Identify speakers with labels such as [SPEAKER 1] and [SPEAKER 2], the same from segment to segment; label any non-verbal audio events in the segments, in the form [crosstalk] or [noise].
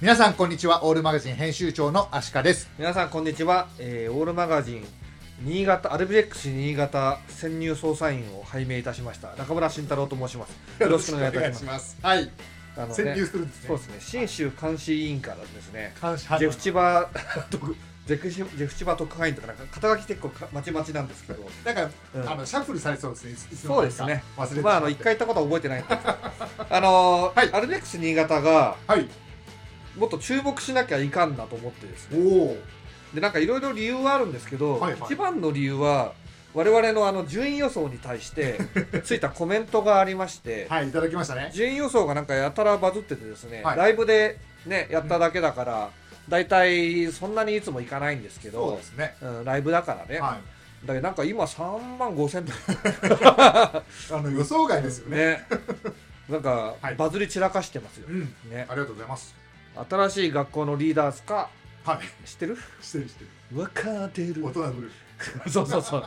[SPEAKER 1] 皆さんこんにちはオールマガジン編集長のアシカです
[SPEAKER 2] 皆さんこんにちは、えーオールマガジン新潟アルビレックス新潟潜入捜査員を拝命いたしました中村慎太郎と申しますよろしくお願いいたします
[SPEAKER 1] ますはい
[SPEAKER 2] あのね
[SPEAKER 1] 潜入するんですね
[SPEAKER 2] そうですね信州監視委員からですね
[SPEAKER 1] 監視はい
[SPEAKER 2] ジェフチ
[SPEAKER 1] [laughs]
[SPEAKER 2] バ特ジェフチジェフチバ特派員とかなんか肩書き結構かまちまちなんですけど
[SPEAKER 1] なんか、
[SPEAKER 2] うん
[SPEAKER 1] あのシャッフルされそうですねいついつの間
[SPEAKER 2] そうで
[SPEAKER 1] に
[SPEAKER 2] す
[SPEAKER 1] か
[SPEAKER 2] ね
[SPEAKER 1] 忘れてしまって
[SPEAKER 2] まああの一回行ったことは覚えてないん
[SPEAKER 1] [laughs]
[SPEAKER 2] ですけどあのー
[SPEAKER 1] はい
[SPEAKER 2] アルビレックス新潟が
[SPEAKER 1] はい
[SPEAKER 2] もっと注目しなきゃいかんなと思ってですね
[SPEAKER 1] おお
[SPEAKER 2] でなんかいろいろ理由はあるんですけど、
[SPEAKER 1] はいはい
[SPEAKER 2] 一番の理由は我々のあの順位予想に対して
[SPEAKER 1] [laughs]
[SPEAKER 2] ついたコメントがありまして、
[SPEAKER 1] はいいただきましたね
[SPEAKER 2] 順位予想がなんかやたらバズっててですね、
[SPEAKER 1] はい
[SPEAKER 2] ライブでねやっただけだから、大体そんなにいつも行かないんですけ
[SPEAKER 1] そう
[SPEAKER 2] ど
[SPEAKER 1] ですね
[SPEAKER 2] う、ん、ライブだからね、
[SPEAKER 1] は
[SPEAKER 2] だけどなんか今3万5千とか
[SPEAKER 1] いあの予想外ですよね
[SPEAKER 2] ね [laughs] なんか
[SPEAKER 1] はい
[SPEAKER 2] バズり散らかしてますよ、
[SPEAKER 1] うん
[SPEAKER 2] ね
[SPEAKER 1] ありがとうございます
[SPEAKER 2] 新しい学校のリーダーズか
[SPEAKER 1] はい
[SPEAKER 2] 知ってる
[SPEAKER 1] してるしてる
[SPEAKER 2] 分かってる
[SPEAKER 1] 大人ぶる
[SPEAKER 2] [laughs] そうそうそう。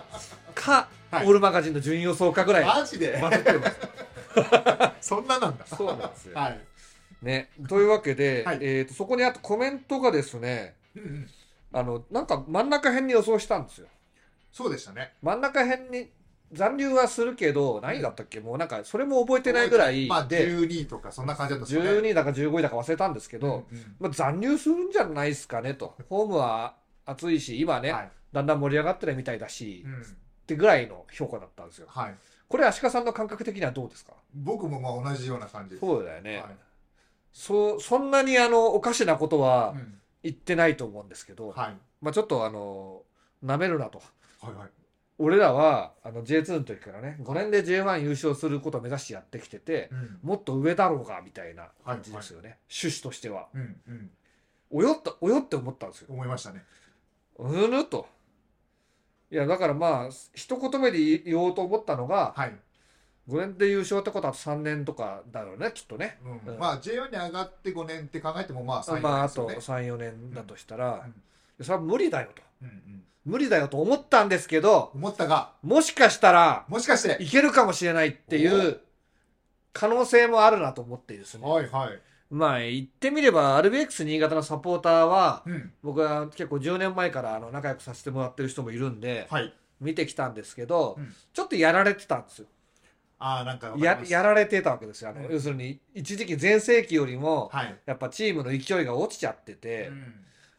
[SPEAKER 2] か、
[SPEAKER 1] はい
[SPEAKER 2] オールマガジンの順位予想かぐらい。
[SPEAKER 1] マジで
[SPEAKER 2] バズってます。
[SPEAKER 1] そんななんだ
[SPEAKER 2] そうなんですよ
[SPEAKER 1] はい
[SPEAKER 2] ね。というわけで、
[SPEAKER 1] はい
[SPEAKER 2] えっ、と、そこにあとコメントがですね、
[SPEAKER 1] うんうん
[SPEAKER 2] あの、なんか真ん中辺に予想したんですよ。
[SPEAKER 1] そうでしたね
[SPEAKER 2] 真ん中辺に残留はするけど、何だったっけもうなんか、それも覚えてないぐらい
[SPEAKER 1] まあ
[SPEAKER 2] で、
[SPEAKER 1] 12位とかそんな感じだったんですかね
[SPEAKER 2] 12位だか15位だか忘れたんですけど、
[SPEAKER 1] うんうん
[SPEAKER 2] まあ、残留するんじゃないですかねと。ホームは暑いし、今ね、
[SPEAKER 1] はい
[SPEAKER 2] だんだん盛り上がってるみたいだし、
[SPEAKER 1] う
[SPEAKER 2] っ
[SPEAKER 1] ん
[SPEAKER 2] てぐらいの評価だったんですよ。
[SPEAKER 1] はい
[SPEAKER 2] これ、足利さんの感覚的にはどうですか
[SPEAKER 1] 僕もまあ同じような感じです
[SPEAKER 2] そうだよね。
[SPEAKER 1] はい
[SPEAKER 2] そそんなにあのおかしなことは
[SPEAKER 1] うん
[SPEAKER 2] 言ってないと思うんですけど、
[SPEAKER 1] はい
[SPEAKER 2] まあ、ちょっとあのなめるなと
[SPEAKER 1] はいはい
[SPEAKER 2] 俺らはあの J2 の時からね5年で J1 優勝することを目指してやってきてて、
[SPEAKER 1] うん
[SPEAKER 2] もっと上だろうがみたいな感じですよね、趣旨としては
[SPEAKER 1] うんうん
[SPEAKER 2] およっとおよって思ったんですよ
[SPEAKER 1] 思いましたね
[SPEAKER 2] うぬといやだからまあ一言目で言おうと思ったのが
[SPEAKER 1] はい
[SPEAKER 2] 5年で優勝ってことはあと3年とかだろうねきっとね
[SPEAKER 1] うん
[SPEAKER 2] うん
[SPEAKER 1] まあ J1 に上がって5年って考えてもまあ最後
[SPEAKER 2] まあ
[SPEAKER 1] で
[SPEAKER 2] あ
[SPEAKER 1] すよ
[SPEAKER 2] と
[SPEAKER 1] ね
[SPEAKER 2] 34年だとしたら、
[SPEAKER 1] うん
[SPEAKER 2] いやそれは無理だよと
[SPEAKER 1] うんうん
[SPEAKER 2] 無理だよと思ったんですけど、
[SPEAKER 1] 思ったが
[SPEAKER 2] もしかしたら
[SPEAKER 1] もしかして
[SPEAKER 2] いけるかもしれないっていう可能性もあるなと思ってですね。
[SPEAKER 1] はいはい
[SPEAKER 2] まあ言ってみれば、アルビレックス新潟のサポーターは、
[SPEAKER 1] うん
[SPEAKER 2] 僕は結構10年前からあの仲良くさせてもらってる人もいるんで、
[SPEAKER 1] はい
[SPEAKER 2] 見てきたんですけど、
[SPEAKER 1] うん
[SPEAKER 2] ちょっとやられてたんですよ。
[SPEAKER 1] ああなんかわかり
[SPEAKER 2] や
[SPEAKER 1] ます
[SPEAKER 2] やられてたわけですよ。あの
[SPEAKER 1] うん
[SPEAKER 2] 要するに、一時期全盛期よりも、
[SPEAKER 1] はい
[SPEAKER 2] やっぱチームの勢いが落ちちゃってて、
[SPEAKER 1] うん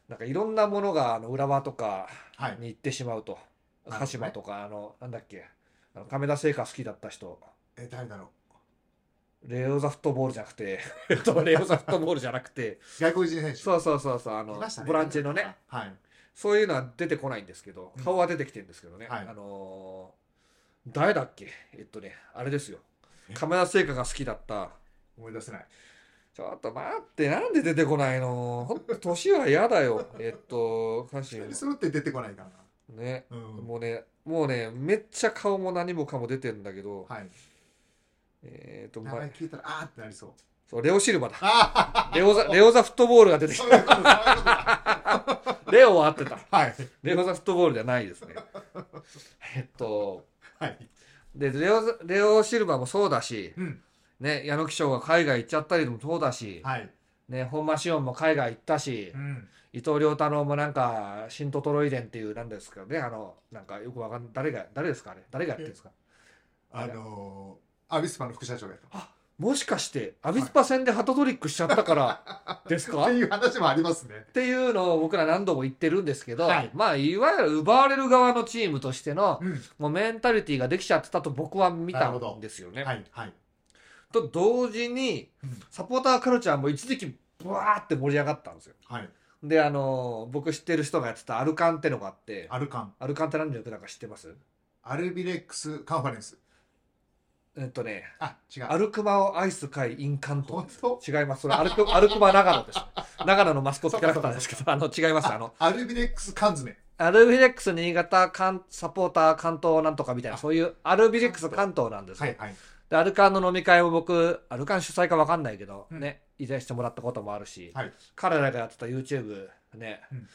[SPEAKER 2] なんかいろんなものがあの浦和とか
[SPEAKER 1] はい
[SPEAKER 2] に行ってしまうと、
[SPEAKER 1] なるほどね
[SPEAKER 2] 鹿島とかあのなんだっけあの亀田製菓好きだった人
[SPEAKER 1] え誰だろう
[SPEAKER 2] レオザフットボールじゃなく
[SPEAKER 1] [laughs]
[SPEAKER 2] てえっとレオザフットボールじゃなくて
[SPEAKER 1] 外国人選手
[SPEAKER 2] [laughs] そうそうそうそうあ
[SPEAKER 1] い
[SPEAKER 2] の、
[SPEAKER 1] ましたね
[SPEAKER 2] ボランチのね
[SPEAKER 1] はい
[SPEAKER 2] そういうのは出てこないんですけど
[SPEAKER 1] うん
[SPEAKER 2] 顔は出てきてるんですけどね、
[SPEAKER 1] はい
[SPEAKER 2] あのー誰だっけえっとねあれですよ
[SPEAKER 1] え
[SPEAKER 2] 亀田製菓が好きだった
[SPEAKER 1] 思い出せない
[SPEAKER 2] ちょっと待ってなんで出てこないのほんと年は嫌だ
[SPEAKER 1] [laughs]
[SPEAKER 2] よえっと歌詞
[SPEAKER 1] それって出てこないから
[SPEAKER 2] ね
[SPEAKER 1] なうん
[SPEAKER 2] もうね、もうね、めっちゃ顔も何もかも出てるんだけど、
[SPEAKER 1] はい
[SPEAKER 2] えっ、と、
[SPEAKER 1] 名
[SPEAKER 2] まあ
[SPEAKER 1] 前、聞いたらあーってなりそう
[SPEAKER 2] そう、レオシルバだ。
[SPEAKER 1] あ
[SPEAKER 2] レオザ、レオザフットボールが出て
[SPEAKER 1] あ
[SPEAKER 2] き
[SPEAKER 1] そういうことそういうことだ
[SPEAKER 2] た。レオは合ってた。
[SPEAKER 1] はい
[SPEAKER 2] レオザフットボールじゃないですね。えっと、
[SPEAKER 1] はい
[SPEAKER 2] で、レオザ、レオシルバもそうだし、
[SPEAKER 1] うん
[SPEAKER 2] ね、矢野貴章が海外行っちゃったりもそうだし、
[SPEAKER 1] はい
[SPEAKER 2] ね、本間紫音も海外行ったし、
[SPEAKER 1] うん
[SPEAKER 2] 伊藤良太郎もなんか、新トトロイデンっていう、なんですかね、あの、なんかよくわかんない、誰が、誰ですかね、誰がやってるんですか。
[SPEAKER 1] あのーアビスパの副社長がやった
[SPEAKER 2] もしかして、アビスパ戦でハットトリックしちゃったから、ですか
[SPEAKER 1] っていう話もありますね
[SPEAKER 2] っていうのを僕ら何度も言ってるんですけど、
[SPEAKER 1] はい
[SPEAKER 2] まあいわゆる奪われる側のチームとしての
[SPEAKER 1] うん
[SPEAKER 2] もうメンタリティができちゃってたと僕は見たんですよね。
[SPEAKER 1] はいはい
[SPEAKER 2] と同時に
[SPEAKER 1] うん
[SPEAKER 2] サポーターカルチャーも一時期ブワーって盛り上がったんですよ。
[SPEAKER 1] はい
[SPEAKER 2] であの僕知ってる人がやってたアルカンってのがあって
[SPEAKER 1] アルカン
[SPEAKER 2] アルカンって何の略だか知ってます
[SPEAKER 1] アルビレックスカンファレンス
[SPEAKER 2] えっとね
[SPEAKER 1] あ違う
[SPEAKER 2] アルクマを愛す会インカント
[SPEAKER 1] 本当
[SPEAKER 2] 違いますそれアルクアルクマ長野です、ね、長野のマスコットキャラクターですけどあの違いますあの
[SPEAKER 1] アルビレックス缶詰
[SPEAKER 2] アルビレックス新潟関サポーター関東なんとかみたいな、
[SPEAKER 1] あ
[SPEAKER 2] そういうアルビレックス関東なんですよ、
[SPEAKER 1] はいはい
[SPEAKER 2] で、アルカンの飲み会も僕、アルカン主催かわかんないけど、
[SPEAKER 1] うん
[SPEAKER 2] ね、依頼してもらったこともあるし、
[SPEAKER 1] はい
[SPEAKER 2] 彼らがやってた YouTube ね、
[SPEAKER 1] うん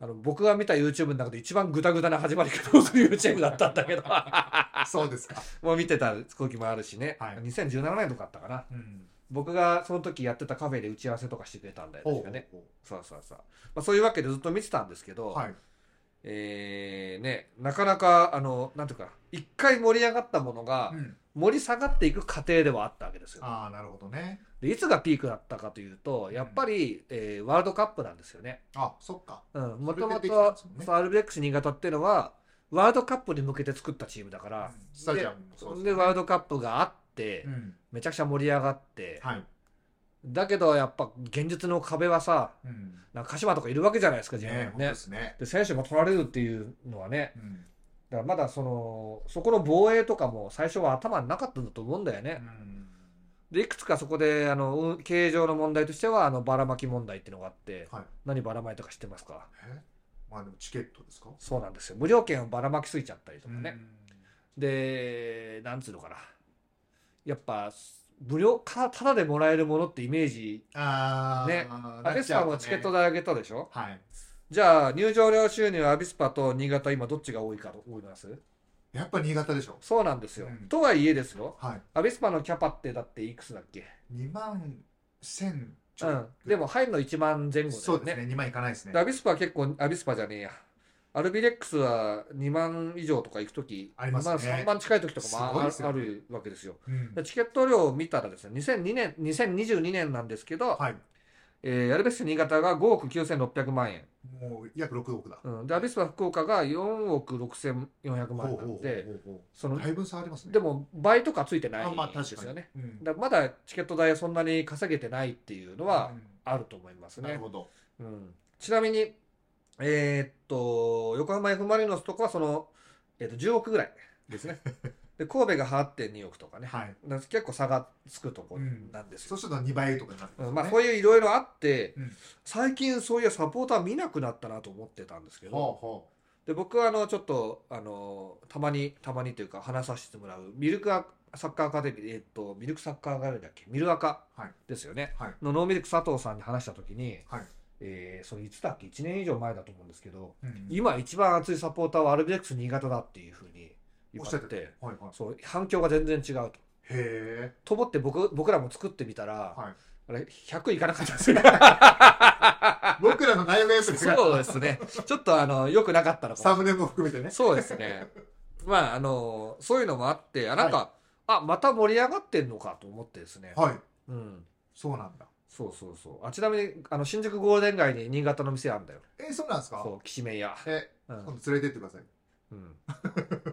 [SPEAKER 2] あの僕が見た YouTube の中で一番グダグダな始まり方をする YouTube だったんだ
[SPEAKER 1] [laughs]
[SPEAKER 2] けど、
[SPEAKER 1] そうですか
[SPEAKER 2] もう見てた時もあるしね、
[SPEAKER 1] はい
[SPEAKER 2] 2017年とかあったかな。
[SPEAKER 1] うん
[SPEAKER 2] 僕がその時やってたカフェで打ち合わせとかしてくれたんだよ
[SPEAKER 1] お
[SPEAKER 2] 確
[SPEAKER 1] う
[SPEAKER 2] かね
[SPEAKER 1] おう
[SPEAKER 2] そうそうそう、まあ、そういうわけでずっと見てたんですけど、
[SPEAKER 1] はい。
[SPEAKER 2] えーねなかなかあのなんていうか一回盛り上がったものが
[SPEAKER 1] うん。
[SPEAKER 2] 盛り下がっていく過程ではあったわけですよ
[SPEAKER 1] ああ、なるほどね。
[SPEAKER 2] でいつがピークだったかというとやっぱり、えーワールドカップなんですよね
[SPEAKER 1] あ、そっか。
[SPEAKER 2] うんも
[SPEAKER 1] それ
[SPEAKER 2] とも
[SPEAKER 1] でできたん
[SPEAKER 2] と
[SPEAKER 1] ですもんね
[SPEAKER 2] そう RBX 新潟っていうのはワールドカップに向けて作ったチームだから、
[SPEAKER 1] うんスタジアムも
[SPEAKER 2] で
[SPEAKER 1] そう
[SPEAKER 2] そ
[SPEAKER 1] です
[SPEAKER 2] ん
[SPEAKER 1] ね
[SPEAKER 2] でワールドカップがあって、
[SPEAKER 1] うん。
[SPEAKER 2] めちゃくちゃ盛り上がって、
[SPEAKER 1] はい。
[SPEAKER 2] だけどやっぱ現実の壁はさ
[SPEAKER 1] うん。
[SPEAKER 2] なんか鹿島とかいるわけじゃないですか J
[SPEAKER 1] ね
[SPEAKER 2] リ
[SPEAKER 1] え、
[SPEAKER 2] ーグは
[SPEAKER 1] 本当
[SPEAKER 2] ね
[SPEAKER 1] ですね。
[SPEAKER 2] で選手も取られるっていうのはね
[SPEAKER 1] うん。
[SPEAKER 2] だからまだそのそこの防衛とかも最初は頭になかったんだと思うんだよ
[SPEAKER 1] う
[SPEAKER 2] ね、
[SPEAKER 1] ん
[SPEAKER 2] でいくつかそこであのうん経営上の問題としてはあのばらまき問題っていうのがあって
[SPEAKER 1] はい。
[SPEAKER 2] 何ばらまいたか知ってますか
[SPEAKER 1] えまあでもチケットですか
[SPEAKER 2] そうなんですよ無料券をばらまきすぎちゃったりとか
[SPEAKER 1] う
[SPEAKER 2] ね、
[SPEAKER 1] ん
[SPEAKER 2] でなんつうのかなやっぱ無料かただでもらえるものってイメージ
[SPEAKER 1] ああ、
[SPEAKER 2] ねアビスパもチケット
[SPEAKER 1] だ。
[SPEAKER 2] 代あげたでしょ
[SPEAKER 1] はい。
[SPEAKER 2] じゃあ入場料収入はアビスパと新潟今どっちが多いかと思います
[SPEAKER 1] やっぱ新潟でしょ。
[SPEAKER 2] そうなんですよ、
[SPEAKER 1] うん
[SPEAKER 2] とはいえですよ
[SPEAKER 1] はい。
[SPEAKER 2] アビスパのキャパってだっていくつだっけ
[SPEAKER 1] 2万1000ち
[SPEAKER 2] う
[SPEAKER 1] ょい
[SPEAKER 2] んでも入るの1万前後だよね
[SPEAKER 1] そうですね。2万いかないですね
[SPEAKER 2] で。アビスパは結構アビスパじゃねえやアルビレックスは2万以上とか行く時
[SPEAKER 1] ありますね
[SPEAKER 2] 3万近い時とか
[SPEAKER 1] す
[SPEAKER 2] も
[SPEAKER 1] ごい
[SPEAKER 2] あ,、
[SPEAKER 1] ですよ
[SPEAKER 2] あるわけですよ
[SPEAKER 1] うん
[SPEAKER 2] でチケット料を見たらですね2002年2022年なんですけど、
[SPEAKER 1] はい。
[SPEAKER 2] えーアルビレックス新潟が5億9600万円、
[SPEAKER 1] もう約6億だ。
[SPEAKER 2] うん、でアビスパ福岡が4億6400
[SPEAKER 1] ほう
[SPEAKER 2] 万円
[SPEAKER 1] ほ
[SPEAKER 2] な
[SPEAKER 1] うほ
[SPEAKER 2] ん
[SPEAKER 1] う
[SPEAKER 2] で
[SPEAKER 1] ほう
[SPEAKER 2] そ
[SPEAKER 1] ほ
[SPEAKER 2] の
[SPEAKER 1] うだいぶ差ありますね。
[SPEAKER 2] でも倍とかついてない
[SPEAKER 1] あまあ
[SPEAKER 2] んで
[SPEAKER 1] 確
[SPEAKER 2] す
[SPEAKER 1] か
[SPEAKER 2] よ
[SPEAKER 1] に
[SPEAKER 2] ね。
[SPEAKER 1] うん
[SPEAKER 2] だからまだチケット代はそんなに稼げてないっていうのは
[SPEAKER 1] うん
[SPEAKER 2] あると思います
[SPEAKER 1] なる
[SPEAKER 2] ね。
[SPEAKER 1] ほど。
[SPEAKER 2] うん、ちなみに、えーっと、横浜 F ・マリノスとかはその、えーっと10億ぐらいです
[SPEAKER 1] [laughs]
[SPEAKER 2] ね。で、神戸が8.2億とかね。
[SPEAKER 1] はい。
[SPEAKER 2] だから結構差がつくところなんですよ。
[SPEAKER 1] そうすると2倍とかになる
[SPEAKER 2] うん
[SPEAKER 1] ですね
[SPEAKER 2] まあ、そういういろいろあって、
[SPEAKER 1] うん
[SPEAKER 2] 最近そういうサポーター見なくなったなと思ってたんですけど、
[SPEAKER 1] ほうほ
[SPEAKER 2] で僕はあのちょっとあのたまにたまにというか話させてもらうミルクアサッカーアカデミーえっとミルクサッカーアカデミーだっけミルアカ
[SPEAKER 1] はい
[SPEAKER 2] ですよね、
[SPEAKER 1] う。はい。
[SPEAKER 2] のノーミルク佐藤さんに話した時に、
[SPEAKER 1] はい
[SPEAKER 2] えーそれいつだっけ1年以上前だと思うんですけど
[SPEAKER 1] うん
[SPEAKER 2] 今一番熱いサポーターはアルビレックス新潟だっていうふうに言
[SPEAKER 1] お
[SPEAKER 2] っ
[SPEAKER 1] ってしゃ
[SPEAKER 2] っ
[SPEAKER 1] って
[SPEAKER 2] て
[SPEAKER 1] はいはい。
[SPEAKER 2] そう反響が全然違うと。
[SPEAKER 1] へえ。
[SPEAKER 2] と思って僕僕らも作ってみたら、
[SPEAKER 1] はい。
[SPEAKER 2] あれ100いかなかったです
[SPEAKER 1] [laughs]
[SPEAKER 2] ね。
[SPEAKER 1] 僕らの内部 S ですが、
[SPEAKER 2] そうですね。ちょっとあの、良くなかったのか
[SPEAKER 1] サ
[SPEAKER 2] も。
[SPEAKER 1] ムネも含めてね。
[SPEAKER 2] そうですね。まあ、あの、そういうのもあって、あ、なんか、あ、また盛り上がってんのかと思ってですね。
[SPEAKER 1] はい。
[SPEAKER 2] うん。
[SPEAKER 1] そうなんだ。
[SPEAKER 2] そうそうそう。あ、ちなみに、あの、新宿ゴールデン街に新潟の店あるんだよ。
[SPEAKER 1] え、そうなんですか
[SPEAKER 2] そう、きしめん屋。
[SPEAKER 1] え、
[SPEAKER 2] う
[SPEAKER 1] 今
[SPEAKER 2] ん。
[SPEAKER 1] 度連れてってください。
[SPEAKER 2] うん。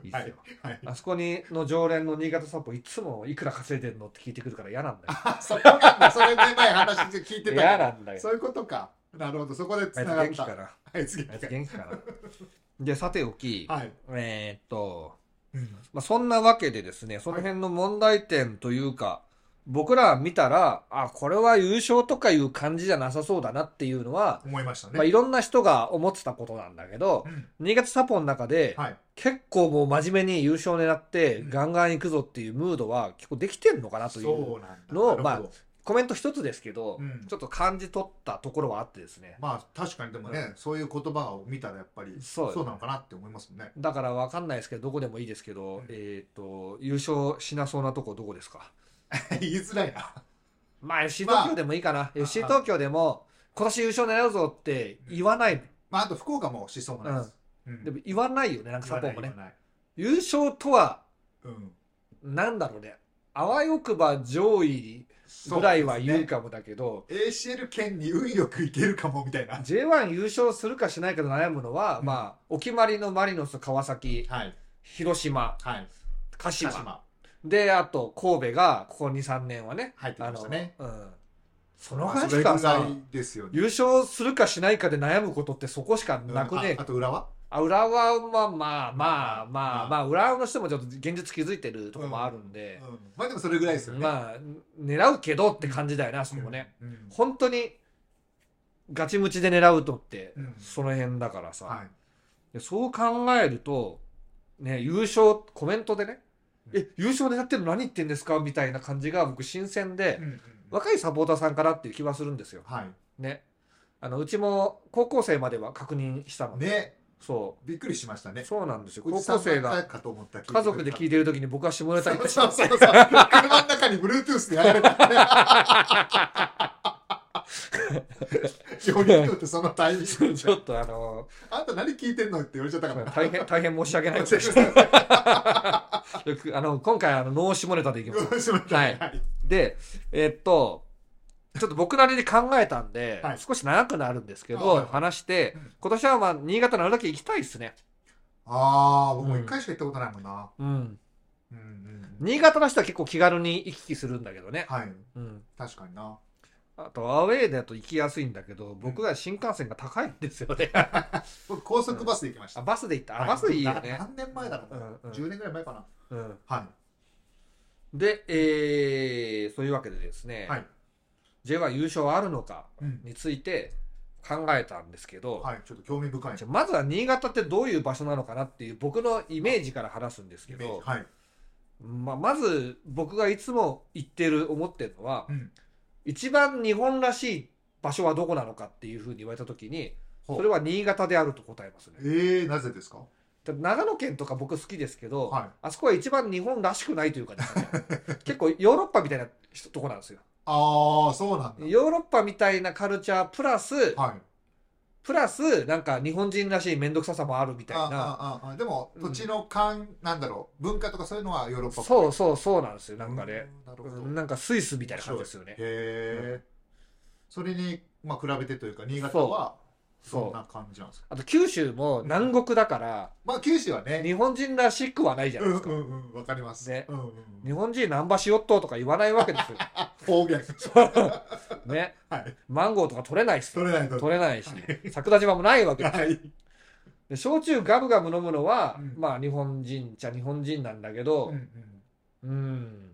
[SPEAKER 2] いいっすよ。
[SPEAKER 1] はい。
[SPEAKER 2] あそこにの常連の新潟散歩いつもいくら稼いでんのって聞いてくるから嫌なんだよ。
[SPEAKER 1] あ [laughs] そこなんだ。それで前話聞いてたけ
[SPEAKER 2] 嫌
[SPEAKER 1] ど
[SPEAKER 2] なんだよ。
[SPEAKER 1] そういうことか。なるほど。そこで
[SPEAKER 2] あ
[SPEAKER 1] 繋
[SPEAKER 2] いつ
[SPEAKER 1] がっ
[SPEAKER 2] 元気
[SPEAKER 1] た。
[SPEAKER 2] かな。
[SPEAKER 1] はい、次。
[SPEAKER 2] あいつ元気かな。で、さておき、
[SPEAKER 1] はい。
[SPEAKER 2] えーっと、
[SPEAKER 1] うん
[SPEAKER 2] まあ、そんなわけでですね、その辺の問題点というか、僕ら見たら、あ、これは優勝とかいう感じじゃなさそうだなっていうのは、
[SPEAKER 1] 思いましたね。
[SPEAKER 2] まあ、いろんな人が思ってたことなんだけど
[SPEAKER 1] う、ん
[SPEAKER 2] 新潟サポの中で、
[SPEAKER 1] はい。
[SPEAKER 2] 結構もう真面目に優勝狙って、
[SPEAKER 1] うん
[SPEAKER 2] ガンガン行くぞっていうムードは結構できてんのかなという、
[SPEAKER 1] そうなんだ。
[SPEAKER 2] のを
[SPEAKER 1] なるほど
[SPEAKER 2] コメント一つですけど、
[SPEAKER 1] うん
[SPEAKER 2] ちょっと感じ取ったところはあってですね。
[SPEAKER 1] まあ確かにでもね、
[SPEAKER 2] う
[SPEAKER 1] そういう言葉を見たらやっぱり
[SPEAKER 2] そう
[SPEAKER 1] なのかなって思いますもんね。 [laughs]
[SPEAKER 2] だからわかんないですけど、どこでもいいですけど、
[SPEAKER 1] うん
[SPEAKER 2] えっ、と、優勝しなそうなとこどこですか
[SPEAKER 1] 言いづらいな。
[SPEAKER 2] まあ FC 東京でもいいかな、FC 東京でも今年優勝狙うぞって言わない、
[SPEAKER 1] まああと福岡も思想もないです。うん
[SPEAKER 2] でも言わないよねなんか
[SPEAKER 1] 言
[SPEAKER 2] サ
[SPEAKER 1] わ
[SPEAKER 2] ポ
[SPEAKER 1] な
[SPEAKER 2] ー
[SPEAKER 1] い
[SPEAKER 2] もね
[SPEAKER 1] 言わない
[SPEAKER 2] 優勝とは
[SPEAKER 1] うん。
[SPEAKER 2] なんだろうねあわよくば上位ぐらいは言うかもだけど、
[SPEAKER 1] そうですね。ACL 圏に運よくいけるかもみたいな。
[SPEAKER 2] J1 優勝するかしないかで悩むのは、
[SPEAKER 1] うん
[SPEAKER 2] まあお決まりのマリノス川崎
[SPEAKER 1] はい。
[SPEAKER 2] 広島
[SPEAKER 1] はい。
[SPEAKER 2] 鹿島
[SPEAKER 1] 鹿島
[SPEAKER 2] であと神戸がここ23年はね
[SPEAKER 1] 入ってき
[SPEAKER 2] あ
[SPEAKER 1] ま
[SPEAKER 2] の
[SPEAKER 1] したね。
[SPEAKER 2] うん、その
[SPEAKER 1] まあ
[SPEAKER 2] 話
[SPEAKER 1] それぐ
[SPEAKER 2] し
[SPEAKER 1] ら
[SPEAKER 2] かさ
[SPEAKER 1] いですよね。
[SPEAKER 2] 優勝するかしないかで悩むことってそこしかなくねえ
[SPEAKER 1] うんああと浦和
[SPEAKER 2] あ浦和はまあまあまあま
[SPEAKER 1] ま
[SPEAKER 2] あ浦和の人もちょっと現実気づいてるとこもあるんで、
[SPEAKER 1] うんまあでもそれぐらいですよね。
[SPEAKER 2] まあ狙うけどって感じだよねあそこもね、
[SPEAKER 1] うん。
[SPEAKER 2] 本当にガチムチで狙うとって、
[SPEAKER 1] うん
[SPEAKER 2] その辺だからさ、
[SPEAKER 1] はい。
[SPEAKER 2] でそう考えるとね優勝コメントでね「
[SPEAKER 1] うん
[SPEAKER 2] え優勝狙ってるの何言ってんですか?」みたいな感じが僕新鮮で、
[SPEAKER 1] うんうんうん
[SPEAKER 2] 若いサポーターさんからっていう気はするんですよ
[SPEAKER 1] は
[SPEAKER 2] ねあのうちも高校生までは確認したの
[SPEAKER 1] い。
[SPEAKER 2] で、
[SPEAKER 1] ね。
[SPEAKER 2] そ
[SPEAKER 1] びっくりしました
[SPEAKER 2] う
[SPEAKER 1] ね。
[SPEAKER 2] そうなんですよ
[SPEAKER 1] お
[SPEAKER 2] 高
[SPEAKER 1] じさんば
[SPEAKER 2] 校
[SPEAKER 1] っ
[SPEAKER 2] 生
[SPEAKER 1] か
[SPEAKER 2] が
[SPEAKER 1] かと思った
[SPEAKER 2] 家族で聞
[SPEAKER 1] い
[SPEAKER 2] いてる時に僕は下ネタ
[SPEAKER 1] た
[SPEAKER 2] 言っ
[SPEAKER 1] そう
[SPEAKER 2] て
[SPEAKER 1] そうそうそう。車の中に Bluetooth でやられた
[SPEAKER 2] [laughs]
[SPEAKER 1] んで。よりによってそのタイミング
[SPEAKER 2] ちょっと
[SPEAKER 1] [laughs]
[SPEAKER 2] あの
[SPEAKER 1] あんた何聞いてんのって言われちゃったからな。
[SPEAKER 2] 大変大変申し訳ない
[SPEAKER 1] [laughs]
[SPEAKER 2] ことでしたよくあの今回あのノー下ネタ
[SPEAKER 1] [laughs]
[SPEAKER 2] でいきます
[SPEAKER 1] しまった
[SPEAKER 2] はいでえっとちょっと僕なりに考えたんで、
[SPEAKER 1] はい
[SPEAKER 2] 少し長くなるんですけ
[SPEAKER 1] あはい
[SPEAKER 2] ど話して
[SPEAKER 1] うん
[SPEAKER 2] 今年はまあ新潟なるだけ行きたいですね
[SPEAKER 1] ああ、僕も一回しか行ったことないもんな。
[SPEAKER 2] うん
[SPEAKER 1] うんうんうん
[SPEAKER 2] 新潟の人は結構気軽に行き来するんだけどね、
[SPEAKER 1] はい、
[SPEAKER 2] うん、
[SPEAKER 1] 確かにな。
[SPEAKER 2] あとアウェーだと行きやすいんだけど僕は新幹線が高いんですよね
[SPEAKER 1] 僕、高速バスで行きまし
[SPEAKER 2] あ
[SPEAKER 1] た。
[SPEAKER 2] バスで行ったあ
[SPEAKER 1] はい
[SPEAKER 2] バスでいいよ
[SPEAKER 1] な
[SPEAKER 2] ね、
[SPEAKER 1] 何年前だろう、
[SPEAKER 2] うんうん
[SPEAKER 1] ?10 年ぐらい前かな。
[SPEAKER 2] うん、
[SPEAKER 1] は
[SPEAKER 2] で、えーそういうわけでですね、
[SPEAKER 1] い。はい。
[SPEAKER 2] J1 優勝はあるのか
[SPEAKER 1] うん
[SPEAKER 2] について考えたんですけど、
[SPEAKER 1] はい、ちょっと興味深い
[SPEAKER 2] じゃあまずは新潟ってどういう場所なのかなっていう僕のイメージから話すんです
[SPEAKER 1] イ
[SPEAKER 2] け
[SPEAKER 1] メー
[SPEAKER 2] ど
[SPEAKER 1] ジ。、はい。
[SPEAKER 2] まあ、まず僕がいつも言ってる思ってるのは、
[SPEAKER 1] うん
[SPEAKER 2] 一番日本らしい場所はどこなのかっていうふうに言われた時に
[SPEAKER 1] ほう
[SPEAKER 2] それは新潟であると答えますね。
[SPEAKER 1] ええー、なぜですか
[SPEAKER 2] だって長野県とか僕好きですけど、
[SPEAKER 1] はい
[SPEAKER 2] あそこは一番日本らしくないという
[SPEAKER 1] [laughs]
[SPEAKER 2] かですね結構ヨーロッパみたいなとこなんですよ。
[SPEAKER 1] ああ、そうなんだ。
[SPEAKER 2] ヨーロッパみたいなカルチャープラス、
[SPEAKER 1] はい。
[SPEAKER 2] プラスなんか日本人らしい面倒くささもあるみたいな
[SPEAKER 1] ああああでも土地の感なんだろう文化とかそういうのはヨーロッパう
[SPEAKER 2] そうそうそうなんですよなんかね、
[SPEAKER 1] なるほど
[SPEAKER 2] うん
[SPEAKER 1] へ
[SPEAKER 2] なんかスイスみたいな感じですよね
[SPEAKER 1] えそれにまあ比べてというか新潟はそん
[SPEAKER 2] そう
[SPEAKER 1] な感じなんですか
[SPEAKER 2] あと九州も南国だから、
[SPEAKER 1] まあ九州はね
[SPEAKER 2] 日本人らしくはないじゃな
[SPEAKER 1] う
[SPEAKER 2] い
[SPEAKER 1] んう
[SPEAKER 2] ですか、
[SPEAKER 1] んうんわかります
[SPEAKER 2] ね
[SPEAKER 1] うんうん
[SPEAKER 2] 日本人ナンバしよっととか言わないわけで
[SPEAKER 1] [laughs]
[SPEAKER 2] すよ
[SPEAKER 1] 方言
[SPEAKER 2] ね
[SPEAKER 1] はい
[SPEAKER 2] マンゴーとか取れないし
[SPEAKER 1] 取れないと
[SPEAKER 2] 取れないし桜島もないわけです
[SPEAKER 1] はい
[SPEAKER 2] で焼酎ガブガブ飲むのは、
[SPEAKER 1] うん
[SPEAKER 2] まあ日本人っちゃ日本人なんだけど
[SPEAKER 1] うんうん
[SPEAKER 2] うん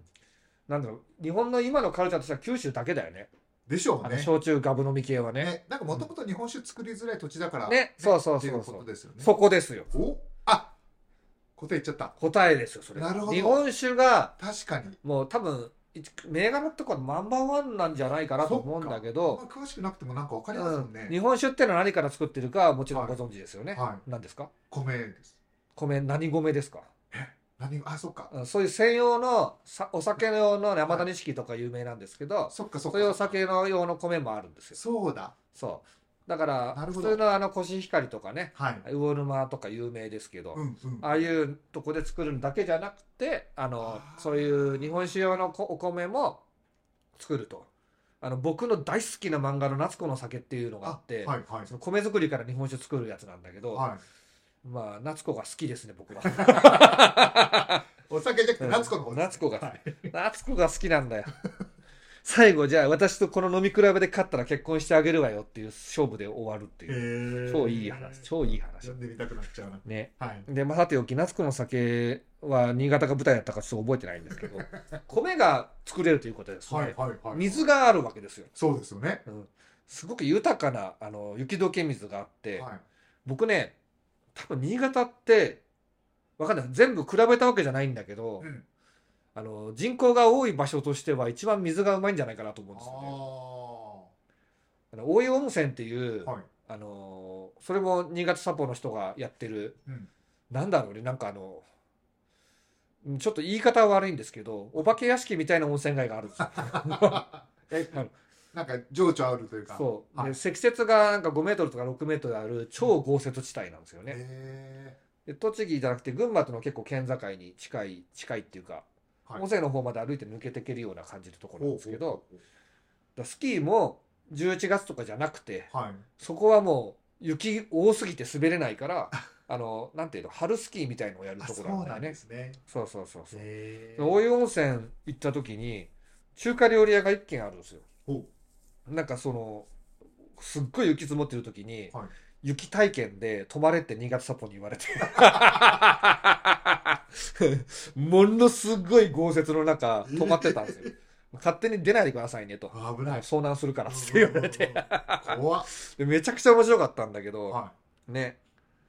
[SPEAKER 2] なんだろう日本の今のカルチャーとしては九州だけだよね
[SPEAKER 1] でしょう
[SPEAKER 2] あの
[SPEAKER 1] ね
[SPEAKER 2] 焼酎ガブ飲み系はね。ね
[SPEAKER 1] ねなんかもともと日本酒作りづらい土地だから
[SPEAKER 2] そうそう
[SPEAKER 1] ってい
[SPEAKER 2] そうう
[SPEAKER 1] こ
[SPEAKER 2] そ
[SPEAKER 1] と
[SPEAKER 2] う。
[SPEAKER 1] ですよね
[SPEAKER 2] そこですよ。
[SPEAKER 1] おあ答え言っちゃった
[SPEAKER 2] 答えですよ、それ。
[SPEAKER 1] なるほど
[SPEAKER 2] 日本酒が、
[SPEAKER 1] 確かに
[SPEAKER 2] もう多分、い銘柄とかナンバーワンなんじゃないかなと思うんだけ
[SPEAKER 1] あんま
[SPEAKER 2] ど、
[SPEAKER 1] 詳しくなくてもなんかわかります
[SPEAKER 2] う
[SPEAKER 1] もん
[SPEAKER 2] ん
[SPEAKER 1] ね
[SPEAKER 2] 日本酒ってのは何から作ってるかはもちろんご
[SPEAKER 1] はい
[SPEAKER 2] 存知ですよね。
[SPEAKER 1] はい
[SPEAKER 2] 何ですか
[SPEAKER 1] 米です
[SPEAKER 2] 米、何米ですか
[SPEAKER 1] 何があそっか
[SPEAKER 2] うんそういう専用のさお酒用の山田錦とか有名なんですけど、
[SPEAKER 1] そっかそっ
[SPEAKER 2] そ
[SPEAKER 1] か
[SPEAKER 2] ういうお酒の用の米もあるんですよ。
[SPEAKER 1] そうだ
[SPEAKER 2] そう。だから、
[SPEAKER 1] なる
[SPEAKER 2] 普
[SPEAKER 1] ほど
[SPEAKER 2] 通のあのコシヒカリとかね、
[SPEAKER 1] はい
[SPEAKER 2] 魚沼とか有名ですけど、
[SPEAKER 1] うんうん
[SPEAKER 2] ああいうとこで作るだけじゃなくてあの
[SPEAKER 1] あー
[SPEAKER 2] そういう日本酒用のこお米も作るとあの僕の大好きな漫画の「夏子の酒」っていうのがあって
[SPEAKER 1] はいはい
[SPEAKER 2] その米作りから日本酒作るやつなんだけど、
[SPEAKER 1] はい
[SPEAKER 2] まあ夏子が好きですね僕は
[SPEAKER 1] お酒じゃなくて [laughs] 夏子の方
[SPEAKER 2] 夏子が
[SPEAKER 1] はい
[SPEAKER 2] 夏子が好きなんだよ最後じゃあ私とこの飲み比べで勝ったら結婚してあげるわよっていう勝負で終わるっていう超いい話超いい話
[SPEAKER 1] 読んでみたくなっちゃうな
[SPEAKER 2] ね
[SPEAKER 1] はい
[SPEAKER 2] で、まあ、さておき、夏子の酒は新潟が舞台だったかちょっと覚えてないんで
[SPEAKER 1] [laughs]
[SPEAKER 2] すけど、米が作れるということですね。
[SPEAKER 1] はいはいはい
[SPEAKER 2] 水があるわけですよ。
[SPEAKER 1] そうですよね
[SPEAKER 2] うん、すごく豊かなあの雪解け水があって、
[SPEAKER 1] はい
[SPEAKER 2] 僕ね、多分新潟って、わかんない。全部比べたわけじゃないんだけど、
[SPEAKER 1] うん
[SPEAKER 2] あの人口が多い場所としては一番水がうまいんじゃないかなと思うんですよね。
[SPEAKER 1] あ
[SPEAKER 2] あの大湯温泉っていう、
[SPEAKER 1] あはい
[SPEAKER 2] あのーそれも新潟サポの人がやってる、
[SPEAKER 1] うん
[SPEAKER 2] なんだろうねなんかあのうんちょっと言い方は悪いんですけどお化け屋敷みたいな温泉街があるんですよ
[SPEAKER 1] [laughs] え
[SPEAKER 2] [laughs] あの
[SPEAKER 1] なんか情緒あるというか
[SPEAKER 2] そう、
[SPEAKER 1] は
[SPEAKER 2] で
[SPEAKER 1] い
[SPEAKER 2] 積雪がなんか5メートルとか6メートルある超豪雪地帯なんですよね、
[SPEAKER 1] へ
[SPEAKER 2] で栃木じゃなくて群馬との結構県境に近い近いっていうか、
[SPEAKER 1] はい
[SPEAKER 2] 温泉の方まで歩いて抜けていけるような感じのとこ
[SPEAKER 1] え
[SPEAKER 2] ろなんですけどだか
[SPEAKER 1] ほうほう
[SPEAKER 2] らスキーも11月とかじゃなくて
[SPEAKER 1] ほうはい
[SPEAKER 2] そこはもう雪多すぎて滑れないから、あの、なんていうの、春スキーみたいのをやる
[SPEAKER 1] あ
[SPEAKER 2] とこ
[SPEAKER 1] そ
[SPEAKER 2] ろなん
[SPEAKER 1] う
[SPEAKER 2] だ
[SPEAKER 1] な
[SPEAKER 2] よ
[SPEAKER 1] ん
[SPEAKER 2] ね
[SPEAKER 1] で。すね
[SPEAKER 2] そうそうそうそう。
[SPEAKER 1] へえ
[SPEAKER 2] 大湯温泉行った時に、中華料理屋が一軒あるんですよ。
[SPEAKER 1] ほ
[SPEAKER 2] なんかその、すっごい雪積もってる時に、
[SPEAKER 1] はい
[SPEAKER 2] 雪体験で泊まれって新潟札幌に言われて。ものすごい豪雪の中、泊まってたんですよ。勝手に出ないでくださいねと。
[SPEAKER 1] う危ない
[SPEAKER 2] 遭難するからって言われて。
[SPEAKER 1] 怖っ
[SPEAKER 2] でめちゃくちゃ面白かったんだけど、
[SPEAKER 1] は
[SPEAKER 2] ね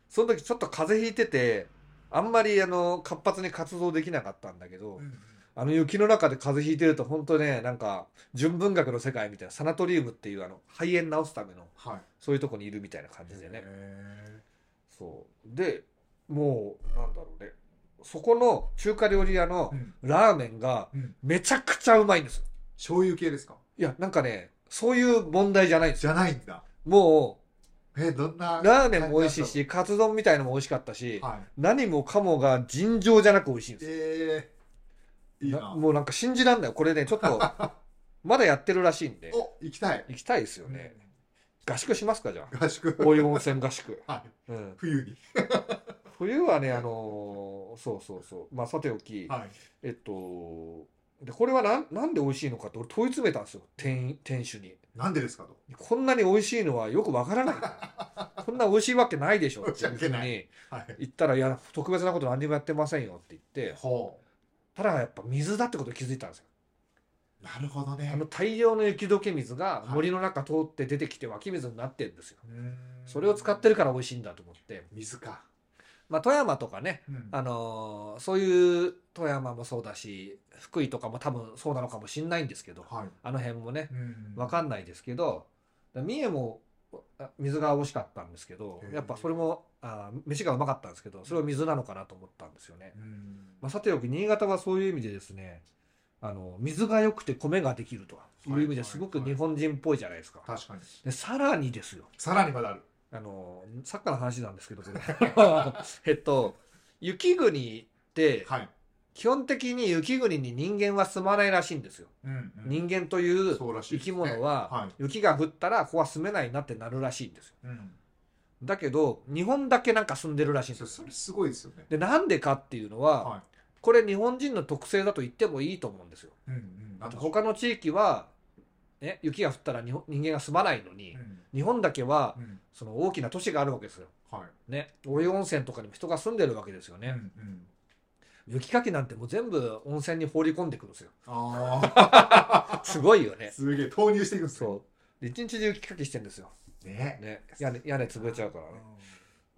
[SPEAKER 2] その時ちょっと風邪ひいててあんまりあの活発に活動できなかったんだけ
[SPEAKER 1] い
[SPEAKER 2] ど、
[SPEAKER 1] うん
[SPEAKER 2] あの雪の中で風邪ひいてると本当ねなんか純文学の世界みたいなサナトリウムっていうあの肺炎治すための
[SPEAKER 1] はい
[SPEAKER 2] そういうとこにいるみたいな感じでね、
[SPEAKER 1] へえ
[SPEAKER 2] そうでもうなんだろうねそこの中華料理屋の
[SPEAKER 1] うん
[SPEAKER 2] ラーメンが
[SPEAKER 1] うん
[SPEAKER 2] めちゃくちゃうまいんですよ
[SPEAKER 1] 醤油系ですか
[SPEAKER 2] いやなんかねそういう問題じゃないんです
[SPEAKER 1] じ
[SPEAKER 2] よ
[SPEAKER 1] ゃないんだ
[SPEAKER 2] も
[SPEAKER 1] えどんな
[SPEAKER 2] うラーメンも美味しいしカツ丼みたいのも美味しかったし
[SPEAKER 1] はい
[SPEAKER 2] 何もかもが尋常じゃなく美味しいんですよ
[SPEAKER 1] えー、いい
[SPEAKER 2] な
[SPEAKER 1] な
[SPEAKER 2] もうなんか信じらんないよこれねちょっ [laughs] とまだやってるらしいんで
[SPEAKER 1] お行きたい
[SPEAKER 2] 行きたいですよね合宿しますかじゃあ
[SPEAKER 1] 合宿
[SPEAKER 2] 大湯温泉合宿、
[SPEAKER 1] はい
[SPEAKER 2] うん、
[SPEAKER 1] 冬に
[SPEAKER 2] 冬はねあのーそうそうそうまあさておき、
[SPEAKER 1] はい
[SPEAKER 2] えっとでこれはなんなんで美味しいのかって俺問い詰めたんですよ店員店主に
[SPEAKER 1] なんでですかと
[SPEAKER 2] こんなに美味しいのはよくわ [laughs] からないこんな美味しいわけないでしょっていうふう
[SPEAKER 1] 申し訳な
[SPEAKER 2] に
[SPEAKER 1] はい
[SPEAKER 2] 言ったら「いや特別なこと何にもやってませんよ」って言って
[SPEAKER 1] ほ
[SPEAKER 2] ただやっぱ水だってことに気づいたんですよ
[SPEAKER 1] うなるほどね
[SPEAKER 2] あの大量の雪解け水が森の中通って出てきて湧き水になってるんですよ
[SPEAKER 1] うーん
[SPEAKER 2] それを使ってるから美味しいんだと思って、
[SPEAKER 1] 水か、
[SPEAKER 2] まあ、富山とかね
[SPEAKER 1] うん
[SPEAKER 2] あのーそういう富山もそうだし福井とかも多分そうなのかもしんないんですけど
[SPEAKER 1] はい
[SPEAKER 2] あの辺もね
[SPEAKER 1] うん
[SPEAKER 2] 分かんないですけどだ三重もあ水が惜しかったんですけど
[SPEAKER 1] へえ
[SPEAKER 2] やっぱそれもあー飯がうまかったんですけどそれは水なのかなと思ったんですよね
[SPEAKER 1] う。ん
[SPEAKER 2] まあ、さておき新潟はそういう意味でですねあの水が良くて米ができるという意味ですごく
[SPEAKER 1] はいはいは
[SPEAKER 2] 日
[SPEAKER 1] い
[SPEAKER 2] 本人っぽいじゃないですか。
[SPEAKER 1] 確かに
[SPEAKER 2] でさらにですよ
[SPEAKER 1] さらにまだある
[SPEAKER 2] あのサッカーの話なんですけどこれ
[SPEAKER 1] [laughs]
[SPEAKER 2] えっと雪国って
[SPEAKER 1] はい、
[SPEAKER 2] 基本的に雪国に人間は住まないらしいんですよ。
[SPEAKER 1] うんうん
[SPEAKER 2] 人間という
[SPEAKER 1] そうらしい
[SPEAKER 2] 生
[SPEAKER 1] です
[SPEAKER 2] き
[SPEAKER 1] ね
[SPEAKER 2] 物は
[SPEAKER 1] はい
[SPEAKER 2] 雪が降ったらここは住めないなってなるらしいんですよ。
[SPEAKER 1] うん、
[SPEAKER 2] だけど日本だけなんか住んでるらしいんです
[SPEAKER 1] そそ
[SPEAKER 2] よ。
[SPEAKER 1] れすごいですよね
[SPEAKER 2] でなんでかっていうのは、
[SPEAKER 1] は
[SPEAKER 2] これ日本人の特性だと言ってもいいと思うんですよ。
[SPEAKER 1] い、うんうん、なんでしょう
[SPEAKER 2] 他の地域は、ね、雪が降ったら日本人間が住まないのに、
[SPEAKER 1] うん
[SPEAKER 2] 日本だけは
[SPEAKER 1] うん、
[SPEAKER 2] その大きな都市があるわけですよ。
[SPEAKER 1] はい、
[SPEAKER 2] ね、大湯温泉とかにも人が住んでるわけですよ
[SPEAKER 1] うんう
[SPEAKER 2] ね。
[SPEAKER 1] ん、
[SPEAKER 2] 雪かきなんてもう全部温泉に放り込んでくるんですよ。
[SPEAKER 1] あ
[SPEAKER 2] すごいよね
[SPEAKER 1] [laughs] あ。すげえ投入していくんですね
[SPEAKER 2] そう。で、一日中雪かきしてんですよ。
[SPEAKER 1] ね
[SPEAKER 2] ね。屋根、屋根潰れちゃうからね。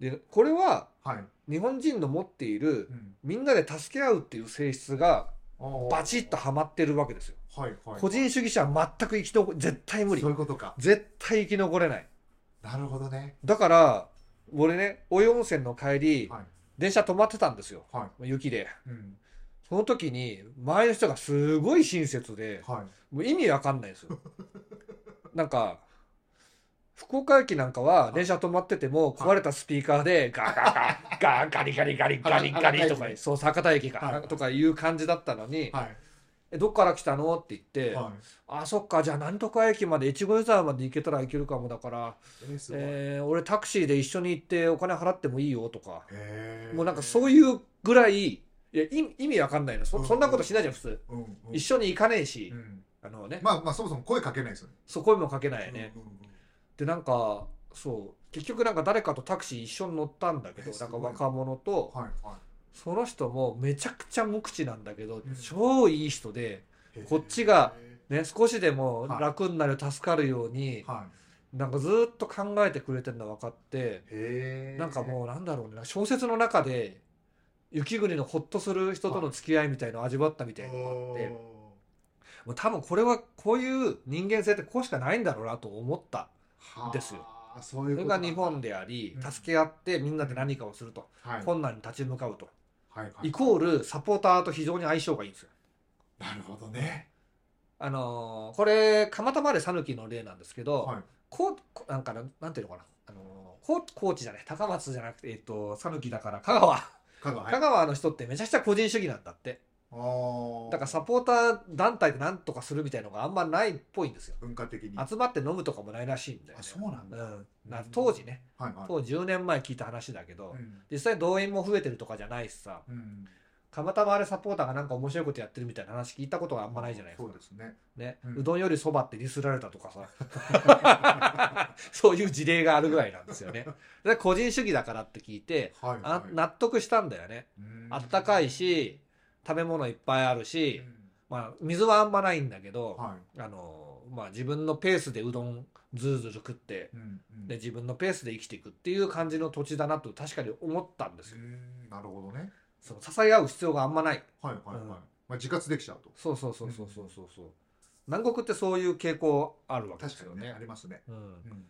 [SPEAKER 1] う
[SPEAKER 2] で、これは
[SPEAKER 1] んはい、
[SPEAKER 2] 日本人の持っている
[SPEAKER 1] うん
[SPEAKER 2] みんなで助け合うっていう性質がバチッとはまってるわけですよ。
[SPEAKER 1] はいはい
[SPEAKER 2] 個人主義者は全く生き残、絶対無理
[SPEAKER 1] そ。ういうことか
[SPEAKER 2] 絶対生き残れない。
[SPEAKER 1] なるほどね
[SPEAKER 2] だから、俺ね、大湯温泉の帰り、
[SPEAKER 1] はい
[SPEAKER 2] 電車止まってたんですよ。
[SPEAKER 1] は
[SPEAKER 2] 雪で。
[SPEAKER 1] い、うん、
[SPEAKER 2] その時に、周りの人がすごい親切で、
[SPEAKER 1] はい
[SPEAKER 2] もう意味わかんないで
[SPEAKER 1] [laughs]
[SPEAKER 2] すよ。なんか、福岡駅なんかは電車止まってても壊れたスピーカーでガガガガガリガリガリガリガリとかそう酒田駅
[SPEAKER 1] は
[SPEAKER 2] か
[SPEAKER 1] い
[SPEAKER 2] とかいう感じだったのに
[SPEAKER 1] はい
[SPEAKER 2] 「えどっから来たの?」って言って
[SPEAKER 1] はい
[SPEAKER 2] 「あそっかじゃあなんとか駅まで越後湯沢まで行けたら行けるかもだから、
[SPEAKER 1] えー、すごい、え
[SPEAKER 2] えー俺タクシーで一緒に行ってお金払ってもいいよ」とか
[SPEAKER 1] え
[SPEAKER 2] もうなんかそう
[SPEAKER 1] いう、
[SPEAKER 2] いうぐらいいや意意味わかんないの
[SPEAKER 1] う
[SPEAKER 2] そ
[SPEAKER 1] ん
[SPEAKER 2] そんなことしないじゃん普通
[SPEAKER 1] うんうん
[SPEAKER 2] 一緒に行かねえし
[SPEAKER 1] うん
[SPEAKER 2] あのね
[SPEAKER 1] まあまあそもそも声かけないですよね
[SPEAKER 2] そこにもかけないよね。
[SPEAKER 1] うんうんうん
[SPEAKER 2] でなんかそう結局なんか誰かとタクシー一緒に乗ったんだけど
[SPEAKER 1] えす
[SPEAKER 2] なんか
[SPEAKER 1] ごい
[SPEAKER 2] 若者と
[SPEAKER 1] はいは
[SPEAKER 2] その人もめちゃくちゃ無口なんだけ
[SPEAKER 1] う
[SPEAKER 2] ど
[SPEAKER 1] ん
[SPEAKER 2] 超いい人で、
[SPEAKER 1] いへー
[SPEAKER 2] こっちがね、少しでも
[SPEAKER 1] はい
[SPEAKER 2] 楽になる助かるように
[SPEAKER 1] は
[SPEAKER 2] なんかずーっと考えてくれてるの分かって
[SPEAKER 1] いへえ
[SPEAKER 2] なんかもうなんだろうね小説の中で雪国のほっとする人との付き合いみたいのを味わったみたいなのがあって
[SPEAKER 1] お
[SPEAKER 2] もう多分これはこういう人間性ってこうしかないんだろうなと思った
[SPEAKER 1] ーはあ
[SPEAKER 2] ですよ
[SPEAKER 1] そうい
[SPEAKER 2] そう
[SPEAKER 1] こと
[SPEAKER 2] れ
[SPEAKER 1] な
[SPEAKER 2] が
[SPEAKER 1] んだ
[SPEAKER 2] 日本であり
[SPEAKER 1] うん
[SPEAKER 2] 助け合ってみんなで何かをすると。
[SPEAKER 1] はい
[SPEAKER 2] 困難に立ち向かうと、
[SPEAKER 1] はいはい
[SPEAKER 2] イコールサポーターと非常に相性がいいんですよ。
[SPEAKER 1] なるほどね
[SPEAKER 2] あのーこれ蒲田まで讃岐の例なんですけど、
[SPEAKER 1] はい
[SPEAKER 2] こうこなんかななんていうのかな、あのーこう高知じゃない高松じゃなくてえっと讃岐だから香川、
[SPEAKER 1] 香川はい
[SPEAKER 2] 香川の人ってめちゃくちゃ個人主義なんだって
[SPEAKER 1] ああ
[SPEAKER 2] だからサポーター団体で何とかするみたいのがあんまないっぽいんですよ
[SPEAKER 1] 文化的に
[SPEAKER 2] 集まって飲むとかもないらしいんだよ、
[SPEAKER 1] あ
[SPEAKER 2] ね、
[SPEAKER 1] そうなんだ、
[SPEAKER 2] うんな当時ね
[SPEAKER 1] はいはい
[SPEAKER 2] 当時10年前聞いた話だけど、
[SPEAKER 1] うん
[SPEAKER 2] 実際動員も増えてるとかじゃないしさ、
[SPEAKER 1] うん
[SPEAKER 2] 蒲田回れサポーターがなんか面白いことやってるみたいな話聞いたことがあんまないじゃないですか。
[SPEAKER 1] そうです
[SPEAKER 2] [laughs]
[SPEAKER 1] ね
[SPEAKER 2] ね、
[SPEAKER 1] う
[SPEAKER 2] うんどんよりそばってディスられたとかさ。 [laughs] そういう事例があるぐらいなんですよね。で個人主義だからって聞いて、
[SPEAKER 1] はい
[SPEAKER 2] あ
[SPEAKER 1] はい
[SPEAKER 2] 納得したんだよね。
[SPEAKER 1] うん
[SPEAKER 2] あったかいし、食べ物いっぱいある
[SPEAKER 1] う
[SPEAKER 2] し、
[SPEAKER 1] ん
[SPEAKER 2] まあ、水はあんまないんだけど、
[SPEAKER 1] は
[SPEAKER 2] あの、まあ、自分のペースでうどんずるずる食って
[SPEAKER 1] い、うんうん
[SPEAKER 2] で、自分のペースで生きていくっていう感じの土地だなと確かに思ったんです
[SPEAKER 1] う
[SPEAKER 2] よ。
[SPEAKER 1] んなるほどね
[SPEAKER 2] その支え合う必要があんまない。
[SPEAKER 1] はいはいはい、
[SPEAKER 2] うん
[SPEAKER 1] まあ自活できちゃうと
[SPEAKER 2] そうそうそうそうそうそうそう。南国ってそういう傾向あるわけで
[SPEAKER 1] 確
[SPEAKER 2] す
[SPEAKER 1] か
[SPEAKER 2] よ
[SPEAKER 1] にね
[SPEAKER 2] ね
[SPEAKER 1] あ。りますね、
[SPEAKER 2] うん、
[SPEAKER 1] うん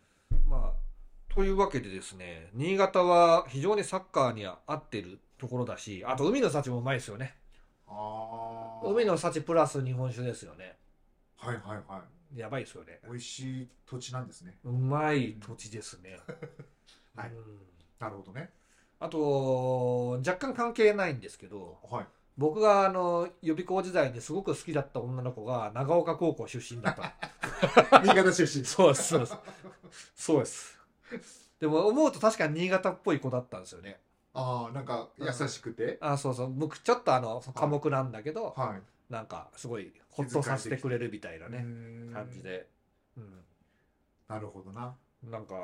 [SPEAKER 2] まあというわけでですね、新潟は非常にサッカーに合ってるところだし、あと海の幸もうまいですよね。
[SPEAKER 1] ああ。
[SPEAKER 2] 海の幸プラス日本酒ですよね。
[SPEAKER 1] はいはいは
[SPEAKER 2] やばいですよね。
[SPEAKER 1] い。美味しい土地なんですね。
[SPEAKER 2] うまい土地ですね。
[SPEAKER 1] はい
[SPEAKER 2] うん
[SPEAKER 1] なるほどね。
[SPEAKER 2] あと、若干関係ないんですけど、 [laughs]
[SPEAKER 1] はい。
[SPEAKER 2] 僕があの予備校時代にすごく好きだった女の子が長岡高校出身だった。
[SPEAKER 1] 新潟出身。
[SPEAKER 2] [laughs] そうです、そうです。そうです。でも思うと確かに新潟っぽい子だったんですよね。
[SPEAKER 1] ああ、なんか優しくて。
[SPEAKER 2] あそうそう。僕ちょっとあの寡黙なんだけど、
[SPEAKER 1] は。
[SPEAKER 2] なんかすごいほっとさせてくれるみたいないね、
[SPEAKER 1] うーん
[SPEAKER 2] 感じ。で。う
[SPEAKER 1] なるほどな。
[SPEAKER 2] ん。なんか、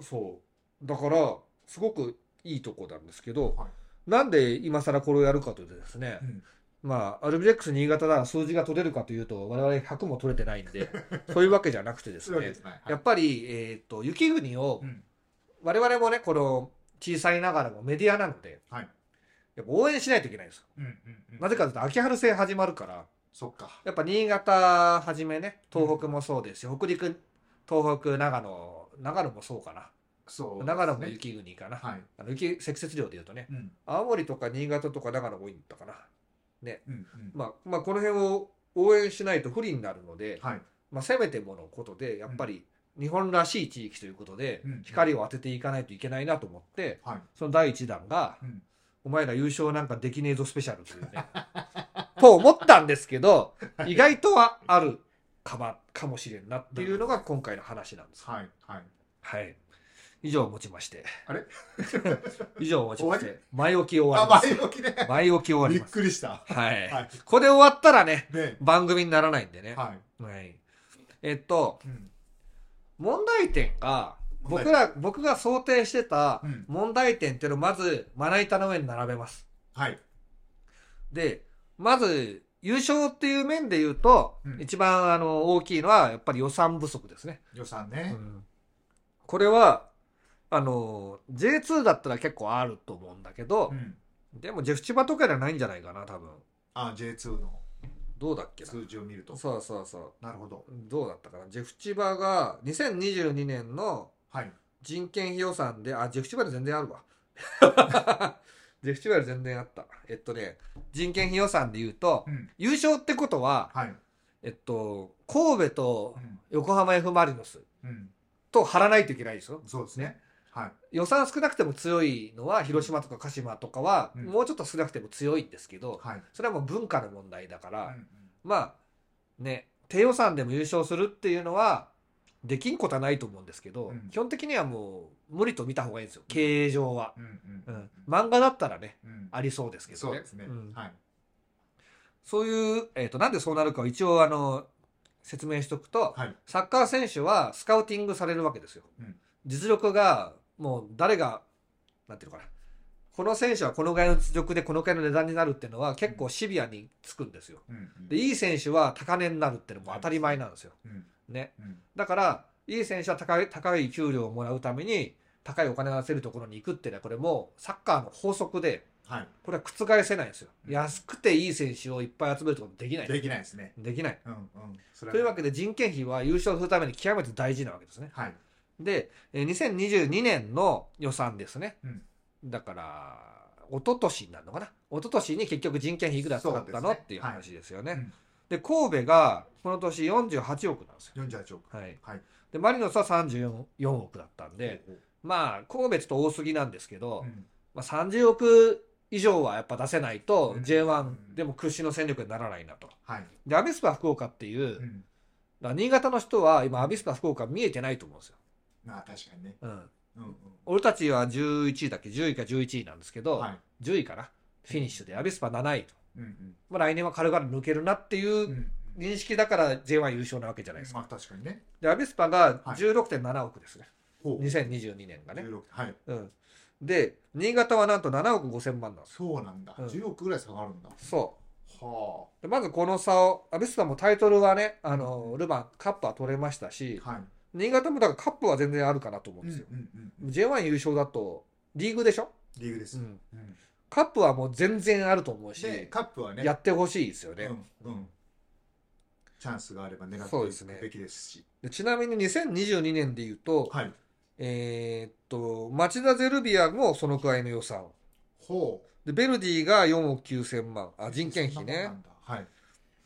[SPEAKER 2] そう。だから、すごくいいとこなんですけど、
[SPEAKER 1] はい
[SPEAKER 2] なんで今更これをやるかというとですね、
[SPEAKER 1] うん
[SPEAKER 2] まあ、アルビレックス新潟なら数字が取れるかというと、我々100も取れてないんで、
[SPEAKER 1] [laughs]
[SPEAKER 2] そういうわけじゃなくてです
[SPEAKER 1] そういうわけ
[SPEAKER 2] ね
[SPEAKER 1] で、すね。
[SPEAKER 2] やっぱり、えっと、雪国を
[SPEAKER 1] う、ん。
[SPEAKER 2] 我々もね、この小さいながらもメディアなんで、
[SPEAKER 1] はい。
[SPEAKER 2] やっぱ応援しないといけないんですよ。
[SPEAKER 1] うんうんうん。
[SPEAKER 2] なぜかというと、秋春戦始まるから、
[SPEAKER 1] そっか。
[SPEAKER 2] やっぱ新潟はじめね、東北もそうですし、北陸、東北、長野、長野もそうかな。
[SPEAKER 1] そう。
[SPEAKER 2] 長野も
[SPEAKER 1] ですね。
[SPEAKER 2] 雪国かな。
[SPEAKER 1] はい。
[SPEAKER 2] あの雪、積雪量で言うとね、
[SPEAKER 1] うん。
[SPEAKER 2] 青森とか新潟とか長野が多いんだかな。
[SPEAKER 1] うんうん。
[SPEAKER 2] まあ、まあ、この辺を応援しないと不利になるので、
[SPEAKER 1] はい。
[SPEAKER 2] まあ、せめてものことで、やっぱり日本らしい地域ということで
[SPEAKER 1] うん、
[SPEAKER 2] 光を当てていかないといけないなと思って、
[SPEAKER 1] はい。
[SPEAKER 2] その第一弾が
[SPEAKER 1] うん、
[SPEAKER 2] お前ら優勝なんかできねえぞスペシャルというね、 [laughs] と思ったんですけど、意外とはあるかば、かもしれんなっていうのが今回の話なんです。
[SPEAKER 1] はい。はい。
[SPEAKER 2] はい。以上をもちまして。
[SPEAKER 1] あれ
[SPEAKER 2] [laughs] 以上をもちまし
[SPEAKER 1] 終
[SPEAKER 2] て、前置き終わりま
[SPEAKER 1] あ、
[SPEAKER 2] す。
[SPEAKER 1] 前置きね。
[SPEAKER 2] 前置き終わ
[SPEAKER 1] びっ
[SPEAKER 2] ります。
[SPEAKER 1] くりした。
[SPEAKER 2] はい。
[SPEAKER 1] はい。
[SPEAKER 2] これで終わったらね、
[SPEAKER 1] ね。
[SPEAKER 2] 番組にならないんでね。
[SPEAKER 1] はい。
[SPEAKER 2] はい。えっと、
[SPEAKER 1] うん。
[SPEAKER 2] 問題点が、
[SPEAKER 1] 問題
[SPEAKER 2] 僕ら、僕が想定してた
[SPEAKER 1] うん
[SPEAKER 2] 問題点っていうのをまず、まな板の上に並べます。
[SPEAKER 1] はい。
[SPEAKER 2] で、まず、優勝っていう面で言うと、
[SPEAKER 1] うん
[SPEAKER 2] 一番あの大きいのはやっぱり予算不足ですね。
[SPEAKER 1] 予算ね。
[SPEAKER 2] これは、あの、J2 だったら結構あると思うんだけど
[SPEAKER 1] う、ん。
[SPEAKER 2] でもジェフチバとかではないんじゃないかな、多分。
[SPEAKER 1] あ、J2 の
[SPEAKER 2] どうだっけな。
[SPEAKER 1] 数字を見ると。
[SPEAKER 2] そうそうそう。
[SPEAKER 1] なるほど。
[SPEAKER 2] どうだったかな。ジェフチバが2022年の
[SPEAKER 1] はい。
[SPEAKER 2] 人件費予算で、あ、ジェフチュバル全然あるわ。 [laughs] ジェフチュバル全然あった。えっとね、人件費予算で言うと、
[SPEAKER 1] うん。
[SPEAKER 2] 優勝ってことは、
[SPEAKER 1] はい。
[SPEAKER 2] えっと、神戸と
[SPEAKER 1] うん。
[SPEAKER 2] 横浜 F ・マリノス
[SPEAKER 1] うん。
[SPEAKER 2] と張らないといけないですよ。
[SPEAKER 1] そうですね。はい。
[SPEAKER 2] 予算少なくても強いのは、広島とか鹿島とかは、
[SPEAKER 1] うん
[SPEAKER 2] もうちょっと少なくても強いんですけど、
[SPEAKER 1] はい。
[SPEAKER 2] それはもう文化の問題だから、
[SPEAKER 1] うんうん
[SPEAKER 2] まあ、ね、低予算でも優勝するっていうのは、できんことはないと思うんですけど、
[SPEAKER 1] うん
[SPEAKER 2] 基本的にはもう、無理と見た方がいいんですよ、経営上は。
[SPEAKER 1] うん
[SPEAKER 2] う
[SPEAKER 1] うんん、
[SPEAKER 2] 漫画だったらね
[SPEAKER 1] うん
[SPEAKER 2] ありそうですけ
[SPEAKER 1] そ
[SPEAKER 2] ど
[SPEAKER 1] う
[SPEAKER 2] ね
[SPEAKER 1] ですね、
[SPEAKER 2] ん
[SPEAKER 1] はい
[SPEAKER 2] そういう、えー、となんでそうなるかを一応あの説明しておくと
[SPEAKER 1] はい
[SPEAKER 2] サッカー選手はスカウティングされるわけですよ、
[SPEAKER 1] うん
[SPEAKER 2] 実力がもう誰がなんていうのかなこの選手はこのぐらいの実力でこのぐらいの値段になるっていうのは結構シビアにつくんですよ
[SPEAKER 1] うんうん
[SPEAKER 2] でいい選手は高値になるっていうのも当たり前なんですよ、
[SPEAKER 1] うん
[SPEAKER 2] ね、
[SPEAKER 1] うん
[SPEAKER 2] だからいい選手は高い高い給料をもらうために高いお金が出せるところに行くっていうのはこれもうサッカーの法則で、
[SPEAKER 1] はい
[SPEAKER 2] これは覆せないんですよ。
[SPEAKER 1] うん
[SPEAKER 2] 安くていい選手をいっぱい集めるってことできない。
[SPEAKER 1] できないですね
[SPEAKER 2] できない。
[SPEAKER 1] うんうんそれ
[SPEAKER 2] というわけで人件費は優勝するために極めて大事なわけですね。
[SPEAKER 1] はい
[SPEAKER 2] で、えー2022年の予算ですね。
[SPEAKER 1] うん
[SPEAKER 2] だから、一昨年になるのかな一昨年に結局人件費いくら使った
[SPEAKER 1] そうです
[SPEAKER 2] の、
[SPEAKER 1] ね
[SPEAKER 2] っていう話ですよね。
[SPEAKER 1] はいうん
[SPEAKER 2] で、神戸がこの年48億なんですよ。
[SPEAKER 1] 48億
[SPEAKER 2] はい。
[SPEAKER 1] はい
[SPEAKER 2] で、マリノスは34 4億だったんで、
[SPEAKER 1] ほう
[SPEAKER 2] まあ、神戸ちょっと多すぎなんですけど、
[SPEAKER 1] ほううん
[SPEAKER 2] まあ、30億以上はやっぱ出せないと
[SPEAKER 1] うんう
[SPEAKER 2] J1
[SPEAKER 1] ん
[SPEAKER 2] でも屈指の戦力にならないなと。
[SPEAKER 1] はい
[SPEAKER 2] で、アビスパ福岡っていう、
[SPEAKER 1] う
[SPEAKER 2] だか
[SPEAKER 1] ん
[SPEAKER 2] ら新潟の人は今アビスパ福岡見えてないと思うんですよ。
[SPEAKER 1] まあ確かにね
[SPEAKER 2] うん。
[SPEAKER 1] うんうん
[SPEAKER 2] 俺たちは11位だっけ ?10 位か11位なんですけど、
[SPEAKER 1] はい
[SPEAKER 2] 10位かなフィニッシュで、アビスパ7位と。
[SPEAKER 1] うんうん
[SPEAKER 2] まあ、来年は軽々抜けるなっていううん
[SPEAKER 1] うん
[SPEAKER 2] 認識だから J1 優勝なわけじゃないですか。
[SPEAKER 1] まあ確かにね
[SPEAKER 2] で、アビスパが
[SPEAKER 1] はい
[SPEAKER 2] 16.7億ですね。
[SPEAKER 1] ほう
[SPEAKER 2] 2022年がね。
[SPEAKER 1] 16はい
[SPEAKER 2] うん。で、新潟はなんと7億5千万なんですよ。
[SPEAKER 1] そうなんだ
[SPEAKER 2] うん
[SPEAKER 1] 10億ぐらい下がるんだ
[SPEAKER 2] そう。
[SPEAKER 1] は
[SPEAKER 2] でまずこの差を、アビスパもタイトルはね、あの、ルヴァン、カップは取れましたし、
[SPEAKER 1] あはい
[SPEAKER 2] 新潟もだからカップは全然あるかなと思うん
[SPEAKER 1] うん
[SPEAKER 2] で
[SPEAKER 1] う
[SPEAKER 2] す
[SPEAKER 1] ん
[SPEAKER 2] よ。
[SPEAKER 1] うん
[SPEAKER 2] J1 優勝だと、リーグでしょ
[SPEAKER 1] 理由です
[SPEAKER 2] うん。
[SPEAKER 1] うん
[SPEAKER 2] カップはもう全然あると思うし、
[SPEAKER 1] でカップはね
[SPEAKER 2] やってほしいですよね、
[SPEAKER 1] うんうんチャンスがあれば狙
[SPEAKER 2] そうで
[SPEAKER 1] っ
[SPEAKER 2] す
[SPEAKER 1] てい
[SPEAKER 2] ね
[SPEAKER 1] くべきですし
[SPEAKER 2] でちなみに2022年で言うと、
[SPEAKER 1] はい
[SPEAKER 2] えーっと、町田ゼルビアもそのくらいの予算。
[SPEAKER 1] ほう
[SPEAKER 2] で、ベルディが4億9000万。あ、人件費
[SPEAKER 1] そんな
[SPEAKER 2] ね
[SPEAKER 1] もんな。んだはい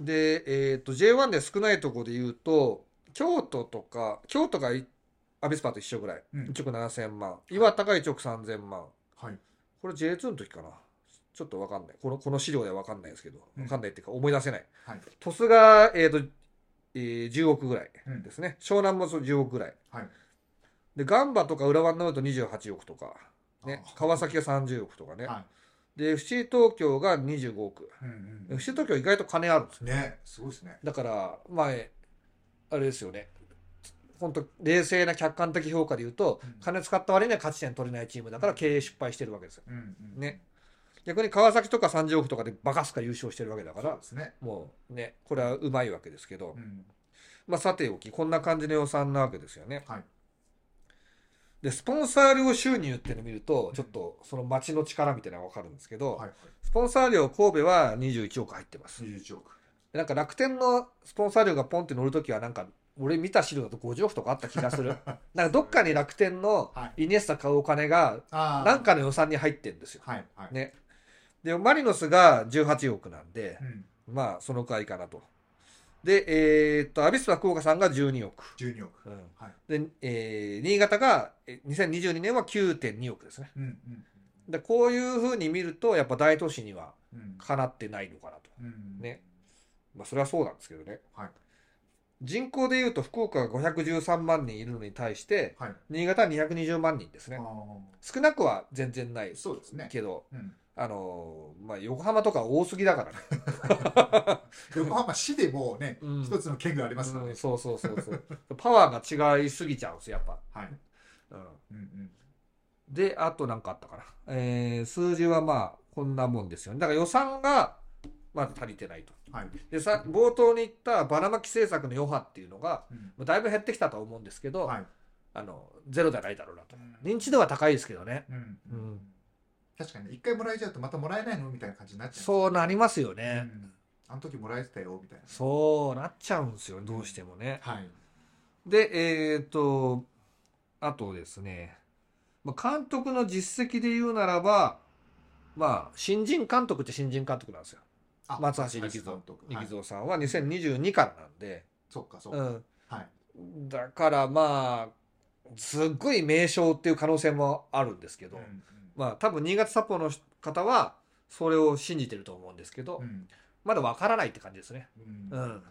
[SPEAKER 2] で、えーっと、J1 で少ないところで言うと、京都とか、京都がいアビスパと一緒ぐらい。
[SPEAKER 1] うん
[SPEAKER 2] 1億7000万。岩高が1億3000万。
[SPEAKER 1] はい
[SPEAKER 2] これ J2 の時かな。ちょっとわかんない。この、この資料ではわかんないですけど、
[SPEAKER 1] うん
[SPEAKER 2] わかんないっていうか思い出せない。
[SPEAKER 1] はい
[SPEAKER 2] 鳥栖が、えーと、えー10億ぐらい
[SPEAKER 1] うん
[SPEAKER 2] ですね。湘南もそう10億ぐらい。
[SPEAKER 1] はい
[SPEAKER 2] で、ガンバとか浦和になると28億とか、ね
[SPEAKER 1] あ、ー
[SPEAKER 2] 川崎が30億とかね。
[SPEAKER 1] は
[SPEAKER 2] で、FC 東京が25億。
[SPEAKER 1] いうんうん
[SPEAKER 2] FC 東京意外と金あるんですよ
[SPEAKER 1] ねすごいですね
[SPEAKER 2] だから、前、あれですよね。本当冷静な客観的評価で言うと
[SPEAKER 1] うん、
[SPEAKER 2] 金使った割には勝ち点取れないチームだから経営失敗してるわけですよ。
[SPEAKER 1] うんうん
[SPEAKER 2] ね逆に川崎とか30億とかでバカすか優勝してるわけだか
[SPEAKER 1] そう
[SPEAKER 2] ら
[SPEAKER 1] で、すね
[SPEAKER 2] もうね、これはうまいわけですけど
[SPEAKER 1] う、ん
[SPEAKER 2] まあさておき、こんな感じの予算なわけですよね。
[SPEAKER 1] はい
[SPEAKER 2] で、スポンサー料収入っていうのを見ると、ちょっとその街の力みたいなのがわかるんですけど、
[SPEAKER 1] はいはい
[SPEAKER 2] スポンサー料神戸は21億入ってます。
[SPEAKER 1] 21億
[SPEAKER 2] なんか楽天のスポンサー料がポンって乗るときは、なんか俺見た資料だと50億とかあった気がする。なんかどっかに楽天の
[SPEAKER 1] は
[SPEAKER 2] イニエスタ買うお金が、
[SPEAKER 1] あー
[SPEAKER 2] なんかの予算に入ってるんですよ。
[SPEAKER 1] はいはい
[SPEAKER 2] ね。で、マリノスが18億なんで
[SPEAKER 1] う、ん
[SPEAKER 2] まあ、そのくらいかなと。で、えーっと、アビスパ福岡さんが12億。
[SPEAKER 1] 12億
[SPEAKER 2] うん
[SPEAKER 1] はい
[SPEAKER 2] で、えー新潟が、え2022年は9.2億ですね。
[SPEAKER 1] うんうん
[SPEAKER 2] で、こういうふうに見ると、やっぱ大都市には
[SPEAKER 1] うん
[SPEAKER 2] かなってないのかなと。
[SPEAKER 1] うん
[SPEAKER 2] ねまあ、それはそうなんですけどね。
[SPEAKER 1] はい
[SPEAKER 2] 人口でいうと、福岡が513万人いるのに対して、
[SPEAKER 1] はい
[SPEAKER 2] 新潟は220万人です
[SPEAKER 1] あ
[SPEAKER 2] ね。
[SPEAKER 1] ー
[SPEAKER 2] 少なくは全然ない
[SPEAKER 1] そうですね
[SPEAKER 2] けど、
[SPEAKER 1] うん
[SPEAKER 2] あのーまあ、横浜とか多すぎだからね。
[SPEAKER 1] 横浜市でもうね
[SPEAKER 2] うん
[SPEAKER 1] 一つの県がありますから
[SPEAKER 2] う
[SPEAKER 1] ね
[SPEAKER 2] ん、そうそうそう [laughs] そう。パワーが違いすぎちゃうんですよ、やっぱ。
[SPEAKER 1] はい
[SPEAKER 2] うん
[SPEAKER 1] うんうん
[SPEAKER 2] で、あとなんかあったかな。えー数字はまあ、こんなもんですよね。だから予算が、まだ足りてないと。
[SPEAKER 1] はい
[SPEAKER 2] で、さ、冒頭に言ったばらまき政策の余波っていうのが、
[SPEAKER 1] うん
[SPEAKER 2] まあだいぶ減ってきたとは思うんですけど、
[SPEAKER 1] はい
[SPEAKER 2] あの、ゼロじゃないだろうなと。認知
[SPEAKER 1] 度
[SPEAKER 2] 度は高いですけどね。
[SPEAKER 1] うん
[SPEAKER 2] うん
[SPEAKER 1] 確かに一回もらえちゃうとまたもらえないのみたいな感じになっちゃう
[SPEAKER 2] そうなりますよ
[SPEAKER 1] う
[SPEAKER 2] ね。
[SPEAKER 1] んあの時もらえてたよみたいな
[SPEAKER 2] そうなっちゃうんですよ、どうしてもね。
[SPEAKER 1] はい
[SPEAKER 2] で、えっ、と、あとですね、まあ、監督の実績で言うならば、まあ、新人監督って新人監督なんですよ。
[SPEAKER 1] あ
[SPEAKER 2] 松橋力
[SPEAKER 1] 監
[SPEAKER 2] 蔵
[SPEAKER 1] 督はい
[SPEAKER 2] 力蔵さんは2022からなんで、
[SPEAKER 1] そっかそうっ
[SPEAKER 2] ん、
[SPEAKER 1] かはい
[SPEAKER 2] だからまあすっごい名将っていう可能性もあるんですけど、
[SPEAKER 1] うんうん
[SPEAKER 2] まあ多分新潟札幌の方はそれを信じてると思うんですけど、
[SPEAKER 1] うん
[SPEAKER 2] まだわからないって感じですね。
[SPEAKER 1] うん
[SPEAKER 2] うん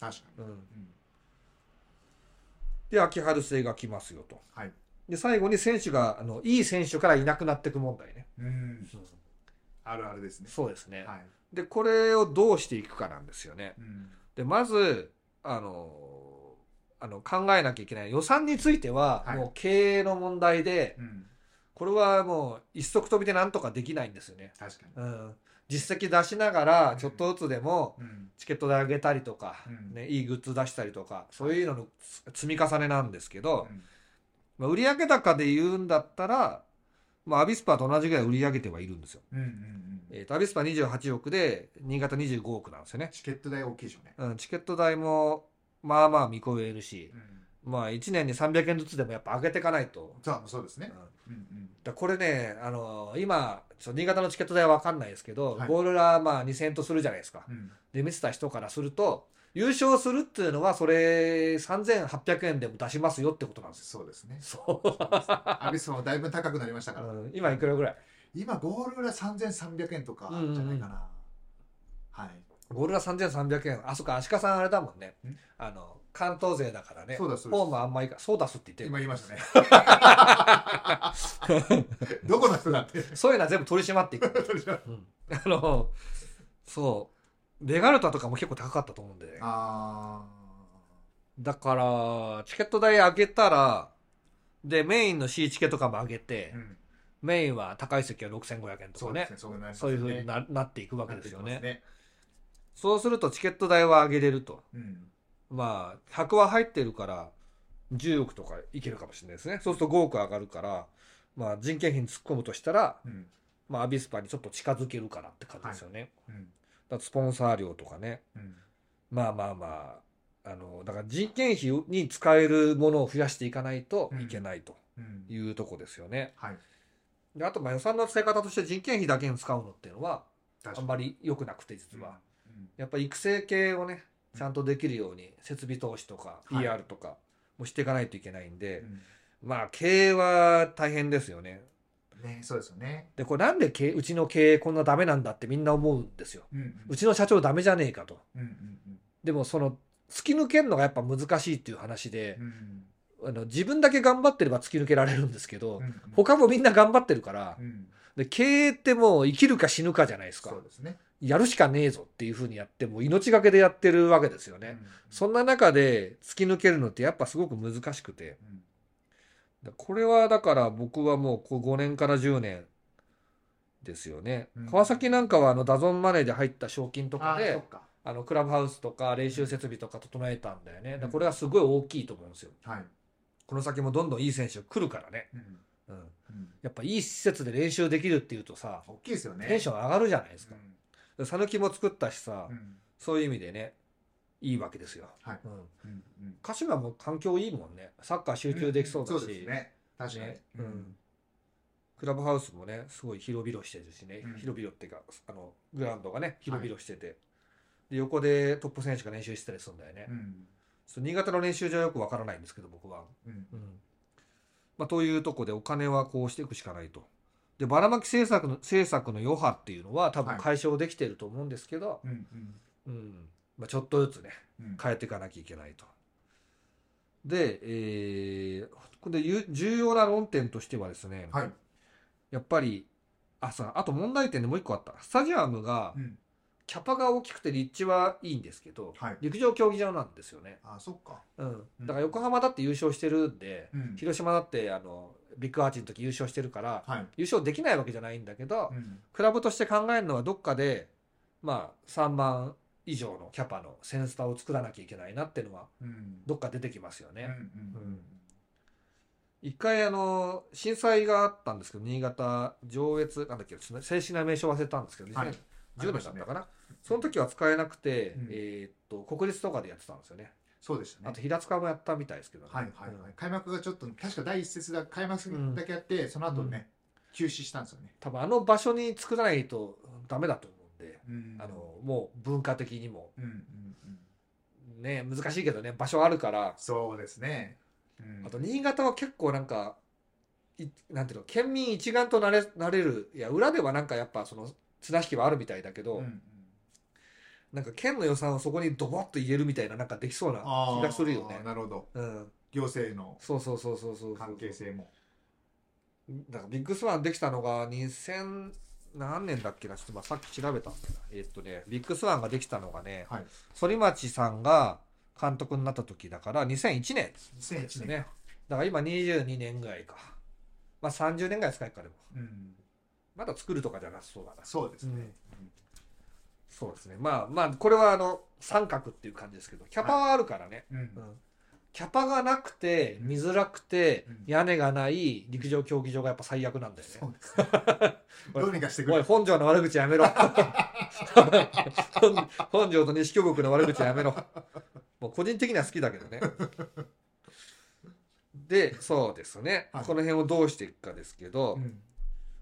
[SPEAKER 1] 確か
[SPEAKER 2] う
[SPEAKER 1] に
[SPEAKER 2] ん、
[SPEAKER 1] うん
[SPEAKER 2] で秋春生が来ますよと。
[SPEAKER 1] はい
[SPEAKER 2] で最後に選手があのいい選手からいなくなっていく問題ね。
[SPEAKER 1] うんあるあるですね
[SPEAKER 2] そうですね、
[SPEAKER 1] はい
[SPEAKER 2] でこれをどうしていくかなんですよね。
[SPEAKER 1] うん
[SPEAKER 2] でまずあのあの考えなきゃいけない予算については、
[SPEAKER 1] はい
[SPEAKER 2] もう経営の問題で、
[SPEAKER 1] うん
[SPEAKER 2] これはもう一足飛びでなんとかできないんですよね、
[SPEAKER 1] 確かに
[SPEAKER 2] うん、実績出しながらちょっとずつでも
[SPEAKER 1] うん
[SPEAKER 2] チケットであげたりとか、
[SPEAKER 1] うん
[SPEAKER 2] ね、いいグッズ出したりとかそういうののつ積み重ねなんですけど
[SPEAKER 1] う、ん
[SPEAKER 2] まあ、売上高で言うんだったら、まあ、アビスパと同じぐらい売り上げてはいるんですよ、
[SPEAKER 1] うんうんうん
[SPEAKER 2] えーとアビスパ28億で新潟25億なんですよね、
[SPEAKER 1] チケット代大きいでしょうね
[SPEAKER 2] うん、チケット代もまあまあ見込めるし、
[SPEAKER 1] うん
[SPEAKER 2] まあ1年に300円ずつでもやっぱ上げていかないと。
[SPEAKER 1] そうそうです
[SPEAKER 2] うん
[SPEAKER 1] ねうんうん
[SPEAKER 2] だこれね、あのー今、ちょっと新潟のチケット代は分かんないですけど、
[SPEAKER 1] はい
[SPEAKER 2] ゴールラーまあ2000円とするじゃないですか。
[SPEAKER 1] うん
[SPEAKER 2] で、見てた人からすると、優勝するっていうのは、それ3800円でも出しますよってことなんですよ。
[SPEAKER 1] そうですね
[SPEAKER 2] そう。
[SPEAKER 1] アビスもだいぶ高くなりましたから
[SPEAKER 2] うん今いくらぐらい
[SPEAKER 1] 今ゴール裏3300円とかじゃないかなはい
[SPEAKER 2] ゴールラー3300円。あ、そっか、足利さんあれだもんね
[SPEAKER 1] ん。
[SPEAKER 2] あの、関東勢だからね。
[SPEAKER 1] そうだそうです
[SPEAKER 2] ホームあんまいいから、そうだすって言っ
[SPEAKER 1] 今言
[SPEAKER 2] て
[SPEAKER 1] いました
[SPEAKER 2] [laughs]
[SPEAKER 1] ねどこの人だって [laughs]
[SPEAKER 2] る。そういうのは全部取り締まっていく。うんあの、そう。レガルタとかも結構高かったと思うんでね。
[SPEAKER 1] あ
[SPEAKER 2] だから、チケット代上げたら、で、メインの C チケとかも上げて
[SPEAKER 1] ー、うん
[SPEAKER 2] メインは高い席は6500円と
[SPEAKER 1] そ
[SPEAKER 2] か
[SPEAKER 1] うで
[SPEAKER 2] ね
[SPEAKER 1] す。ねそうなりますね
[SPEAKER 2] そういうふうにななっていくわけ
[SPEAKER 1] なっ
[SPEAKER 2] で
[SPEAKER 1] てき
[SPEAKER 2] すよ
[SPEAKER 1] ます
[SPEAKER 2] ね。
[SPEAKER 1] ね
[SPEAKER 2] そうするとチケット代は上げれると。
[SPEAKER 1] うん
[SPEAKER 2] まあ、100は入ってるから、10億とかいけるかもしれないですね。そうすると5億上がるから、まあ人件費に突っ込むとしたら、
[SPEAKER 1] うん
[SPEAKER 2] まあアビスパにちょっと近づけるかなって感じですよね。
[SPEAKER 1] うん
[SPEAKER 2] だからスポンサー料とかね。
[SPEAKER 1] うん
[SPEAKER 2] まあまあまあ、あの、だから人件費に使えるものを増やしていかないといけないと。
[SPEAKER 1] ううん
[SPEAKER 2] いうとこですよね。
[SPEAKER 1] はい
[SPEAKER 2] であとまあ予算の使い方として人件費だけに使うのっていうのは
[SPEAKER 1] 確
[SPEAKER 2] あ
[SPEAKER 1] か
[SPEAKER 2] ん
[SPEAKER 1] に
[SPEAKER 2] まり良くなくて実は、
[SPEAKER 1] うん
[SPEAKER 2] やっぱり育成系をね
[SPEAKER 1] うん
[SPEAKER 2] ちゃんとできるように設備投資とか
[SPEAKER 1] はい
[SPEAKER 2] PR とかもしていかないといけないんで、
[SPEAKER 1] うん
[SPEAKER 2] まあ経営は大変ですよね。
[SPEAKER 1] ねそうですよね
[SPEAKER 2] でこれなんで経営うちの経営こんなダメなんだってみんな思うんですよ。
[SPEAKER 1] うんうん
[SPEAKER 2] うちの社長ダメじゃねえかと。
[SPEAKER 1] うんうん
[SPEAKER 2] でもその突き抜けるのがやっぱ難しいっていう話で
[SPEAKER 1] うんう、ん
[SPEAKER 2] あの自分だけ頑張ってれば突き抜けられるんですけど、
[SPEAKER 1] うん
[SPEAKER 2] 他もみんな頑張ってるから
[SPEAKER 1] う、ん
[SPEAKER 2] で経営ってもう生きるか死ぬかじゃないですか
[SPEAKER 1] そうですね
[SPEAKER 2] やるしかねえぞっていうふうにやってもう命がけでやってるわけですよね、
[SPEAKER 1] うん
[SPEAKER 2] そんな中で突き抜けるのってやっぱすごく難しくて
[SPEAKER 1] うん
[SPEAKER 2] だこれはだから僕はもうこう5年から10年ですよね、
[SPEAKER 1] うん
[SPEAKER 2] 川崎なんかはあのダゾンマネーで入った賞金とか
[SPEAKER 1] あーそ
[SPEAKER 2] で
[SPEAKER 1] っか
[SPEAKER 2] あのクラブハウスとか練習設備とか整えたんだよねだから
[SPEAKER 1] うん
[SPEAKER 2] これはすごい大きいと思うんですよ
[SPEAKER 1] はい
[SPEAKER 2] この先もどんどんいい選手来るからね、
[SPEAKER 1] うん
[SPEAKER 2] う
[SPEAKER 1] う
[SPEAKER 2] ん、
[SPEAKER 1] ん
[SPEAKER 2] やっぱいい施設で練習できるっていうとさ
[SPEAKER 1] 大きいですよね
[SPEAKER 2] テンション上がるじゃないですか
[SPEAKER 1] うん
[SPEAKER 2] 讃岐も作ったしさ、
[SPEAKER 1] うん
[SPEAKER 2] そういう意味でねいいわけですよ、
[SPEAKER 1] はい
[SPEAKER 2] うん、
[SPEAKER 1] うんうん
[SPEAKER 2] 鹿島も環境いいもんねサッカー集中できそうだし、
[SPEAKER 1] んそうですね確かに
[SPEAKER 2] ねうんクラブハウスもねすごい広々してるしね、
[SPEAKER 1] うん
[SPEAKER 2] 広々っていうかあのグラウンドがね広々してて、で横でトップ選手が練習してたりするんだよね、
[SPEAKER 1] うん
[SPEAKER 2] そう新潟の練習場はよくわからないんですけど僕は、
[SPEAKER 1] うん
[SPEAKER 2] うんまあ、というとこでお金はこうしていくしかないとでばらまき政策の政策の余波っていうのは多分
[SPEAKER 1] はい
[SPEAKER 2] 解消できてると思うんですけど、
[SPEAKER 1] うんうん
[SPEAKER 2] うんまあ、ちょっとずつね
[SPEAKER 1] うん
[SPEAKER 2] 変えていかなきゃいけないと。で、えー、これでゆ重要な論点としてはですね、
[SPEAKER 1] はい
[SPEAKER 2] やっぱりあそうあと問題点でもう一個あったスタジアムが
[SPEAKER 1] うん
[SPEAKER 2] キャパが大きくて立地はいいんですけど、
[SPEAKER 1] はい
[SPEAKER 2] 陸上競技場なんですよね、
[SPEAKER 1] あそっか
[SPEAKER 2] うん、
[SPEAKER 1] うん
[SPEAKER 2] だから横浜だって優勝してるんで、
[SPEAKER 1] うん
[SPEAKER 2] 広島だってあのビッグアーチの時優勝してるから
[SPEAKER 1] はい
[SPEAKER 2] 優勝できないわけじゃないんだけど、
[SPEAKER 1] うん
[SPEAKER 2] クラブとして考えるのはどっかで、まあ、3万以上のキャパのセンスターを作らなきゃいけないなっていうのは
[SPEAKER 1] うん
[SPEAKER 2] どっか出てきますよ
[SPEAKER 1] うんう
[SPEAKER 2] ね。
[SPEAKER 1] んうん
[SPEAKER 2] 一回あの震災があったんですけど新潟上越なんだっけ正式な名称忘れたんですけど、
[SPEAKER 1] はい
[SPEAKER 2] 2010年だったかな、その時は使えなくて、
[SPEAKER 1] うん
[SPEAKER 2] えーっと国立とかでやってたんですよね
[SPEAKER 1] そうでしたね
[SPEAKER 2] あと平塚もやったみたいですけどね、
[SPEAKER 1] はいはいはい、開幕がちょっと確か第一節が開幕だけやって、その後ね、休止したんですよね、
[SPEAKER 2] 多分あの場所に作らないとダメだと思うんで、
[SPEAKER 1] うん
[SPEAKER 2] あのもう文化的にも
[SPEAKER 1] うんうんうん、
[SPEAKER 2] ね難しいけどね場所あるから
[SPEAKER 1] そうですね、うん、
[SPEAKER 2] あと新潟は結構なんかいなんていうの県民一丸となれなれるいや裏ではなんかやっぱその綱引きはあるみたいだけど、
[SPEAKER 1] うんうん、
[SPEAKER 2] なんか県の予算をそこにドボッと入れるみたいななんかできそうな
[SPEAKER 1] あ
[SPEAKER 2] 気
[SPEAKER 1] ー
[SPEAKER 2] がするよね。
[SPEAKER 1] なるほど
[SPEAKER 2] うん、
[SPEAKER 1] 行政の
[SPEAKER 2] そうそうそうそうそうそう
[SPEAKER 1] 関係性も
[SPEAKER 2] だからビッグスワンできたのが2000何年だっけなちょっとまあさっき調べたんだよなえっとねビッグスワンができたのがね
[SPEAKER 1] はい
[SPEAKER 2] 反町さんが監督になった時だから2001年
[SPEAKER 1] 2001
[SPEAKER 2] です
[SPEAKER 1] 年、
[SPEAKER 2] ねだから今22年ぐらいかまあ30年ぐらい使えるかでも
[SPEAKER 1] うん、
[SPEAKER 2] まだ作るとかじゃなさそうだな
[SPEAKER 1] そうですね、
[SPEAKER 2] うんそうですねまあまあこれはあの三角っていう感じですけどキャパはあるからね、
[SPEAKER 1] うん
[SPEAKER 2] うんキャパがなくて見づらくて、
[SPEAKER 1] うん
[SPEAKER 2] 屋根がない陸上競技場がやっぱ最悪なんだよ
[SPEAKER 1] そう
[SPEAKER 2] ね
[SPEAKER 1] ですねどうにかしてく
[SPEAKER 2] おい
[SPEAKER 1] れ
[SPEAKER 2] 本庄の悪口やめろ本本庄と西京極の悪口やめろもう個人的には好きだけどねでそうですね、
[SPEAKER 1] はい
[SPEAKER 2] この辺をどうしていくかですけど、
[SPEAKER 1] うん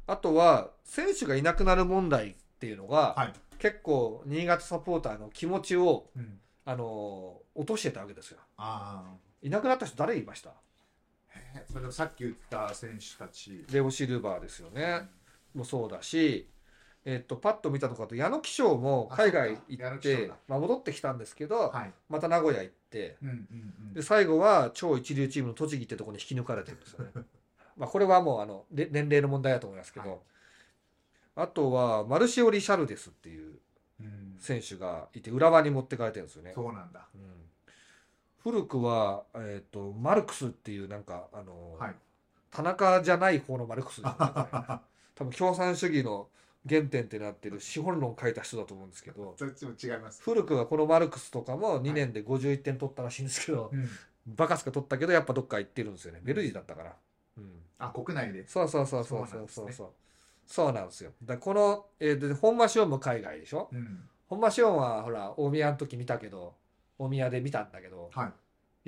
[SPEAKER 2] あとは選手がいなくなる問題っていうのが、
[SPEAKER 1] はい、
[SPEAKER 2] 結構新潟サポーターの気持ちを、
[SPEAKER 1] うん、
[SPEAKER 2] あのー落としてたわけですよ
[SPEAKER 1] ああ
[SPEAKER 2] いなくなった人誰いました
[SPEAKER 1] それをさっき言った選手たち、
[SPEAKER 2] レオ・シルバーですよ
[SPEAKER 1] う
[SPEAKER 2] ね
[SPEAKER 1] ん
[SPEAKER 2] もそうだし、えっとパッと見たとこだと矢野貴章も海外
[SPEAKER 1] あそう
[SPEAKER 2] 行っ
[SPEAKER 1] か矢野貴
[SPEAKER 2] て
[SPEAKER 1] 章だ、
[SPEAKER 2] まあ、戻ってきたんですけど、
[SPEAKER 1] はい
[SPEAKER 2] また名古屋行って
[SPEAKER 1] うんうんう
[SPEAKER 2] で
[SPEAKER 1] ん、
[SPEAKER 2] 最後は超一流チームの栃木ってとこに引き抜かれてるんですよ
[SPEAKER 1] [laughs]
[SPEAKER 2] ねまあこれはもうあのれ年齢の問題だと思いますけど、
[SPEAKER 1] はい
[SPEAKER 2] あとはマルシオ・リシャルデスっていう
[SPEAKER 1] うん、
[SPEAKER 2] 選手がいて浦和に持ってかれてるんですよね
[SPEAKER 1] そうなんだ
[SPEAKER 2] うん古くは、えー、とマルクスっていうなんかあの、
[SPEAKER 1] はい
[SPEAKER 2] 田中じゃない方のマルク
[SPEAKER 1] [laughs]
[SPEAKER 2] スですね多分共産主義の原点ってなってる資本論書いた人だと思うんですけど
[SPEAKER 1] [laughs] そっちも違います、
[SPEAKER 2] 古くはこのマルクスとかも2年で51点取ったらしいんですけど、
[SPEAKER 1] うん、
[SPEAKER 2] バカスカ取ったけどやっぱどっか行ってるんですよねベルギーだったから、うん、
[SPEAKER 1] あ国内で
[SPEAKER 2] そうそうそうそう
[SPEAKER 1] そうな
[SPEAKER 2] そ
[SPEAKER 1] ん
[SPEAKER 2] う
[SPEAKER 1] です
[SPEAKER 2] そう
[SPEAKER 1] ね
[SPEAKER 2] そうそうなんですよだからこの、えーで本間翔も海外でしょ
[SPEAKER 1] うん
[SPEAKER 2] 本間翔はほら大宮の時見たけど大宮で見たんだけど
[SPEAKER 1] はい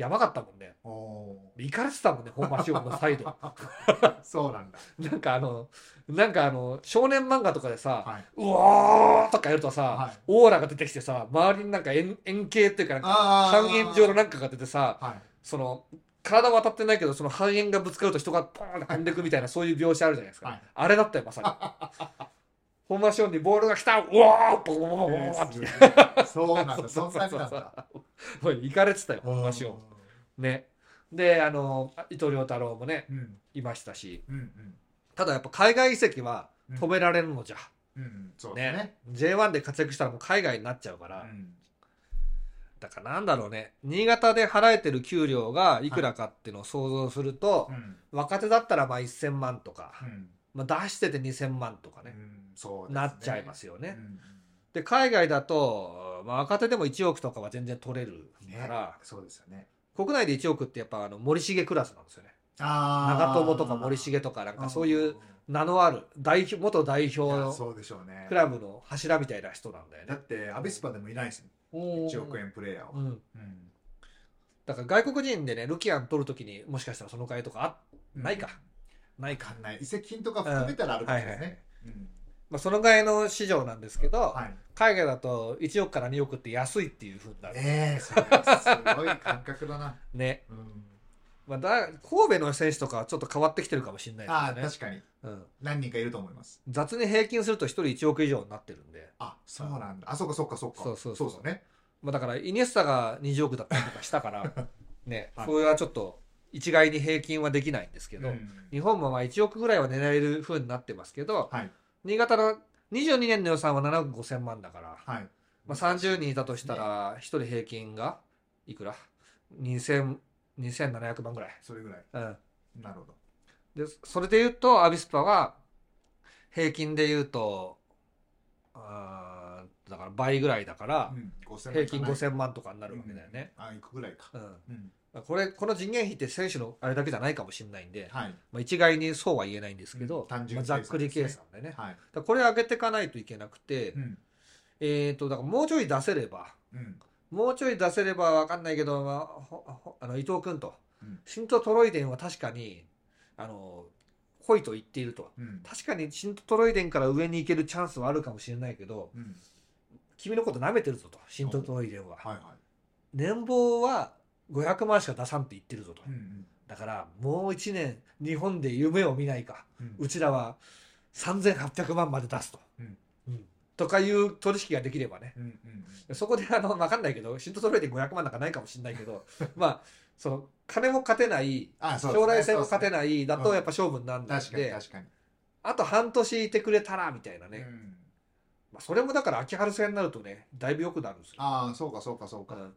[SPEAKER 2] やばかったもんね。
[SPEAKER 1] おお
[SPEAKER 2] 行かれてたもんね、本間仕様のサイド。 [laughs]
[SPEAKER 1] ー。 [laughs] そうなんだ。
[SPEAKER 2] なんかあの、なんかあの、少年漫画とかでさ、
[SPEAKER 1] はい。
[SPEAKER 2] うわーとかやるとさ、
[SPEAKER 1] はい
[SPEAKER 2] オーラが出てきてさ、周りになんか円円形っていうか、なんか
[SPEAKER 1] あ
[SPEAKER 2] 半円状のなんかが出てさ、
[SPEAKER 1] はい。
[SPEAKER 2] その、体は当たってないけど、その半円がぶつかると人がポーンって飛んでくみたいな、そういう描写あるじゃないですか。
[SPEAKER 1] はい
[SPEAKER 2] あれだったよ、まさに。本間仕様にボールが来たうわーボコボコボコボ
[SPEAKER 1] え
[SPEAKER 2] コっ
[SPEAKER 1] ー
[SPEAKER 2] て
[SPEAKER 1] す。ごいそうなんだ。そんなになんだ。
[SPEAKER 2] もう行かれてたよ、本間仕
[SPEAKER 1] う
[SPEAKER 2] 様。ね。で、あの、伊藤良太郎もね、
[SPEAKER 1] んうん
[SPEAKER 2] いましたし、
[SPEAKER 1] うんうん
[SPEAKER 2] ただやっぱ海外移籍は
[SPEAKER 1] うん
[SPEAKER 2] 止められるのじゃ。
[SPEAKER 1] うん。そうですね
[SPEAKER 2] ね。J1 で活躍したらもう海外になっちゃうか
[SPEAKER 1] う
[SPEAKER 2] ら、
[SPEAKER 1] ん
[SPEAKER 2] だからなんだろうね新潟で払えてる給料がいくらかっていうのを想像すると、
[SPEAKER 1] うん
[SPEAKER 2] 若手だったらまあ1000万とか
[SPEAKER 1] う、ん
[SPEAKER 2] まあ、出してて2000万とか
[SPEAKER 1] う
[SPEAKER 2] ね、
[SPEAKER 1] んそうですね
[SPEAKER 2] なっちゃいますよね、
[SPEAKER 1] うん
[SPEAKER 2] で海外だと、まあ、若手でも1億とかは全然取れる
[SPEAKER 1] ね
[SPEAKER 2] から、
[SPEAKER 1] そうですよね。
[SPEAKER 2] 国内で1億ってやっぱあの森重クラスなんですよね長
[SPEAKER 1] 長
[SPEAKER 2] 友とか森重とかなんかそういう名のある代表元代表
[SPEAKER 1] いや
[SPEAKER 2] の
[SPEAKER 1] そうでしょうね。
[SPEAKER 2] クラブの柱みたいな人なんだよ
[SPEAKER 1] だ
[SPEAKER 2] ね
[SPEAKER 1] ってアビスパでもいないですよ。1
[SPEAKER 2] 1
[SPEAKER 1] 億、円プレイヤーを。
[SPEAKER 2] うん、
[SPEAKER 1] うん
[SPEAKER 2] だから外国人でね、ルキアン取るときにもしかしたらその回とかあないか。ない
[SPEAKER 1] わ
[SPEAKER 2] か
[SPEAKER 1] か。んない。移籍金とか含めたらあるかもしれないですね。うん
[SPEAKER 2] まあ、その回の市場なんですけど、
[SPEAKER 1] はい。
[SPEAKER 2] 海外だと1億から2億って安いっていうふうになる。ね。
[SPEAKER 1] ねえ、それすごい感覚だな。 [laughs] うん
[SPEAKER 2] まあ、だ神戸の選手とかはちょっと変わってきてるかもしれない
[SPEAKER 1] ああ、
[SPEAKER 2] です
[SPEAKER 1] 確かに。
[SPEAKER 2] よね。うん、
[SPEAKER 1] 何人かいると思います。
[SPEAKER 2] 雑に平均すると1人1億以上になってるんで。
[SPEAKER 1] あ、そうなんだ。あ、そっかそっかそっか。
[SPEAKER 2] そうそうそう
[SPEAKER 1] そうだね。
[SPEAKER 2] まあ、だから、イニエスタが20億だったりとかした
[SPEAKER 1] [laughs]
[SPEAKER 2] から、ね、
[SPEAKER 1] はい
[SPEAKER 2] それはちょっと一概に平均はできないんですけど、
[SPEAKER 1] うん
[SPEAKER 2] 日本もまあ1億ぐらいは狙えるふうになってますけど、
[SPEAKER 1] はい。
[SPEAKER 2] 新潟の22年の予算は7億5千万だから、
[SPEAKER 1] はい。
[SPEAKER 2] まあ、30人いたとしたら、1人平均がいくら ?2000、2700万ぐらい。
[SPEAKER 1] それぐらい。
[SPEAKER 2] うん。
[SPEAKER 1] なるほど。
[SPEAKER 2] で、それで言うと、アビスパは、平均で言うと、あーだから倍ぐらいだから
[SPEAKER 1] う、ん5000
[SPEAKER 2] 平均
[SPEAKER 1] 万
[SPEAKER 2] 5000万とかになるわけだよね。
[SPEAKER 1] あ、いくぐらいか。
[SPEAKER 2] うん。
[SPEAKER 1] うん。
[SPEAKER 2] まあこれ、この人件費って選手のあれだけじゃないかもしれないんで、
[SPEAKER 1] はい。
[SPEAKER 2] まあ、一概にそうは言えないんですけど、
[SPEAKER 1] うん単純
[SPEAKER 2] まあ、ざっくり計
[SPEAKER 1] 計
[SPEAKER 2] 算
[SPEAKER 1] 算
[SPEAKER 2] でね。だか
[SPEAKER 1] はい。
[SPEAKER 2] らこれ上げていかないといけなくて、
[SPEAKER 1] うん。
[SPEAKER 2] えっ、と、だからもうちょい出せれば、
[SPEAKER 1] うん。
[SPEAKER 2] もうちょい出せればわかんないけど、まあほほあの伊藤君と、
[SPEAKER 1] うん
[SPEAKER 2] シント・トロイデンは確かに、あの、来いと言っていると。
[SPEAKER 1] うん。
[SPEAKER 2] 確かにシント・トロイデンから上に行けるチャンスはあるかもしれないけど、
[SPEAKER 1] うん。
[SPEAKER 2] 君のこと舐めてるぞと、シント・トロイデンは。
[SPEAKER 1] はいは
[SPEAKER 2] 年俸は500万しか出さんって言ってるぞと
[SPEAKER 1] い。う。ん。
[SPEAKER 2] だから、もう1年、日本で夢を見ないか。
[SPEAKER 1] うん。
[SPEAKER 2] うちらは3800万まで出すと。
[SPEAKER 1] うん
[SPEAKER 2] うんとかいう取引ができればね。
[SPEAKER 1] うん。うん。うん
[SPEAKER 2] そこであの、わかんないけど、シントトロイデン500万なんかないかもしれないけど、 [laughs] まあ、その、金も勝てない、
[SPEAKER 1] あ、そうですね
[SPEAKER 2] 将来性も勝て
[SPEAKER 1] そう
[SPEAKER 2] ないだ
[SPEAKER 1] う
[SPEAKER 2] と
[SPEAKER 1] ん
[SPEAKER 2] やっぱ勝負になるんで、
[SPEAKER 1] ですね確かに確かに。
[SPEAKER 2] あと半年いてくれたら、みたいなね。
[SPEAKER 1] うん
[SPEAKER 2] まあ、それもだから秋春戦になるとね、だいぶ良くなるんですよ。
[SPEAKER 1] ああ、そうかそうかそう
[SPEAKER 2] う
[SPEAKER 1] か。
[SPEAKER 2] ん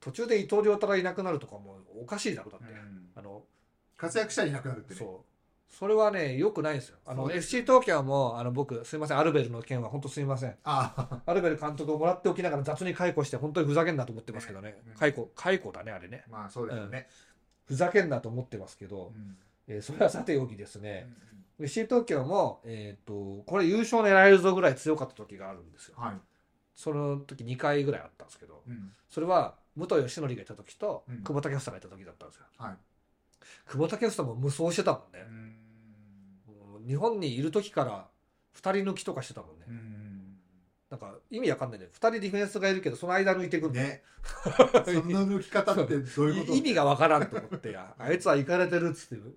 [SPEAKER 2] 途中で伊藤良太がいなくなるとかもおかしいだろ、だって。
[SPEAKER 1] うん
[SPEAKER 2] あの、
[SPEAKER 1] 活躍したらいなくなるってね。
[SPEAKER 2] そう。それはね、良くないんですよ。あ
[SPEAKER 1] そ
[SPEAKER 2] の、
[SPEAKER 1] うです
[SPEAKER 2] FC 東京も、あの、僕、すいません、アルベルの件は本当すいま
[SPEAKER 1] [laughs]
[SPEAKER 2] せん。
[SPEAKER 1] ああ、
[SPEAKER 2] アルベル監督をもらっておきながら雑に解雇して、本当にふざけんなと思ってますけどね
[SPEAKER 1] うん。
[SPEAKER 2] 解雇、解雇だね、あれね。
[SPEAKER 1] まあそうですよね。
[SPEAKER 2] ふざけんなと思ってますけ
[SPEAKER 1] う
[SPEAKER 2] ど、
[SPEAKER 1] ん
[SPEAKER 2] えーそれはさておきです
[SPEAKER 1] うん
[SPEAKER 2] ね、
[SPEAKER 1] うん
[SPEAKER 2] FC 東京も、えー、とこれ優勝狙えるぞぐらい強かった時があるんですよ。
[SPEAKER 1] はい。
[SPEAKER 2] その時2回ぐらいあったんですけど、
[SPEAKER 1] うん
[SPEAKER 2] それは武藤義則がいた時と
[SPEAKER 1] うん
[SPEAKER 2] 久保建英がいた時だったんですよ。
[SPEAKER 1] はい。
[SPEAKER 2] 久保建英も無双してたもん
[SPEAKER 1] う
[SPEAKER 2] ね。
[SPEAKER 1] ん
[SPEAKER 2] もう日本にいる時から2人抜きとかしてたもんね。
[SPEAKER 1] うん
[SPEAKER 2] なんか意味わかんないね。2人ディフェンスがいるけどその間抜いてくるの
[SPEAKER 1] ね。そんな抜き方ってどういうこと
[SPEAKER 2] い意味がわからんと思
[SPEAKER 1] [laughs]
[SPEAKER 2] って、ああいつは行かれてるっつって
[SPEAKER 1] うん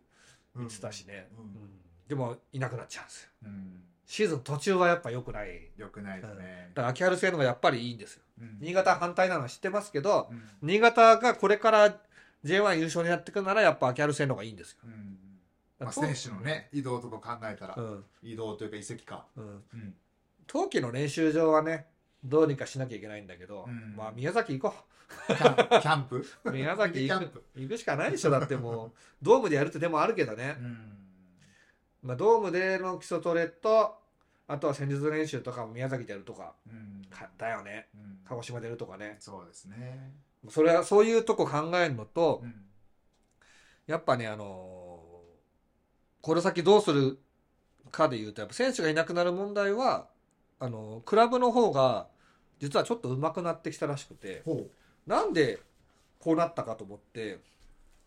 [SPEAKER 2] 言ってたしね、
[SPEAKER 1] うん
[SPEAKER 2] うんでもいなくなっちゃうんですよ。
[SPEAKER 1] うん
[SPEAKER 2] シーズン途中はやっぱ良くない
[SPEAKER 1] よくないですね
[SPEAKER 2] だか。ら秋春制のがやっぱりいいんですよ。
[SPEAKER 1] うん
[SPEAKER 2] 新潟反対なのは知ってますけど、
[SPEAKER 1] うん
[SPEAKER 2] 新潟がこれから J1 優勝になってくるならやっぱ秋春制のがいいんですよ。
[SPEAKER 1] うんまあ選手のね、移動とか考えたら
[SPEAKER 2] う、ん。
[SPEAKER 1] 移動というか移籍か。
[SPEAKER 2] うん。
[SPEAKER 1] うん
[SPEAKER 2] 冬季の練習場はね、どうにかしなきゃいけないんだけど、
[SPEAKER 1] うん
[SPEAKER 2] まあ宮崎行こ
[SPEAKER 1] キャン [laughs] キャンプ
[SPEAKER 2] う。宮崎
[SPEAKER 1] キャ
[SPEAKER 2] 行
[SPEAKER 1] ン
[SPEAKER 2] く
[SPEAKER 1] プ。
[SPEAKER 2] 行くしかないでしょ、だっ
[SPEAKER 1] [laughs]
[SPEAKER 2] てもう。ドームでやるってでもあるけどね
[SPEAKER 1] う。ん
[SPEAKER 2] まあドームでの基礎トレと、あとは戦術練習とかも宮崎でやるとか、
[SPEAKER 1] うん
[SPEAKER 2] かだよね。
[SPEAKER 1] うん
[SPEAKER 2] 鹿児島でやるとかね。
[SPEAKER 1] そうですね。
[SPEAKER 2] それは、そういうとこ考えるのと、
[SPEAKER 1] うん
[SPEAKER 2] やっぱね、あのーこの先どうするかで言うと、やっぱ選手がいなくなる問題は、あのークラブの方が、実はちょっと上手くなってきたらしくて、
[SPEAKER 1] ほう。
[SPEAKER 2] なんで、こうなったかと思って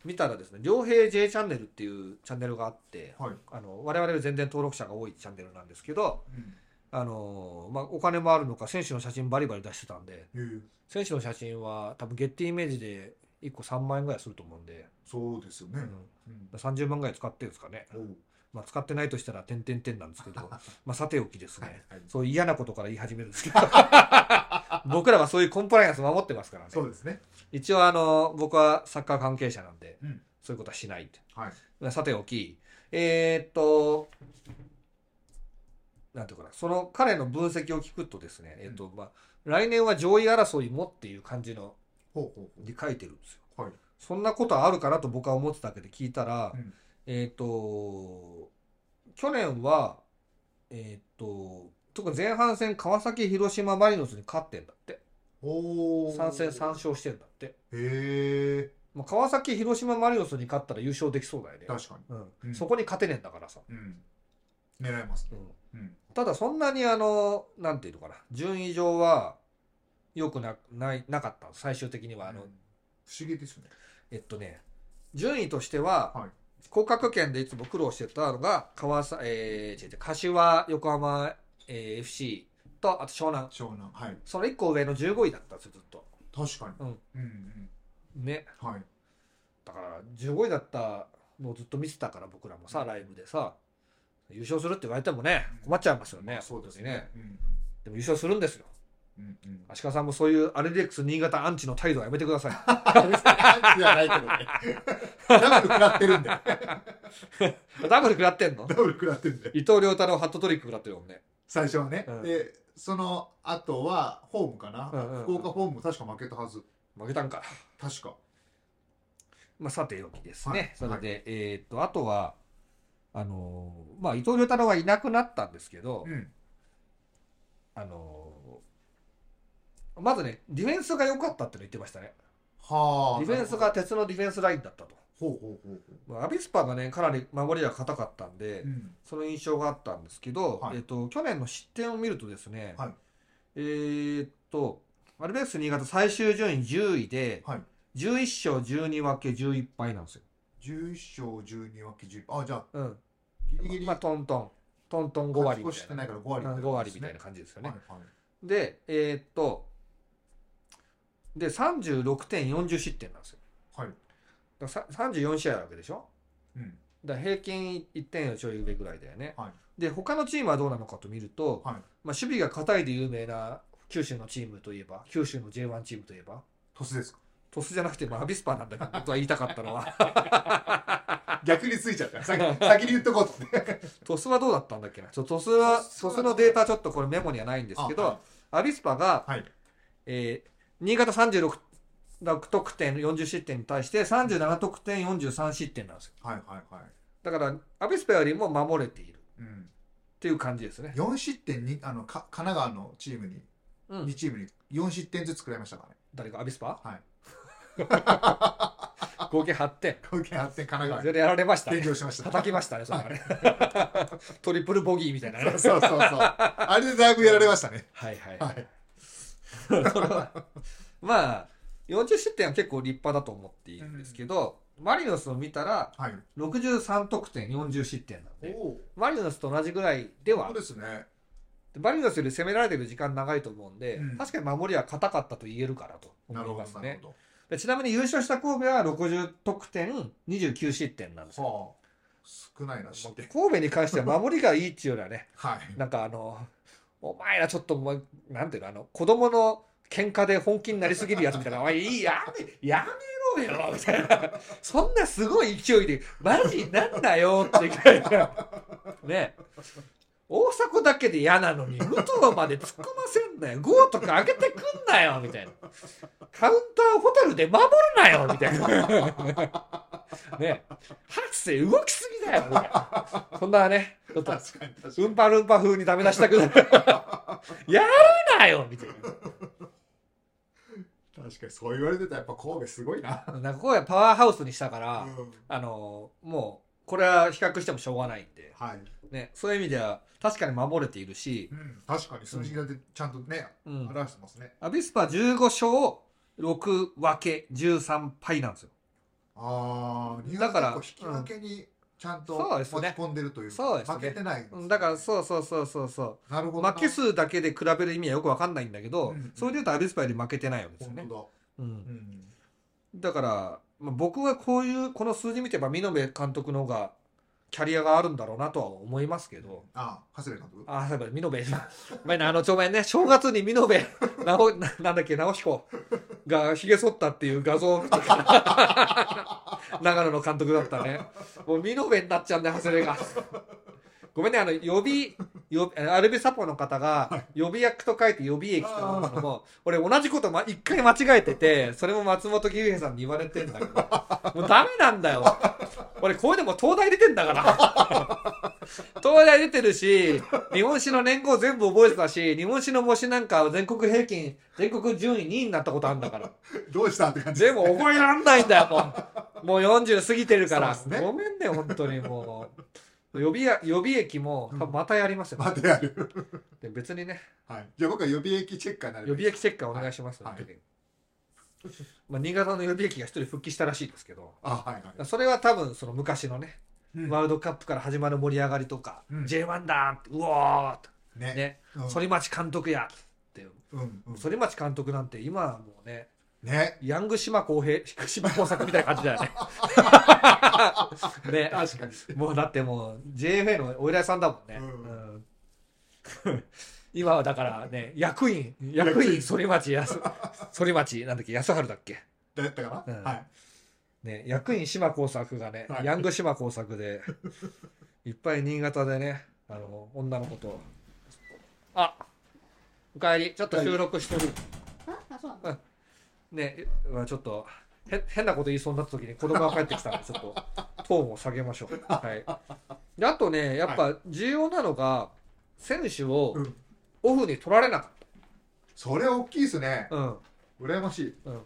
[SPEAKER 2] 見たらですね「良平 J チャンネル」っていうチャンネルがあって
[SPEAKER 1] はい。
[SPEAKER 2] あの我々より全然登録者が多いチャンネルなんですけど、
[SPEAKER 1] うん
[SPEAKER 2] あのまあ、お金もあるのか選手の写真バリバリ出してたんで
[SPEAKER 1] えー
[SPEAKER 2] 選手の写真は多分ゲッティイメージで1個3万円ぐらいすると思うんで、
[SPEAKER 1] そうですよね。
[SPEAKER 2] うん、30万ぐらい使ってるんですかね、
[SPEAKER 1] うんおう
[SPEAKER 2] まあ、使ってないとしたら点々点なんですけ
[SPEAKER 1] [laughs]
[SPEAKER 2] どまあさておきですね、
[SPEAKER 1] はいはい
[SPEAKER 2] そう嫌なことから言い始めるんです
[SPEAKER 1] [laughs]
[SPEAKER 2] けど僕らはそういうコンプライアンス守ってますからね
[SPEAKER 1] そうですね。
[SPEAKER 2] 一応あの僕はサッカー関係者なんで、
[SPEAKER 1] うん
[SPEAKER 2] そういうことはしないって
[SPEAKER 1] はい。
[SPEAKER 2] まあさておきえーっとなんていうかなその彼の分析を聞くとですね、えーっとまあ、来年は上位争いもっていう感じの
[SPEAKER 1] ほうほう
[SPEAKER 2] に書いてるんですよ
[SPEAKER 1] ほう。はい。
[SPEAKER 2] そんなことあるかなと僕は思ってたわけで聞いたら、
[SPEAKER 1] うん
[SPEAKER 2] えーっと去年はえーっと特に前半戦川崎広島マリノスに勝ってんだって
[SPEAKER 1] おお。
[SPEAKER 2] 3戦3勝してんだって
[SPEAKER 1] へえ。
[SPEAKER 2] まあ、川崎、広島、マリノスに勝ったら優勝できそうだよね。
[SPEAKER 1] 確か
[SPEAKER 2] う
[SPEAKER 1] うん
[SPEAKER 2] ん、そこに勝てねえんだからさ。
[SPEAKER 1] に。うん。狙えます
[SPEAKER 2] う
[SPEAKER 1] ね。
[SPEAKER 2] ん、
[SPEAKER 1] うん。
[SPEAKER 2] ただ、そんなにあの、なんていうのかな、順位上は良くなないなかったの最終的にはあの、
[SPEAKER 1] うん不思議ですね。
[SPEAKER 2] えっとね、順位としては、
[SPEAKER 1] はい
[SPEAKER 2] 降格圏でいつも苦労してたのが、川崎、えー違う違う柏、横浜、えー FC と、あと湘南。
[SPEAKER 1] 湘南。はい。
[SPEAKER 2] その1個上の15位だったんですよ、ずっと。
[SPEAKER 1] 確かに。
[SPEAKER 2] うん。
[SPEAKER 1] うん
[SPEAKER 2] ね。
[SPEAKER 1] うん。はい。
[SPEAKER 2] だから15位だったのをずっと見てたから僕らもさライブでさ優勝するって言われてもね
[SPEAKER 1] うん
[SPEAKER 2] 困っちゃいますよね、
[SPEAKER 1] まあそうですね。うん
[SPEAKER 2] でも優勝するんですよ
[SPEAKER 1] うんうん。
[SPEAKER 2] 足利さんもそういうアレレックス新潟アンチの態度はやめてください
[SPEAKER 1] 別にアンチじゃないけどね。ダブル食らってるんで。
[SPEAKER 2] [laughs] ダブル食らってんの
[SPEAKER 1] ダブル食らってるんで。
[SPEAKER 2] 伊藤亮太郎ハットトリック食らってるもんね
[SPEAKER 1] 最初はね
[SPEAKER 2] う。ん
[SPEAKER 1] で、その後は、ホームか
[SPEAKER 2] うんうんう
[SPEAKER 1] な。
[SPEAKER 2] ん
[SPEAKER 1] 福岡ホーム確か負けたはず。
[SPEAKER 2] 負けたんか
[SPEAKER 1] 確か。
[SPEAKER 2] まあさておきですね、
[SPEAKER 1] はい
[SPEAKER 2] それで、えーっとあとはあのーまあ伊藤亮太郎はいなくなったんですけど、
[SPEAKER 1] うん。
[SPEAKER 2] あのーまずねディフェンスが良かったっての言ってましたね
[SPEAKER 1] はあ。
[SPEAKER 2] ディフェンスが鉄のディフェンスラインだったと
[SPEAKER 1] ほうほうほうほう。
[SPEAKER 2] まあアビスパがねかなり守りが硬かったんで、
[SPEAKER 1] うん。
[SPEAKER 2] その印象があったんですけど、
[SPEAKER 1] はい
[SPEAKER 2] えっと去年の失点を見るとですね、
[SPEAKER 1] はい
[SPEAKER 2] えーっとアルベックス新潟最終順位10位で、
[SPEAKER 1] はい
[SPEAKER 2] 11勝12分け11敗なんですよ、
[SPEAKER 1] 11勝12分け10。あ、じゃあ、
[SPEAKER 2] うん
[SPEAKER 1] ギリギリ
[SPEAKER 2] まあ、トントントントン5割み
[SPEAKER 1] 勝ち越したて
[SPEAKER 2] い
[SPEAKER 1] な
[SPEAKER 2] な
[SPEAKER 1] いから5割
[SPEAKER 2] うん5割みたいな
[SPEAKER 1] 感
[SPEAKER 2] 感じですよ
[SPEAKER 1] じ
[SPEAKER 2] ね、
[SPEAKER 1] はいはい
[SPEAKER 2] でえーっとで36点40失点なんですよ
[SPEAKER 1] はい。
[SPEAKER 2] だからさ34試合あるわけでしょ
[SPEAKER 1] うん。
[SPEAKER 2] だから平均1点よりちょい上ぐらいだよね、
[SPEAKER 1] は
[SPEAKER 2] で他のチームはどうなのかと見ると、
[SPEAKER 1] はい
[SPEAKER 2] まあ、守備が硬いで有名な九州のチームといえば九州の J1 チームといえば
[SPEAKER 1] トスですか。
[SPEAKER 2] 鳥栖じゃなくて、まあ、アビスパなんだけど僕は言いたかったのは [laughs]
[SPEAKER 1] 逆についちゃった。 [laughs] 先先に言っとこうと思って。
[SPEAKER 2] 鳥栖はどうだったんだっけなちょ鳥栖は鳥栖のデータちょっとこれメモにはないんですけど、
[SPEAKER 1] あはい
[SPEAKER 2] アビスパが、
[SPEAKER 1] はい
[SPEAKER 2] えー新潟36 6得点40失点に対して37得点43失点なんですよ
[SPEAKER 1] はいはいはい。
[SPEAKER 2] だからアビスパよりも守れているっ
[SPEAKER 1] うん。
[SPEAKER 2] ていう感じですね、
[SPEAKER 1] 4失点に、あの、か神奈川のチームに、
[SPEAKER 2] うん
[SPEAKER 1] 2チームに4失点ずつ食らいましたからね。
[SPEAKER 2] 誰かアビスパ
[SPEAKER 1] はい。
[SPEAKER 2] [laughs] 合計8点
[SPEAKER 1] 合計8点神
[SPEAKER 2] そ
[SPEAKER 1] 奈
[SPEAKER 2] れでやられました
[SPEAKER 1] 川に
[SPEAKER 2] ね
[SPEAKER 1] 炎上しました。
[SPEAKER 2] 叩きましたねそれはね [laughs] トリプルボギーみたいなね
[SPEAKER 1] そうそう [laughs] そうそう。あれでだいぶやられましたね。
[SPEAKER 2] はいはい、
[SPEAKER 1] は
[SPEAKER 2] はいい、それはまあ40失点は結構立派だと思っているんですけど、マリノスを見たら
[SPEAKER 1] はい。
[SPEAKER 2] 63得点40失点なんで
[SPEAKER 1] お
[SPEAKER 2] マリノスと同じぐらいでは
[SPEAKER 1] そうですね。
[SPEAKER 2] マリノスより攻められてる時間長いと思うんで、
[SPEAKER 1] うん
[SPEAKER 2] 確かに守りは硬かったと言えるかなと思
[SPEAKER 1] なる
[SPEAKER 2] い
[SPEAKER 1] ほ
[SPEAKER 2] ます
[SPEAKER 1] ど、なる
[SPEAKER 2] ね
[SPEAKER 1] ほ
[SPEAKER 2] でちなみに優勝した神戸は60得点29失点なんです
[SPEAKER 1] ど。
[SPEAKER 2] よ
[SPEAKER 1] はあ。少ないな、失点。
[SPEAKER 2] 神戸に関しては守りがいいっていうよりはね
[SPEAKER 1] はい。
[SPEAKER 2] [laughs] なんかあの、お前らちょっともう、なんていうの、あの、子供の喧嘩で本気になりすぎるやつみたいな、おい、いい、やめ、やめろよ、みたいな。 [laughs] そんなすごい勢いで、マジなんだよって書いてね。大迫だけで嫌なのに、武藤まで突っ込ませんなよ。ゴーとか上げてくんなよ、みたいな。カウンターホテルで守るなよ、みたいな。 [laughs] ね。ハッセイ動きすぎだよ、みたいな。そんなね、ちょっ
[SPEAKER 1] [laughs]
[SPEAKER 2] と
[SPEAKER 1] 確かに確か
[SPEAKER 2] ウ
[SPEAKER 1] に。
[SPEAKER 2] ンパルンパ風にダメ出したくなる。 [laughs] やるなよみたい
[SPEAKER 1] 確かにそう言われてたらやっぱ神戸すごいな。
[SPEAKER 2] な。なんかこうやパワーハウスにしたから、
[SPEAKER 1] うん
[SPEAKER 2] あの、もう、これは比較してもしょうがないんで、
[SPEAKER 1] はい。
[SPEAKER 2] ね、そういう意味では確かに守れているし
[SPEAKER 1] う、ん、確かに数字がでちゃんとね、
[SPEAKER 2] うん
[SPEAKER 1] 表してますね。
[SPEAKER 2] アビスパ15勝6分け13敗なんですよ。
[SPEAKER 1] ああ、日
[SPEAKER 2] だ
[SPEAKER 1] 本
[SPEAKER 2] から
[SPEAKER 1] 結構引き分けにちゃんと
[SPEAKER 2] そう
[SPEAKER 1] 持
[SPEAKER 2] で
[SPEAKER 1] ち
[SPEAKER 2] すね
[SPEAKER 1] 込んでるという
[SPEAKER 2] そう
[SPEAKER 1] か
[SPEAKER 2] で、すね
[SPEAKER 1] 負けてないですね。
[SPEAKER 2] だからそうそうそうそうそう。
[SPEAKER 1] なるほどな。
[SPEAKER 2] 負け数だけで比べる意味はよくわかんないんだけど、
[SPEAKER 1] うんうん
[SPEAKER 2] それで言うとアビスパより負けてないわけですよね
[SPEAKER 1] 本。当
[SPEAKER 2] うん
[SPEAKER 1] だ。うん。
[SPEAKER 2] だから、まあ、僕はこういうこの数字見てば見延監督の方がキャリアがあるんだろうなとは思いますけど、
[SPEAKER 1] ああ、長谷部監督 [laughs]
[SPEAKER 2] あそういえば見 [laughs] 延お前ねあのちょお前ね正月に見延なおななんだっけ直 [laughs] 彦がひげ剃ったっていう画像を見てから長野の監督だったねもう見延になっちゃうんだよ長谷部が。ごめんねあの予備予備アルビサポの方が予備役と書いて予備役と思うのも俺同じことま一回間違えててそれも松本義平さんに言われてんだけどもうダメなんだよ俺こういうのも東大出てんだから東大出てるし日本史の年号全部覚えてたし日本史の模試なんか全国平均全国順位2位になったことあるんだから
[SPEAKER 1] どうしたって感じ [laughs]
[SPEAKER 2] でも覚えらんないんだよ、もう。もう40過ぎてるから。
[SPEAKER 1] そうですね
[SPEAKER 2] ごめんね、本当にもう。予備や予備役も、多分またやりますよ、
[SPEAKER 1] またやる。 [laughs]
[SPEAKER 2] で別にね、
[SPEAKER 1] はい。じゃあ僕は予備役チェッカーになる。
[SPEAKER 2] 予備役チェッカーお願いします、
[SPEAKER 1] はい
[SPEAKER 2] 本当にまあ、新潟の予備役が一人復帰したらしいですけど、
[SPEAKER 1] あ、はいはい。
[SPEAKER 2] それは多分その昔のね、
[SPEAKER 1] うん
[SPEAKER 2] ワールドカップから始まる盛り上がりとか、
[SPEAKER 1] うん
[SPEAKER 2] J1 だうおーっと、
[SPEAKER 1] ね。
[SPEAKER 2] ね、
[SPEAKER 1] うん
[SPEAKER 2] 反町監督やって、
[SPEAKER 1] うんうん
[SPEAKER 2] 反町監督なんて今はもうね、
[SPEAKER 1] ね。
[SPEAKER 2] ヤング島公平、 [laughs] 島工作みたいな感じだ
[SPEAKER 1] [laughs]
[SPEAKER 2] よね。ね、
[SPEAKER 1] 確かに。
[SPEAKER 2] [laughs] もうだってもう JFA のお依頼さんだもんね。
[SPEAKER 1] うん
[SPEAKER 2] うん [laughs] 今はだからね、役員、役員、反町やす、反町、なんだっけ、安春だっけ。
[SPEAKER 1] だったか
[SPEAKER 2] うん
[SPEAKER 1] なはい。
[SPEAKER 2] ね、役員島工作がね、
[SPEAKER 1] はい
[SPEAKER 2] ヤング島工作で、いっぱい新潟でね、あの、女の子と、あおかえり、ちょっと収録してる。
[SPEAKER 3] あ、そうなの。
[SPEAKER 2] ね、まあちょっとへ変なこと言いそうになった時に子供が帰ってき [laughs] たんでちょっとトーンを下げましょ [laughs] う。はい、であとねやっぱ重要なのが選手を
[SPEAKER 1] うん
[SPEAKER 2] オフに取られなかっ
[SPEAKER 1] それ大きいですね。
[SPEAKER 2] た。うん
[SPEAKER 1] 羨ましい。
[SPEAKER 2] うん、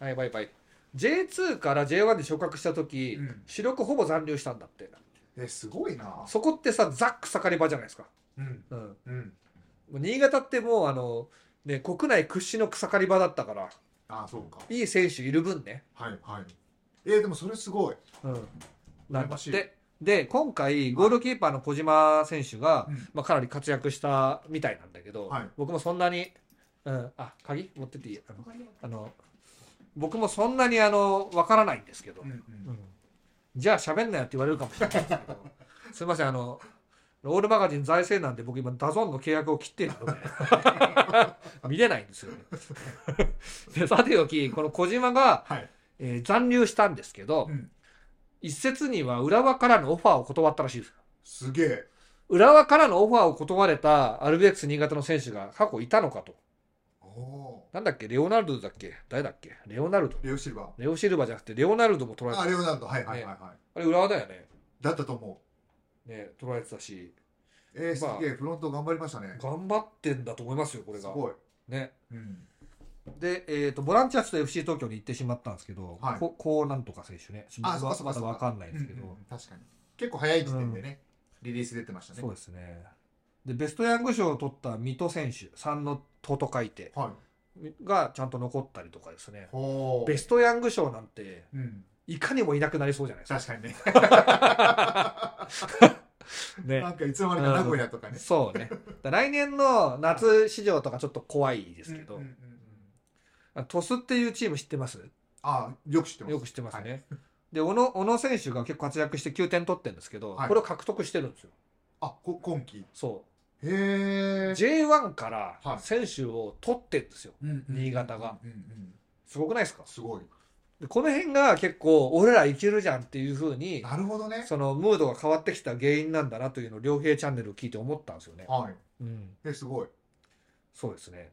[SPEAKER 2] はいバイバイ J2 から J1 で昇格した時、
[SPEAKER 1] うん
[SPEAKER 2] 主力ほぼ残留したんだって
[SPEAKER 1] え、すごいな。
[SPEAKER 2] そこってさザック盛り場じゃないですか、
[SPEAKER 1] うん。
[SPEAKER 2] うん、
[SPEAKER 1] うん。
[SPEAKER 2] もう新潟ってもうあの、ね、国内屈指の草刈り場だったから
[SPEAKER 1] あ、そうか。
[SPEAKER 2] いい選手いる分ね、
[SPEAKER 1] はいはい。えー、でもそれすごい。
[SPEAKER 2] うん、なんだっ。
[SPEAKER 1] 羨まして
[SPEAKER 2] で、今回、ゴールキーパーの小島選手が、
[SPEAKER 1] うん
[SPEAKER 2] まあ、かなり活躍したみたいなんだけど、
[SPEAKER 1] はい
[SPEAKER 2] 僕もそんなに、うん、あ、鍵持ってっていいあの
[SPEAKER 3] 他にも
[SPEAKER 2] あの、僕もそんなに、あの、わからないんですけど、
[SPEAKER 1] うんう。
[SPEAKER 2] うんんじゃあ喋んなよって言われるかもしれないですけど、すいません、あの、オールマガジン財政なんで僕今ダゾーンの契約を切ってるので [laughs] 見れないんですよね。でさておきこの小島が、
[SPEAKER 1] はい
[SPEAKER 2] えー残留したんですけど、
[SPEAKER 1] うん
[SPEAKER 2] 一説には浦和からのオファーを断ったらしいです。
[SPEAKER 1] すげえ。
[SPEAKER 2] 浦和からのオファーを断れたアルビレックス新潟の選手が過去いたのかと。
[SPEAKER 1] おお
[SPEAKER 2] なんだっけレオナルドだっけ誰だっけレオナルド
[SPEAKER 1] ー。。レオシルバ
[SPEAKER 2] レオシルバじゃなくてレオナルドも取ら
[SPEAKER 1] ー。あ、
[SPEAKER 2] れた。あれ
[SPEAKER 1] レオナルド。はいはいはいは
[SPEAKER 2] 浦和だよね。
[SPEAKER 1] い。だったと思
[SPEAKER 2] ね、取られてたし、
[SPEAKER 1] う。えー、す
[SPEAKER 2] まあ
[SPEAKER 1] げえ。フロント頑張りましたね。
[SPEAKER 2] 頑張ってんだと思いますよ、これ
[SPEAKER 1] す
[SPEAKER 2] が。
[SPEAKER 1] ごい。
[SPEAKER 2] ね。
[SPEAKER 1] うん。
[SPEAKER 2] で、えっ、と、ボランチャーズと FC 東京に行ってしまったんですけど、
[SPEAKER 1] はい
[SPEAKER 2] ここうなんとか選手ね。
[SPEAKER 1] あ
[SPEAKER 2] ちょっと
[SPEAKER 1] そう
[SPEAKER 2] ま
[SPEAKER 1] かそ
[SPEAKER 2] だ
[SPEAKER 1] うか
[SPEAKER 2] わかんない
[SPEAKER 1] うん
[SPEAKER 2] で
[SPEAKER 1] う
[SPEAKER 2] すけど、
[SPEAKER 1] ん確かに。結構早い時点でね、リリース出てましたね
[SPEAKER 2] そう。ですね。で、ベストヤング賞を取った水戸選手、3の戸と書いて、
[SPEAKER 1] はい。
[SPEAKER 2] がちゃんと残ったりとかですね。
[SPEAKER 1] ほ
[SPEAKER 2] ベストヤング賞なんて、
[SPEAKER 1] う。うん。
[SPEAKER 2] いかにもいなくなりそうじゃないですか。
[SPEAKER 1] 確かにね。な
[SPEAKER 2] ね。
[SPEAKER 1] [laughs] んかいつの間にか名古屋とかね。
[SPEAKER 2] そうね。だ来年の夏市場とかちょっと怖いですけ
[SPEAKER 1] う
[SPEAKER 2] ど
[SPEAKER 1] んうん、うんうん
[SPEAKER 2] あ鳥栖っていうチーム知ってます
[SPEAKER 1] ああ、よく知ってます。
[SPEAKER 2] よく知ってますね。で、小野小野選手が結構活躍して9点取ってるんですけど、
[SPEAKER 1] はい
[SPEAKER 2] これを獲得してるんですよ。
[SPEAKER 1] あ、こ今期。
[SPEAKER 2] そ
[SPEAKER 1] へえ。
[SPEAKER 2] う。J1 か
[SPEAKER 1] は
[SPEAKER 2] ら
[SPEAKER 1] い
[SPEAKER 2] 選手を取ってるんですよ。
[SPEAKER 1] うんうん
[SPEAKER 2] 新潟が。
[SPEAKER 1] うんうん
[SPEAKER 2] すごくないですか
[SPEAKER 1] すごい。
[SPEAKER 2] でこの辺が結構、俺らいけるじゃんっていう風に、
[SPEAKER 1] なるほどね。
[SPEAKER 2] そのムードが変わってきた原因なんだなというのを、両平チャンネルを聞いて思ったんですよね。
[SPEAKER 1] はい。
[SPEAKER 2] うん。
[SPEAKER 1] え、すごい。
[SPEAKER 2] そうですね。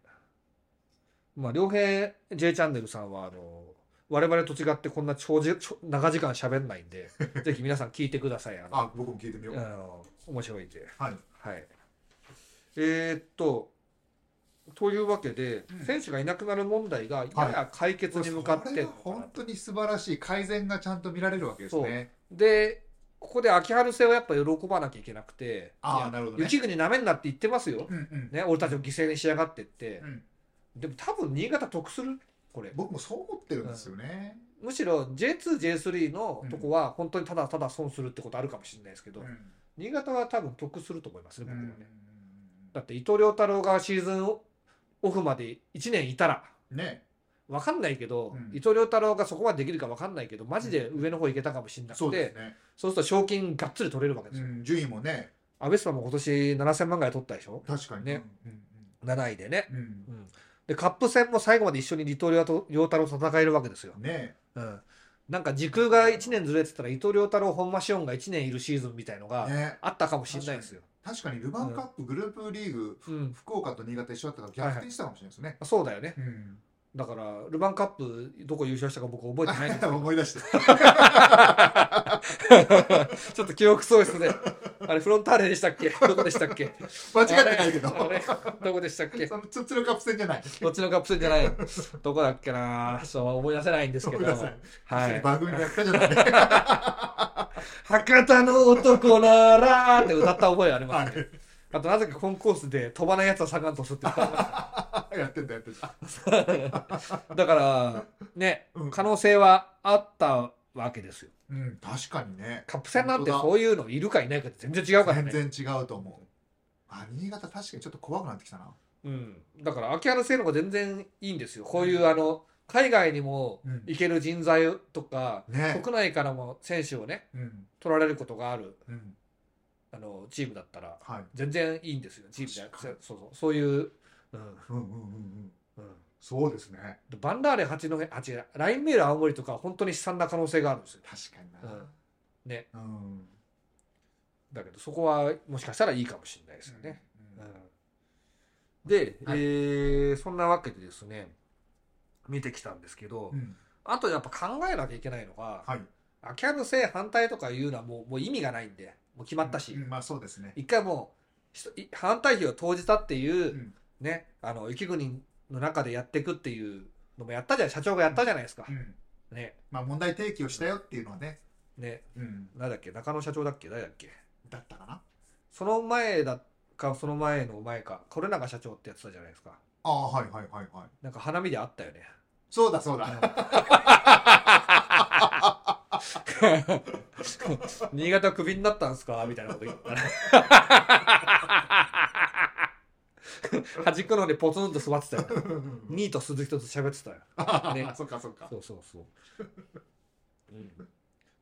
[SPEAKER 2] まあ、良平 J チャンネルさんは、あの、我々と違ってこんな長じちょ長時間喋んないん [laughs] で、ぜひ皆さん聞いてください。あの、
[SPEAKER 1] あ、僕も聞いてみよう。
[SPEAKER 2] あの面白いんで。
[SPEAKER 1] はい。
[SPEAKER 2] はい。えーっと、というわけで、
[SPEAKER 1] うん
[SPEAKER 2] 選手がいなくなる問題がやや解決に向かっ
[SPEAKER 1] こ
[SPEAKER 2] てん
[SPEAKER 1] れ
[SPEAKER 2] の
[SPEAKER 1] は
[SPEAKER 2] かな
[SPEAKER 1] 本当に素晴らしい改善がちゃんと見られるわけですね。
[SPEAKER 2] で、ここで秋春生はやっぱ喜ばなきゃいけなくて、い
[SPEAKER 1] ああ、
[SPEAKER 2] や
[SPEAKER 1] なるほどね。
[SPEAKER 2] 雪国なめんなって言ってますよ
[SPEAKER 1] う。んうん。
[SPEAKER 2] ね、俺たちを犠牲にしやがってって
[SPEAKER 1] う。ん
[SPEAKER 2] でも多分新潟得するこれ
[SPEAKER 1] 僕もそう思ってるんですよね。
[SPEAKER 2] むしろ J2J3 のとこは本当にただただ損するってことあるかもしれないですけど、
[SPEAKER 1] うん
[SPEAKER 2] 新潟は多分得すると思いますね僕はね、だ
[SPEAKER 1] だ
[SPEAKER 2] って伊藤遼太郎がシーズンオフまで1年いたら
[SPEAKER 1] ね
[SPEAKER 2] 分かんないけど、
[SPEAKER 1] うん
[SPEAKER 2] 伊藤遼太郎がそこまでできるか分かんないけどマジで上の方行けたかもしれなくて、
[SPEAKER 1] そうですね、
[SPEAKER 2] そうすると賞金がっつり取れるわけです
[SPEAKER 1] う
[SPEAKER 2] よ、
[SPEAKER 1] ん、順位もね
[SPEAKER 2] アベスパも今年7000万ぐらい取ったでしょ
[SPEAKER 1] 確かに
[SPEAKER 2] ね
[SPEAKER 1] うん
[SPEAKER 2] 7位でね、
[SPEAKER 1] うん
[SPEAKER 2] う、
[SPEAKER 1] うん
[SPEAKER 2] でカップ戦も最後まで一緒に伊藤遼太郎と戦えるわけですよ
[SPEAKER 1] ん、ね
[SPEAKER 2] うん、なんか時空が1年ずれてたら伊藤遼太郎本間紫音が1年いるシーズンみたいのが
[SPEAKER 1] ね
[SPEAKER 2] あったかもしれないですよ、
[SPEAKER 1] 確かにルヴァンカップグループリーグ、
[SPEAKER 2] うん、
[SPEAKER 1] 福岡と新潟一緒だったから逆転したかもしれないですね。
[SPEAKER 2] そうだよね
[SPEAKER 1] うん
[SPEAKER 2] だからルヴァンカップどこ優勝したか僕覚えてないんです
[SPEAKER 1] [laughs]
[SPEAKER 2] けど
[SPEAKER 1] 思い出して。
[SPEAKER 2] [laughs] ちょっと記憶喪失であれフロンターレでしたっけどこでしたっけ
[SPEAKER 1] 間違ってないけ
[SPEAKER 2] [laughs]
[SPEAKER 1] ど。
[SPEAKER 2] あれあれどこでしたっけ
[SPEAKER 1] そのツッツルカップ戦じゃない。
[SPEAKER 2] どっちのカップ戦じゃないどこだっけなちょっと思い出せないんです
[SPEAKER 1] ご
[SPEAKER 2] け
[SPEAKER 1] めん
[SPEAKER 2] ど
[SPEAKER 1] なさい。
[SPEAKER 2] は
[SPEAKER 1] 一緒に
[SPEAKER 2] い、
[SPEAKER 1] 番組のやったじゃない。
[SPEAKER 2] [laughs] 博多の男ならって歌った覚えありますね、
[SPEAKER 1] は
[SPEAKER 2] あとなぜかコンコースで飛ばないやつはサガン鳥栖って歌いました [laughs]
[SPEAKER 1] いやってたやってた。
[SPEAKER 2] だから、ね
[SPEAKER 1] うん、
[SPEAKER 2] 可能性はあったわけですよ。
[SPEAKER 1] うん、確かにね。
[SPEAKER 2] カップ戦なんて
[SPEAKER 1] 本当だ
[SPEAKER 2] そういうのいるかいないかって全然違うからね。
[SPEAKER 1] 全然違うと思う。あ、新潟確かにちょっと怖くなってきたな。
[SPEAKER 2] うん。だから、秋葉のせいの方が全然いいんですよ。こういう、あの、海外にも
[SPEAKER 1] うん
[SPEAKER 2] 行ける人材とか、
[SPEAKER 1] ね。
[SPEAKER 2] 国内からも選手をね、
[SPEAKER 1] うん。
[SPEAKER 2] 取られることがある、
[SPEAKER 1] うん。
[SPEAKER 2] あの、チームだったら、
[SPEAKER 1] はい。
[SPEAKER 2] 全然いいんですよ。チームじゃなく
[SPEAKER 1] 確
[SPEAKER 2] て、そうそう、そういう、うん、
[SPEAKER 1] うんうんうんうん。
[SPEAKER 2] うん。
[SPEAKER 1] そうですね。
[SPEAKER 2] でバンダーレ八戸、あ、違う、ラインメール青森とか、本当に悲惨な可能性があるんですよ。
[SPEAKER 1] 確かに
[SPEAKER 2] う
[SPEAKER 1] な。
[SPEAKER 2] んね。
[SPEAKER 1] うん。
[SPEAKER 2] だけど、そこは、もしかしたらいいかもしれないですよね。
[SPEAKER 1] うん。
[SPEAKER 2] で、
[SPEAKER 1] はい
[SPEAKER 2] えーそんなわけでですね見てきたんですけど、
[SPEAKER 1] うん。
[SPEAKER 2] あとやっぱ考えなきゃいけないのが、
[SPEAKER 1] はい。
[SPEAKER 2] 秋葉の性反対とかいうのはもうもう意味がないんでもう決まったし、
[SPEAKER 1] うんまあそうですね。
[SPEAKER 2] 一回もうひとい反対票を投じたっていう、
[SPEAKER 1] うん
[SPEAKER 2] ねあの雪国の中でやっていくっていうのもやったじゃん社長がやったじゃないですか、
[SPEAKER 1] うん。
[SPEAKER 2] ね
[SPEAKER 1] まあ問題提起をしたよっていうのはね。
[SPEAKER 2] ね
[SPEAKER 1] うん。
[SPEAKER 2] なんだっけ中野社長だっけ誰だっけ
[SPEAKER 1] だったかな。
[SPEAKER 2] その前だかその前の前かこれ永社長ってやってたじゃないですか
[SPEAKER 1] ああ、はいはいはいはい。
[SPEAKER 2] なんか花見であったよ
[SPEAKER 1] [laughs]
[SPEAKER 2] ね
[SPEAKER 1] そうだそうだ。
[SPEAKER 2] 新潟クビになったんすかみたいなこと言っ
[SPEAKER 1] [laughs]
[SPEAKER 2] たら端っこの方でポツンと座ってたよニート鈴木と喋ってたよね
[SPEAKER 1] [laughs] そっかそっか。
[SPEAKER 2] そうそうそう、
[SPEAKER 1] [laughs]
[SPEAKER 2] う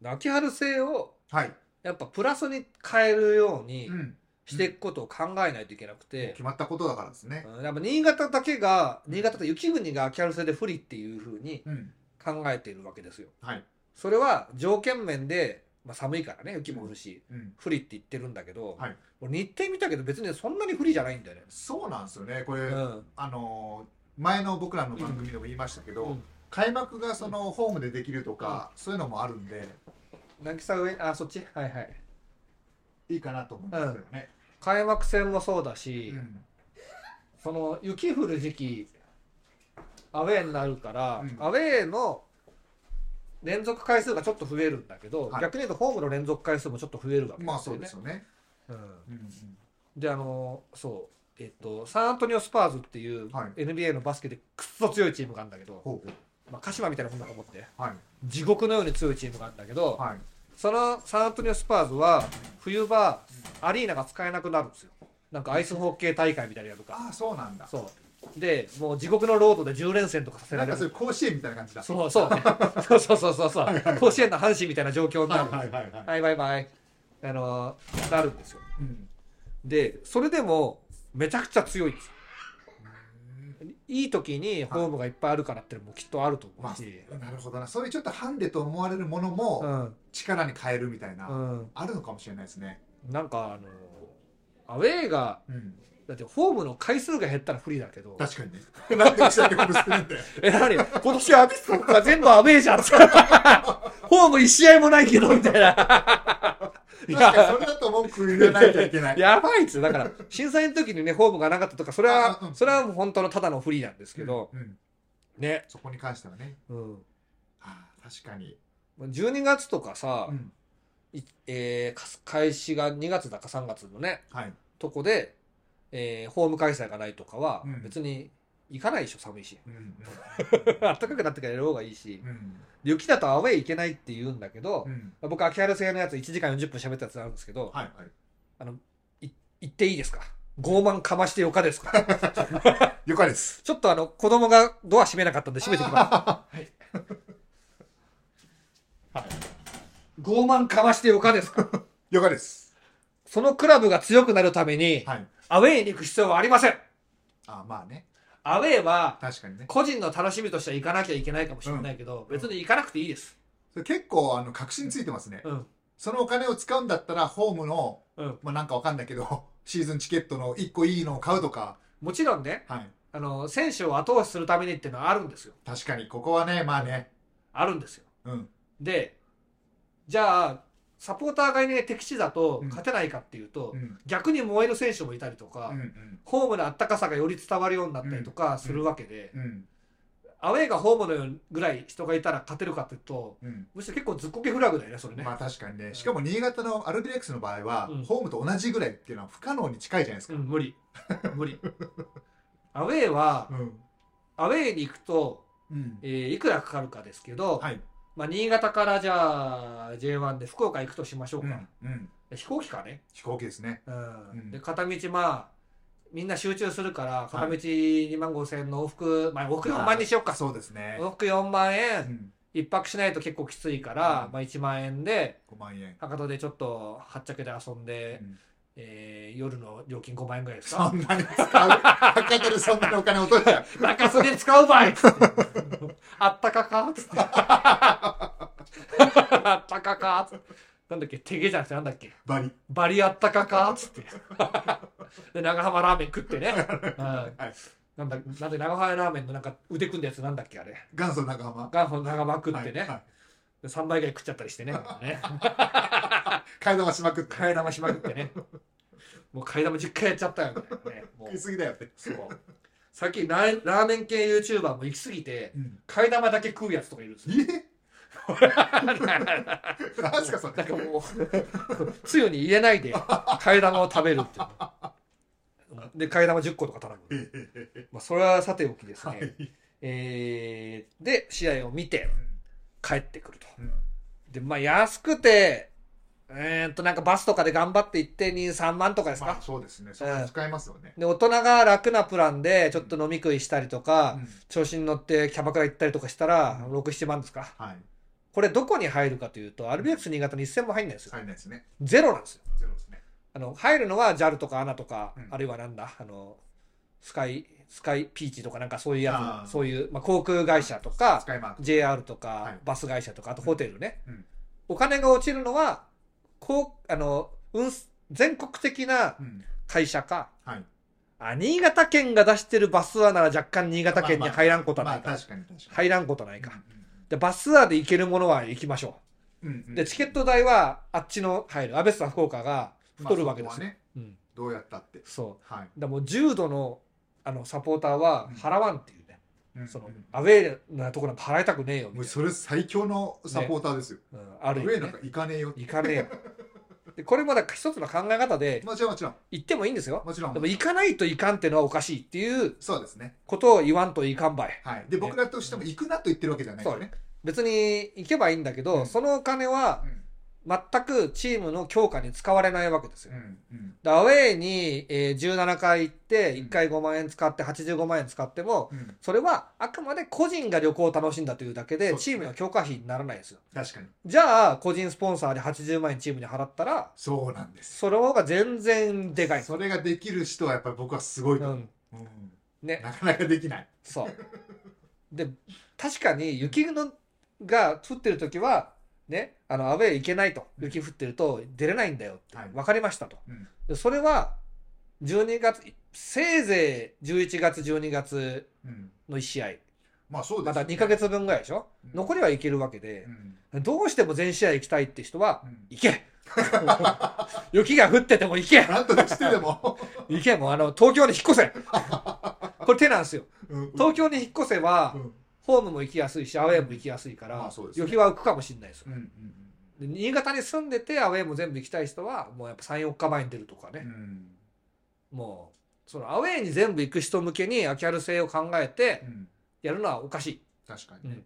[SPEAKER 2] ん、秋春制を
[SPEAKER 1] はい。
[SPEAKER 2] やっぱプラスに変えるように
[SPEAKER 1] うん。
[SPEAKER 2] していくことを考えないといけなくて、
[SPEAKER 1] 決まったことだからですね。
[SPEAKER 2] うんやっぱ新潟だけが新潟と雪国が秋春制で不利っていうふうに
[SPEAKER 1] うん。
[SPEAKER 2] 考えているわけですよ
[SPEAKER 1] はい。
[SPEAKER 2] それは条件面で、まあ、寒いからね雪も降るし、
[SPEAKER 1] うん。
[SPEAKER 2] 不利って言ってるんだけど、
[SPEAKER 1] はい
[SPEAKER 2] 俺日程見たけど別にそんなに不利じゃないんだよね。
[SPEAKER 1] そうなんですよね。これ、
[SPEAKER 2] うん
[SPEAKER 1] あのー前の僕らの番組でも言いましたけど、
[SPEAKER 2] うん
[SPEAKER 1] 開幕がそのホームでできるとか、そういうのもあるんで、
[SPEAKER 2] 渚上あそっちはいはい
[SPEAKER 1] いいかなと思うんですけどね。
[SPEAKER 2] 開幕戦もそうだし、
[SPEAKER 1] うん。
[SPEAKER 2] その雪降る時期アウェーになるから、
[SPEAKER 1] うん
[SPEAKER 2] アウェーの連続回数がちょっと増えるんだけど、
[SPEAKER 1] はい
[SPEAKER 2] 逆に言うとホームの連続回数もちょっと増えるわけ
[SPEAKER 1] まあそうですよね。
[SPEAKER 2] うん
[SPEAKER 1] うん
[SPEAKER 2] であのそうえっとサンアントニオ・スパーズっていう
[SPEAKER 1] はい
[SPEAKER 2] NBA のバスケでくっそ強いチームがあるんだけど、
[SPEAKER 1] ほうほ
[SPEAKER 2] まあ、鹿島みたいなもんだと思って
[SPEAKER 1] う。はい。
[SPEAKER 2] 地獄のように強いチームがあるんだけど、
[SPEAKER 1] はい。
[SPEAKER 2] そのサンアントニオ・スパーズは冬場アリーナが使えなくなるんですよなんかアイスホッケー大会みたいなのやるか
[SPEAKER 1] ああ、そうなんだ。
[SPEAKER 2] そうでもう地獄のロードで10連戦とかさせ
[SPEAKER 1] な
[SPEAKER 2] ら
[SPEAKER 1] ん
[SPEAKER 2] れ
[SPEAKER 1] かそうい
[SPEAKER 2] る
[SPEAKER 1] う甲子園みたいな感じだ。
[SPEAKER 2] そうそう,、ね、そうそうそうそうそう甲子園の阪神みたいな状況になる
[SPEAKER 1] はいはいはい。
[SPEAKER 2] はいバイバイあのーなるんですよ
[SPEAKER 1] うん。
[SPEAKER 2] でそれでもめちゃくちゃ強いんですよいい時にホームがいっぱいあるからってのもきっとあると思うし、
[SPEAKER 1] なるほどな。そういうちょっとハンデと思われるものも力に変えるみたいな、
[SPEAKER 2] うんうん
[SPEAKER 1] あるのかもしれないですね。
[SPEAKER 2] なんかあのーアウェーが
[SPEAKER 1] うん。
[SPEAKER 2] だってホームの回数が減ったら不利だけど。
[SPEAKER 1] 確かにね。 [laughs] なんで記者ってことしてるんだよ。
[SPEAKER 2] え、なに今年アビスパが全部アウェーじゃん
[SPEAKER 1] [laughs]
[SPEAKER 2] ホーム一試合もないけど、みたいな。い
[SPEAKER 1] 確かにそ
[SPEAKER 2] や、
[SPEAKER 1] れだと文句言わないといけない。
[SPEAKER 2] やばいっすよ。だから、震災の時にね、ホームがなかったとか、それは
[SPEAKER 1] あう、ん
[SPEAKER 2] それはもう本当のただの不利なんですけど、
[SPEAKER 1] うんうん
[SPEAKER 2] ね。
[SPEAKER 1] そこに関してはね。
[SPEAKER 2] うん。
[SPEAKER 1] ああ確かに。
[SPEAKER 2] 12月とかさ、
[SPEAKER 1] うん
[SPEAKER 2] いえーか開始が2月だか3月のね、
[SPEAKER 1] はい。
[SPEAKER 2] とこで、えーホーム開催がないとかは
[SPEAKER 1] うん、
[SPEAKER 2] 別に行かないでしょ寒いし
[SPEAKER 1] うん
[SPEAKER 2] 暖かくなってからやる方がいいし
[SPEAKER 1] うん
[SPEAKER 2] 雪だとアウェイ行けないって言うんだけど、
[SPEAKER 1] うん
[SPEAKER 2] まあ僕秋葉原製のやつ1時間40分喋ったやつあるんですけど、
[SPEAKER 1] はいはい
[SPEAKER 2] 行っていいですか傲慢かましてよかです [laughs] か
[SPEAKER 1] よかです
[SPEAKER 2] ちょっとあの子供がドア閉めなかったんで閉めてきます
[SPEAKER 1] はい
[SPEAKER 2] [laughs] 傲慢かましてよかですか
[SPEAKER 1] よかです
[SPEAKER 2] そのクラブが強くなるために、
[SPEAKER 1] はい
[SPEAKER 2] アウェイに行く必要はありません
[SPEAKER 1] あまあね
[SPEAKER 2] アウェイは
[SPEAKER 1] 確かにね
[SPEAKER 2] 個人の楽しみとしては行かなきゃいけないかもしれないけど、
[SPEAKER 1] うん
[SPEAKER 2] 別に行かなくていいです
[SPEAKER 1] それ結構あの確信ついてますね、
[SPEAKER 2] うん
[SPEAKER 1] そのお金を使うんだったらホームの、
[SPEAKER 2] うん
[SPEAKER 1] まあなんかわかんないけど [laughs] シーズンチケットの1個いいのを買うとか
[SPEAKER 2] もちろんね
[SPEAKER 1] はい
[SPEAKER 2] あの選手を後押しするためにっていうのはあるんですよ
[SPEAKER 1] 確かにここはねまあね
[SPEAKER 2] あるんですよ
[SPEAKER 1] うん
[SPEAKER 2] でじゃあサポーターがいない敵地だと
[SPEAKER 1] うん
[SPEAKER 2] 勝てないかっていうと、
[SPEAKER 1] うんうん
[SPEAKER 2] 逆に燃える選手もいたりとか、
[SPEAKER 1] うん
[SPEAKER 2] ホームのあったかさがより伝わるようになったりとかするわけで、
[SPEAKER 1] うん
[SPEAKER 2] アウェーがホームのぐらい人がいたら勝てるかっていうと
[SPEAKER 1] うん
[SPEAKER 2] むしろ結構ずっこけフラグだよねそれね、
[SPEAKER 1] まあ確かにねしかも新潟のアルビレックスの場合は、
[SPEAKER 2] うん
[SPEAKER 1] ホームと同じぐらいっていうのは不可能に近いじゃないです
[SPEAKER 2] う
[SPEAKER 1] か
[SPEAKER 2] ん
[SPEAKER 1] [laughs]
[SPEAKER 2] 無理無理アウェーは
[SPEAKER 1] うん
[SPEAKER 2] アウェーに行くと、
[SPEAKER 1] うん
[SPEAKER 2] えーいくらかかるかですけど、
[SPEAKER 1] はい
[SPEAKER 2] まあ、新潟からじゃあ J1 で福岡行くとしましょう
[SPEAKER 1] う
[SPEAKER 2] か、
[SPEAKER 1] ん、うん、
[SPEAKER 2] 飛行機かね、
[SPEAKER 1] 飛行機ですね
[SPEAKER 2] うん
[SPEAKER 1] うん
[SPEAKER 2] で片道まあみんな集中するから片道2万5千円の往復、まあ往復4万にしようか
[SPEAKER 1] そうですね
[SPEAKER 2] 往復4万
[SPEAKER 1] う
[SPEAKER 2] 円
[SPEAKER 1] ん
[SPEAKER 2] 一泊しないと結構きついから、
[SPEAKER 1] うん
[SPEAKER 2] まあ、1万円で
[SPEAKER 1] 5万円、
[SPEAKER 2] 博多でちょっとはっちゃけで遊んで、
[SPEAKER 1] うん
[SPEAKER 2] えー夜の料金5万円ぐらいです
[SPEAKER 1] そ
[SPEAKER 2] か
[SPEAKER 1] んなに使う博多でそんなにお金落としちゃう
[SPEAKER 2] [laughs] 中洲で使うばいっつ
[SPEAKER 1] [laughs]
[SPEAKER 2] ってあったかかっつって [laughs] あったかかっつってなんだっけ手毛じゃなくてなんだっけ
[SPEAKER 1] バリ
[SPEAKER 2] バリあったかかっつってで長浜ラーメン食っ
[SPEAKER 1] [laughs]
[SPEAKER 2] てね、うん
[SPEAKER 1] はい
[SPEAKER 2] なんだなんで長浜ラーメンのなんか腕組んだやつなんだっけあれ
[SPEAKER 1] 元祖長浜
[SPEAKER 2] ガンホ長浜食ってね、
[SPEAKER 1] はいはい
[SPEAKER 2] で3倍ぐらい食っちゃった
[SPEAKER 1] [laughs]
[SPEAKER 2] りしてねなんかね
[SPEAKER 1] 替え玉しまくって
[SPEAKER 2] 替え玉しまくっ
[SPEAKER 1] [laughs]
[SPEAKER 2] てねもう替え玉10回やっちゃったよみたいなねも
[SPEAKER 1] 食いうすぎだよって、
[SPEAKER 2] そう最近ラーラーメン系 YouTuber も行き過ぎて
[SPEAKER 1] うん、
[SPEAKER 2] 替え玉だけ食うやつとかいるんですよ
[SPEAKER 1] え
[SPEAKER 2] な
[SPEAKER 1] 何すかそれ
[SPEAKER 2] んかもうつゆに入れないで替え玉を食べるっていうで替え玉10個とか頼む、まあ、それはさておきですね、
[SPEAKER 1] はい
[SPEAKER 2] えーで試合を見て帰ってくると
[SPEAKER 1] うん
[SPEAKER 2] でまあ安くてえーっとなんかバスとかで頑張って1.23万とかですか、
[SPEAKER 1] まあそうですねそれは使いますよね、
[SPEAKER 2] で大人が楽なプランでちょっと飲み食いしたりとか、
[SPEAKER 1] うん
[SPEAKER 2] 調子に乗ってキャバクラ行ったりとかしたら67万ですか
[SPEAKER 1] はい
[SPEAKER 2] これどこに入るかというと RBX 新潟に1 0も入んないんですよ、
[SPEAKER 1] 使えないですね
[SPEAKER 2] ゼロなんですよ
[SPEAKER 1] ゼロですね
[SPEAKER 2] あの入るのは JAL とか ANA とか、
[SPEAKER 1] うん
[SPEAKER 2] あるいはなんだあのスカイスカイピーチとかなんかそういうや
[SPEAKER 1] あー
[SPEAKER 2] つそういう、まあ、航空会社とか
[SPEAKER 1] 使いマーク
[SPEAKER 2] JR とか、
[SPEAKER 1] はい
[SPEAKER 2] バス会社とかあとホテルね、
[SPEAKER 1] うん
[SPEAKER 2] お金が落ちるのはこうあの運す全国的な
[SPEAKER 1] うん
[SPEAKER 2] 会社か
[SPEAKER 1] はい
[SPEAKER 2] あ新潟県が出してるバスアなら若干新潟県に入らんことは
[SPEAKER 1] ま
[SPEAKER 2] な
[SPEAKER 1] あ
[SPEAKER 2] いか、
[SPEAKER 1] 確かに確か
[SPEAKER 2] 入らんことない
[SPEAKER 1] に
[SPEAKER 2] か、でバスアで行けるものは行きましょ
[SPEAKER 1] うんうんうん
[SPEAKER 2] うでチケット代はあっちの入るアベスタ福岡が太るわけです
[SPEAKER 1] まあ
[SPEAKER 2] よ、
[SPEAKER 1] そこはね
[SPEAKER 2] うん、
[SPEAKER 1] どうやったって
[SPEAKER 2] そう
[SPEAKER 1] はい
[SPEAKER 2] だからもう重度のあのサポーターは払わんっていうね、
[SPEAKER 1] うん
[SPEAKER 2] その
[SPEAKER 1] うん
[SPEAKER 2] アウェーなとこなんか払いたくねえよ
[SPEAKER 1] も
[SPEAKER 2] み
[SPEAKER 1] う
[SPEAKER 2] たい
[SPEAKER 1] それ最強のサポーターですよ、
[SPEAKER 2] な、うん、ある
[SPEAKER 1] 上
[SPEAKER 2] 意味、
[SPEAKER 1] なん
[SPEAKER 2] ね
[SPEAKER 1] か、行かねえよって
[SPEAKER 2] 行かねえよでこれもだから一つの考え方で
[SPEAKER 1] もちろんもちろん
[SPEAKER 2] 行ってもいいんですよ
[SPEAKER 1] もちろん
[SPEAKER 2] でも行かないといかんってのはおかしいっていう
[SPEAKER 1] そうですね
[SPEAKER 2] ことを言わんといかんばい
[SPEAKER 1] はいで僕らとしても行くなと言ってるわけじゃないですよね
[SPEAKER 2] 別に行けばいいんだけど、
[SPEAKER 1] うん
[SPEAKER 2] そのお金は全くチームの強化に使われないわけですよ、
[SPEAKER 1] うんうん
[SPEAKER 2] でアウェーに、えー17回行って
[SPEAKER 1] うん
[SPEAKER 2] 1回5万円使って85万円使っても
[SPEAKER 1] うんうん
[SPEAKER 2] それはあくまで個人が旅行を楽しんだというだけで
[SPEAKER 1] そうです
[SPEAKER 2] チ
[SPEAKER 1] ね
[SPEAKER 2] ームの強化費にならないですよ
[SPEAKER 1] 確かに
[SPEAKER 2] じゃあ個人スポンサーで80万円チームに払ったら
[SPEAKER 1] そうなんです
[SPEAKER 2] その方が全然でかい
[SPEAKER 1] それができる人はやっぱり僕はすごいと
[SPEAKER 2] う
[SPEAKER 1] 思
[SPEAKER 2] ん
[SPEAKER 1] う、うん
[SPEAKER 2] ね
[SPEAKER 1] なかなかできない
[SPEAKER 2] そうで確かに雪のが降ってる時はねあのアウェー行けないと
[SPEAKER 1] うん
[SPEAKER 2] 雪降ってると出れないんだよって、
[SPEAKER 1] はい
[SPEAKER 2] 分かりましたと
[SPEAKER 1] うん
[SPEAKER 2] でそれは12月せいぜい11月12月
[SPEAKER 1] うん
[SPEAKER 2] の1試合
[SPEAKER 1] まあそうで
[SPEAKER 2] ます
[SPEAKER 1] よ
[SPEAKER 2] た
[SPEAKER 1] ね
[SPEAKER 2] 2ヶ月分ぐらいでしょ残りはいけるわけで
[SPEAKER 1] う、ん
[SPEAKER 2] どうしても全試合行きたいって人は
[SPEAKER 1] う、ん
[SPEAKER 2] 行け [laughs] 雪が降ってても行け
[SPEAKER 1] なんとかしてでも
[SPEAKER 2] 行けもうあの、東京に引っ越せこれ手なんですよ。
[SPEAKER 1] うん
[SPEAKER 2] 東京に引っ越せば
[SPEAKER 1] う、ん
[SPEAKER 2] ホームも行きやすいし、アウェーも行きやすいか
[SPEAKER 1] まあ
[SPEAKER 2] ら
[SPEAKER 1] そうで、すね
[SPEAKER 2] 雪は浮くかもしれないですよ
[SPEAKER 1] うん
[SPEAKER 2] で新潟に住んでて、アウェーも全部行きたい人は、もうやっぱ3、4日前に出るとか
[SPEAKER 1] うんう
[SPEAKER 2] ね、
[SPEAKER 1] ん
[SPEAKER 2] もそのアウェーに全部行く人向けにアキャル性を考えて
[SPEAKER 1] うん、
[SPEAKER 2] やるのはおかしい。
[SPEAKER 1] 確か
[SPEAKER 2] う
[SPEAKER 1] にね
[SPEAKER 2] ん。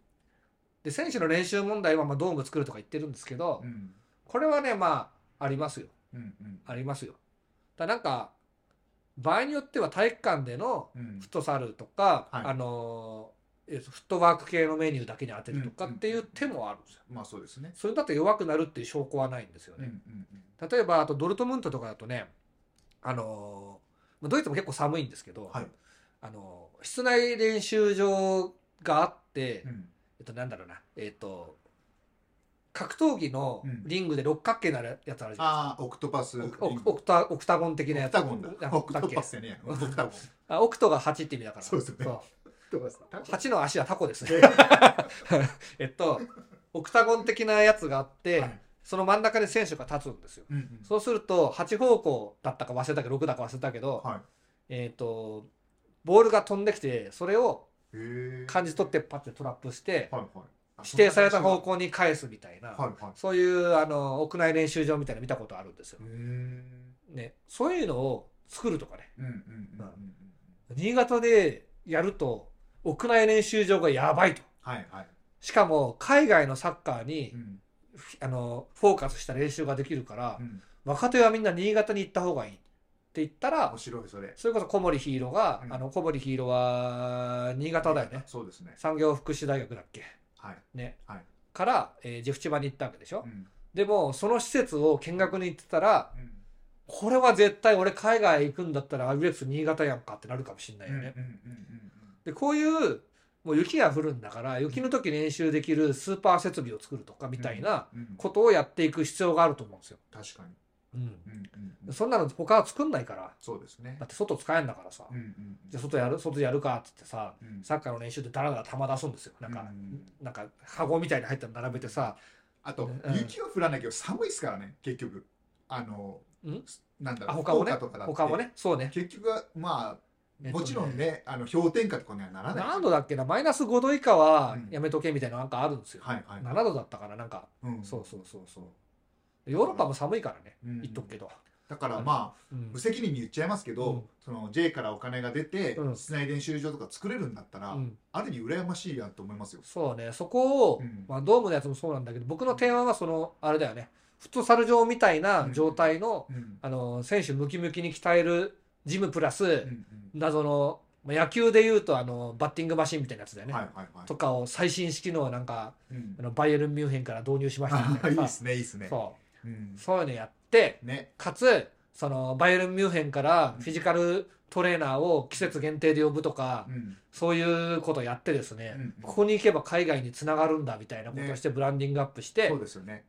[SPEAKER 2] で選手の練習問題はまあドーム作るとか言ってるんですけど、
[SPEAKER 1] うん、
[SPEAKER 2] これはねまあありますよ
[SPEAKER 1] うん、うん、
[SPEAKER 2] ありますよ。だからなんか場合によっては体育館での
[SPEAKER 1] うん
[SPEAKER 2] フットサルとか、
[SPEAKER 1] はい
[SPEAKER 2] あのえーフットワーク系のメニューだけに当てるとか
[SPEAKER 1] うん
[SPEAKER 2] っていう手もあるんですよ。
[SPEAKER 1] まあそうですね。
[SPEAKER 2] それだと弱くなるっていう証拠はないんですよ
[SPEAKER 1] うん、う
[SPEAKER 2] ね。
[SPEAKER 1] ん、
[SPEAKER 2] 例えばあとドルトムントとかだとねあのまあドイツも結構寒いんですけど、
[SPEAKER 1] はい
[SPEAKER 2] あの室内練習場があって、
[SPEAKER 1] うん、うん、
[SPEAKER 2] えっと、なんだろうな、えっと、格闘技の
[SPEAKER 1] うん
[SPEAKER 2] リングで六角形になるやつあるじゃ
[SPEAKER 1] ああ、オクトパス。
[SPEAKER 2] な
[SPEAKER 1] オ
[SPEAKER 2] いで
[SPEAKER 1] ク
[SPEAKER 2] すか。オクオクタオクタゴン的なやつ。
[SPEAKER 1] タゴンだ
[SPEAKER 2] あ。
[SPEAKER 1] オ
[SPEAKER 2] オク
[SPEAKER 1] ク
[SPEAKER 2] タ
[SPEAKER 1] ト
[SPEAKER 2] ゴン
[SPEAKER 1] パスじゃねえやろ。オクタゴン。
[SPEAKER 2] あオクトが八って意味だから。
[SPEAKER 1] そうですよね
[SPEAKER 2] そ
[SPEAKER 1] オクトパス
[SPEAKER 2] う。八の足はタコですね。
[SPEAKER 1] え
[SPEAKER 2] [laughs] えっと、オクタゴン的なやつがあって、
[SPEAKER 1] はい
[SPEAKER 2] その真ん中で選手が立つんですよ。
[SPEAKER 1] うんうん
[SPEAKER 2] そうすると、8方向だったか忘れたけど、6だか忘れたけど、
[SPEAKER 1] は
[SPEAKER 2] えっ、と、ボールが飛んできて、それを
[SPEAKER 1] い。へえ。
[SPEAKER 2] 感じ取ってパッてトラップして、
[SPEAKER 1] はいはい。あ
[SPEAKER 2] 指定された方。向に返すみたいな、
[SPEAKER 1] そんな話がはいはい。
[SPEAKER 2] そういうあの屋内練習場みたいなの見たことあるんですよ
[SPEAKER 1] う。ーん。
[SPEAKER 2] ね、そういうのを作るとかね、
[SPEAKER 1] うんうんうんうんうん。
[SPEAKER 2] 新潟でやると、屋内練習場がやばいと。
[SPEAKER 1] はいはい。
[SPEAKER 2] しかも、海外のサッカーに、
[SPEAKER 1] うん
[SPEAKER 2] あのフォーカスした練習ができるから
[SPEAKER 1] う、ん。
[SPEAKER 2] 若手はみんな新潟に行った方がいいって言ったら
[SPEAKER 1] 面、白いそれ。
[SPEAKER 2] それこそ小森ヒーローが、
[SPEAKER 1] うん
[SPEAKER 2] あの小森ヒーローは新潟だよね。
[SPEAKER 1] そうですね。
[SPEAKER 2] 産業福祉大学だっけ
[SPEAKER 1] はい。
[SPEAKER 2] ね。
[SPEAKER 1] はい
[SPEAKER 2] から、えージェフ千葉に行ったわけでしょ。
[SPEAKER 1] うん
[SPEAKER 2] でも、その施設を見学に行ってたら、
[SPEAKER 1] うん
[SPEAKER 2] これは絶対俺海外行くんだったらアビレックス新潟やんかってなるかもしれないよね。
[SPEAKER 1] うんうんうんうんうん
[SPEAKER 2] で、こういう、もう雪が降るんだから、雪の時練習できるスーパー設備を作るとかみたいな
[SPEAKER 1] うんうん
[SPEAKER 2] ことをやっていく必要があると思うんですよ。
[SPEAKER 1] 確かに。
[SPEAKER 2] う
[SPEAKER 1] うん
[SPEAKER 2] ん。
[SPEAKER 1] うんうん
[SPEAKER 2] そんなの他は作んないから。
[SPEAKER 1] そうですね
[SPEAKER 2] だ。って外使えんだからさ。
[SPEAKER 1] うんうん
[SPEAKER 2] じゃあ外やる、外やるかって言ってさ、
[SPEAKER 1] うんうん
[SPEAKER 2] サッカーの練習でダラダラ球出すんですよ。なんか、
[SPEAKER 1] うん
[SPEAKER 2] なんか、カゴみたいに入ったの並べてさ、
[SPEAKER 1] あと
[SPEAKER 2] うん
[SPEAKER 1] 雪は降らないけど寒いですからね結局あの
[SPEAKER 2] うん
[SPEAKER 1] なんだ
[SPEAKER 2] あ、
[SPEAKER 1] ろう
[SPEAKER 2] 他もね、
[SPEAKER 1] 福岡とかだって
[SPEAKER 2] 他もね、そうね。
[SPEAKER 1] 結局はまあ
[SPEAKER 2] えっと
[SPEAKER 1] もちろんねあの氷点下とかにはならない
[SPEAKER 2] 何度だっけな、マイナス5度以下は
[SPEAKER 1] うん
[SPEAKER 2] やめとけみたいなのなんかあるんですよ。
[SPEAKER 1] はいはい
[SPEAKER 2] 7度だったかな、なんか。
[SPEAKER 1] うん
[SPEAKER 2] そうそうそうそう。ヨーロッパも寒いからね、
[SPEAKER 1] うん
[SPEAKER 2] 言っとくけど。
[SPEAKER 1] だからまあ
[SPEAKER 2] うん
[SPEAKER 1] 無責任に言っちゃいますけど、
[SPEAKER 2] うん
[SPEAKER 1] その J からお金が出て、
[SPEAKER 2] うん
[SPEAKER 1] 室内練習場とか作れるんだったら、
[SPEAKER 2] うん
[SPEAKER 1] ある意味羨ましいやんと思いますよ。
[SPEAKER 2] そうね、そこを
[SPEAKER 1] うん、
[SPEAKER 2] まあ、ドームのやつもそうなんだけど、僕の提案は、その、あれだよね、フットサル場みたいな状態の、
[SPEAKER 1] うん
[SPEAKER 2] あの、選手ムキムキに鍛えるジムプラ
[SPEAKER 1] う
[SPEAKER 2] ス
[SPEAKER 1] ん、
[SPEAKER 2] 謎の、まあ野球でいうと、あの、バッティングマシンみたいなやつだよ
[SPEAKER 1] うん
[SPEAKER 2] ね。
[SPEAKER 1] はいはいはい
[SPEAKER 2] と。かを最新式のなんか、
[SPEAKER 1] うん
[SPEAKER 2] あのバイエルン・ミュンヘンから導入しましたみ
[SPEAKER 1] あ
[SPEAKER 2] た
[SPEAKER 1] [laughs] ーい
[SPEAKER 2] い
[SPEAKER 1] い
[SPEAKER 2] な
[SPEAKER 1] で
[SPEAKER 2] さ
[SPEAKER 1] すねいいですね。
[SPEAKER 2] そうう、
[SPEAKER 1] ん、
[SPEAKER 2] そういうのやって、
[SPEAKER 1] ね
[SPEAKER 2] かつ、そのバイエルン・ミュンヘンからフィジカルトレーナーを季節限定で呼ぶとか、
[SPEAKER 1] うん
[SPEAKER 2] そういうことやってですね、
[SPEAKER 1] うん
[SPEAKER 2] ここに行けば海外につながるんだみたいなことをしてブランディングアップして、
[SPEAKER 1] そうですよね。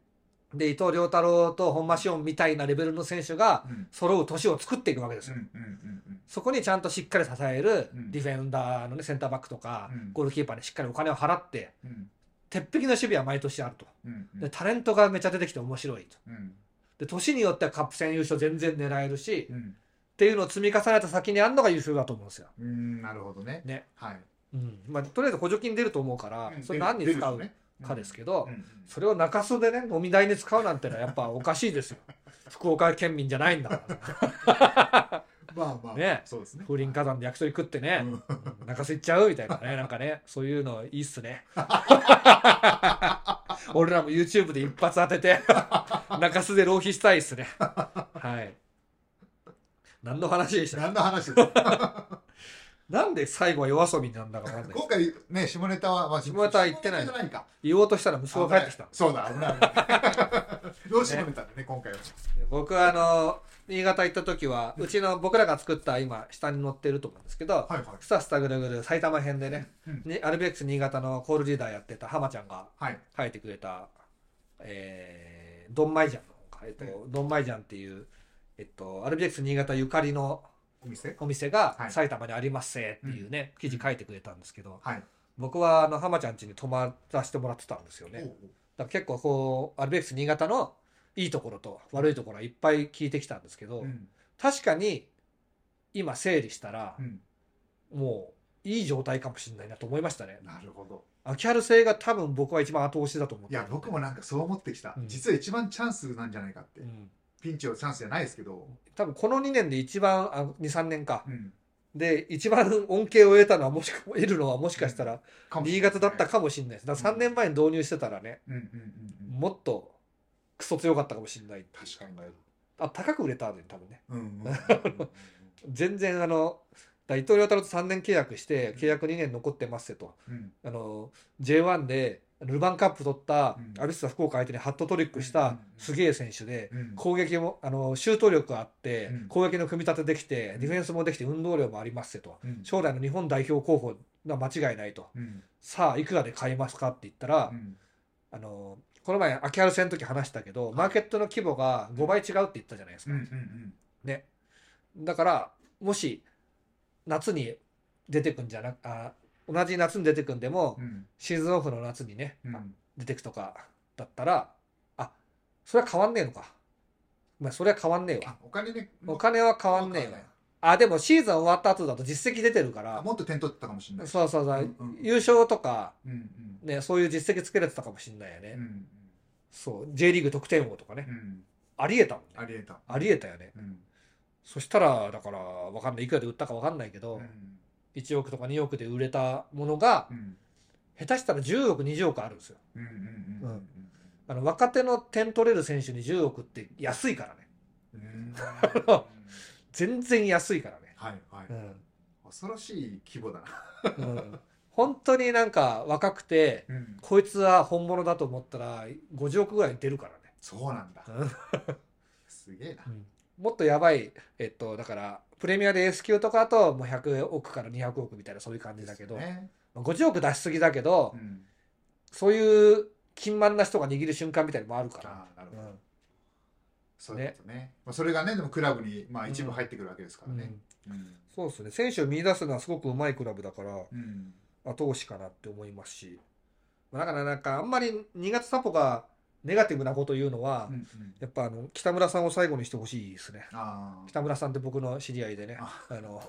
[SPEAKER 2] で伊藤良太郎と本間紫音みたいなレベルの選手が
[SPEAKER 1] うん
[SPEAKER 2] 揃う年を作っていくわけです
[SPEAKER 1] う
[SPEAKER 2] よ。
[SPEAKER 1] んうんうん
[SPEAKER 2] そこにちゃんとしっかり支える
[SPEAKER 1] うん
[SPEAKER 2] ディフェンダーの、ね、センターバックとか、
[SPEAKER 1] うん
[SPEAKER 2] ゴールキーパーにしっかりお金を払って、
[SPEAKER 1] うんうん
[SPEAKER 2] 鉄壁の守備は毎年あると。
[SPEAKER 1] うんうん
[SPEAKER 2] で、タレントがめちゃ出てきて面白いと。
[SPEAKER 1] うん
[SPEAKER 2] で、年によってはカップ戦優勝全然狙えるし、っ
[SPEAKER 1] うん
[SPEAKER 2] ていうのを積み重ねた先にあるのが優秀だと思うんですよ。
[SPEAKER 1] うんなるほどね。
[SPEAKER 2] ね。
[SPEAKER 1] はい。
[SPEAKER 2] うん。まあ、とりあえず補助金出ると思うから、
[SPEAKER 1] うん
[SPEAKER 2] それ何に使うかですけど、
[SPEAKER 1] 出るでしょうねうんうん
[SPEAKER 2] それを中洲でね、飲み代に使うなんてのはやっぱおかしいですよ。 [laughs] 福岡県民じゃないんだから。
[SPEAKER 1] まあまあ、
[SPEAKER 2] ね
[SPEAKER 1] そうですね。
[SPEAKER 2] 風林火山で焼き鳥食ってね、
[SPEAKER 1] うん
[SPEAKER 2] うん中洲行っちゃうみたいな
[SPEAKER 1] [laughs]
[SPEAKER 2] ね、なんかね、そういうのいいっすね。俺らも YouTube で一発当てて、中洲で浪費したいっすね。はい。何の話でした
[SPEAKER 1] 何の話ですか
[SPEAKER 2] なんで最後は夜遊びなんだかわかんない。
[SPEAKER 1] 今回ね、下ネタは、まあ、
[SPEAKER 2] 下ネタは言ってない
[SPEAKER 1] 下ネタじゃないか。
[SPEAKER 2] 言おうとしたら息子が帰ってきた。
[SPEAKER 1] そうだ、危ない。
[SPEAKER 2] [laughs]
[SPEAKER 1] どうしもめたんだね、今回は。
[SPEAKER 2] 僕はあの、新潟行った時は、うちの僕らが作った今、下に載ってると思うんですけど、
[SPEAKER 1] はいはい。
[SPEAKER 2] スタスタぐるぐる埼玉編でね、
[SPEAKER 1] うん
[SPEAKER 2] にアルビレックス新潟のコールリーダーやってた浜ちゃんが
[SPEAKER 1] はい。
[SPEAKER 2] 書いてくれた、えー、ドンマイジャンの方か、えっと、ドンマイジャンっていう、えっと、アルビレックス新潟ゆかりの
[SPEAKER 1] お店
[SPEAKER 2] お店が
[SPEAKER 1] はい
[SPEAKER 2] 埼玉にありますせっていうね、記事書いてくれたんですけど、
[SPEAKER 1] はい。
[SPEAKER 2] 僕はあの、浜ちゃん家に泊まらせてもらってたんですよね。
[SPEAKER 1] おう
[SPEAKER 2] だから結構こうアルベックス新潟のいいところと悪いところはいっぱい聞いてきたんですけど、
[SPEAKER 1] おううん。
[SPEAKER 2] 確かに今整理したら
[SPEAKER 1] うん。
[SPEAKER 2] もういい状態かもしれないなと思いましたね。
[SPEAKER 1] なるほど。
[SPEAKER 2] アキャル性が多分僕は一番後押しだと思っ
[SPEAKER 1] い
[SPEAKER 2] てる
[SPEAKER 1] や、僕もなんかそう思ってきた
[SPEAKER 2] う。ん
[SPEAKER 1] 実は一番チャンスなんじゃないかって
[SPEAKER 2] う。ん
[SPEAKER 1] ピンチをチャンスじゃないですけど、
[SPEAKER 2] 多分この2年で一番、あ23年か。
[SPEAKER 1] うん、
[SPEAKER 2] で、一番恩恵を得たのは、もしくは、得るのはもしかしたら、
[SPEAKER 1] かもしれ
[SPEAKER 2] 新
[SPEAKER 1] ない
[SPEAKER 2] 潟だったかもしれないです。だから3年前に導入してたらね、
[SPEAKER 1] うんうんうんうん
[SPEAKER 2] もっとクソ強かったかもしれないって
[SPEAKER 1] 確かに
[SPEAKER 2] 考えるあ、高く売れたんで、多分ね。
[SPEAKER 1] うんうんうんうんうん
[SPEAKER 2] 全然、あの、だから伊藤良太郎と3年契約して、契約2年残ってますってと。
[SPEAKER 1] うん
[SPEAKER 2] あの J1 でルヴァンカップ取った
[SPEAKER 1] うん
[SPEAKER 2] アビスタ福岡相手にハットトリックし
[SPEAKER 1] うんうん
[SPEAKER 2] た
[SPEAKER 1] うん
[SPEAKER 2] すげえ選手で
[SPEAKER 1] うん
[SPEAKER 2] 攻撃もあのシュート力があって
[SPEAKER 1] うん
[SPEAKER 2] 攻撃の組み立てできて
[SPEAKER 1] うん
[SPEAKER 2] ディフェンスもできて運動量もありますよと
[SPEAKER 1] うん
[SPEAKER 2] 将来の日本代表候補が間違いないと
[SPEAKER 1] うん
[SPEAKER 2] さあいくらで買いますかって言ったら
[SPEAKER 1] うん
[SPEAKER 2] あのこの前秋春戦の時話したけどマーケットの規模が5倍違うって言ったじゃないです
[SPEAKER 1] うん
[SPEAKER 2] か
[SPEAKER 1] うんうん
[SPEAKER 2] ねだからもし夏に出てくんじゃなあ同じ夏に出てくんでも
[SPEAKER 1] うん
[SPEAKER 2] シーズンオフの夏にね、
[SPEAKER 1] うん
[SPEAKER 2] 出てくとかだったら、あ、それは変わんねえのか。まあ、それは変わんねえわ
[SPEAKER 1] あ。お金で
[SPEAKER 2] お金は変わんねえ
[SPEAKER 1] 変わん
[SPEAKER 2] わ
[SPEAKER 1] ない。
[SPEAKER 2] あ、でもシーズン終わった後だと実績出てるか
[SPEAKER 1] あ
[SPEAKER 2] ら、
[SPEAKER 1] もっと点取ってたかもしれない
[SPEAKER 2] そうそうそう、
[SPEAKER 1] うんうん
[SPEAKER 2] 優勝とか、
[SPEAKER 1] うんうん
[SPEAKER 2] ね、そういう実績つけれてたかもしんないよね。
[SPEAKER 1] うんうん
[SPEAKER 2] そう、J リーグ得点王とかね。
[SPEAKER 1] うん
[SPEAKER 2] ありえたもんね。
[SPEAKER 1] ありえた
[SPEAKER 2] ありえたよね。
[SPEAKER 1] うん
[SPEAKER 2] そしたら、だから、わかんない。いくらで売ったかわかんないけ
[SPEAKER 1] う
[SPEAKER 2] ど、
[SPEAKER 1] ん
[SPEAKER 2] 1億とか2億で売れたものが
[SPEAKER 1] う、ん
[SPEAKER 2] 下手したら10億、20億あるんですよ。
[SPEAKER 1] うんうんうん
[SPEAKER 2] あの、若手の点取れる選手に10億って安いからね。
[SPEAKER 1] うんうん
[SPEAKER 2] 全然安いからね。
[SPEAKER 1] はいはい
[SPEAKER 2] うん。
[SPEAKER 1] 恐ろしい規模だな [laughs]
[SPEAKER 2] うん本当になんか若くて、
[SPEAKER 1] うん
[SPEAKER 2] こいつは本物だと思ったら50億ぐらい出るからね。
[SPEAKER 1] そうなんだ
[SPEAKER 2] うん
[SPEAKER 1] すげえな
[SPEAKER 2] もっとやばい、えっと、だから、プレミアで S 級とかだともう100億から200億みたいなそういう感じだけど、
[SPEAKER 1] ね
[SPEAKER 2] 50億出しすぎだけど、
[SPEAKER 1] うん
[SPEAKER 2] そういう金満な人が握る瞬間みたいなのもあるから。
[SPEAKER 1] ああなる
[SPEAKER 2] う
[SPEAKER 1] ほど
[SPEAKER 2] ん
[SPEAKER 1] そういうことねまあそれがねでもクラブにまあ一部入ってくるわけですから
[SPEAKER 2] う
[SPEAKER 1] ね
[SPEAKER 2] ん
[SPEAKER 1] うん
[SPEAKER 2] そうですね。選手を見出すのはすごくうまいクラブだから、
[SPEAKER 1] うん
[SPEAKER 2] 後押しかなって思いますし。まあだからなんか、あんまり2月サポがネガティブなこと言うのは
[SPEAKER 1] う、んうん
[SPEAKER 2] やっぱあの北村さんを最後にしてほしいですね。
[SPEAKER 1] ああ
[SPEAKER 2] 北村さんって僕の知り合いでね、
[SPEAKER 1] あ
[SPEAKER 2] あの、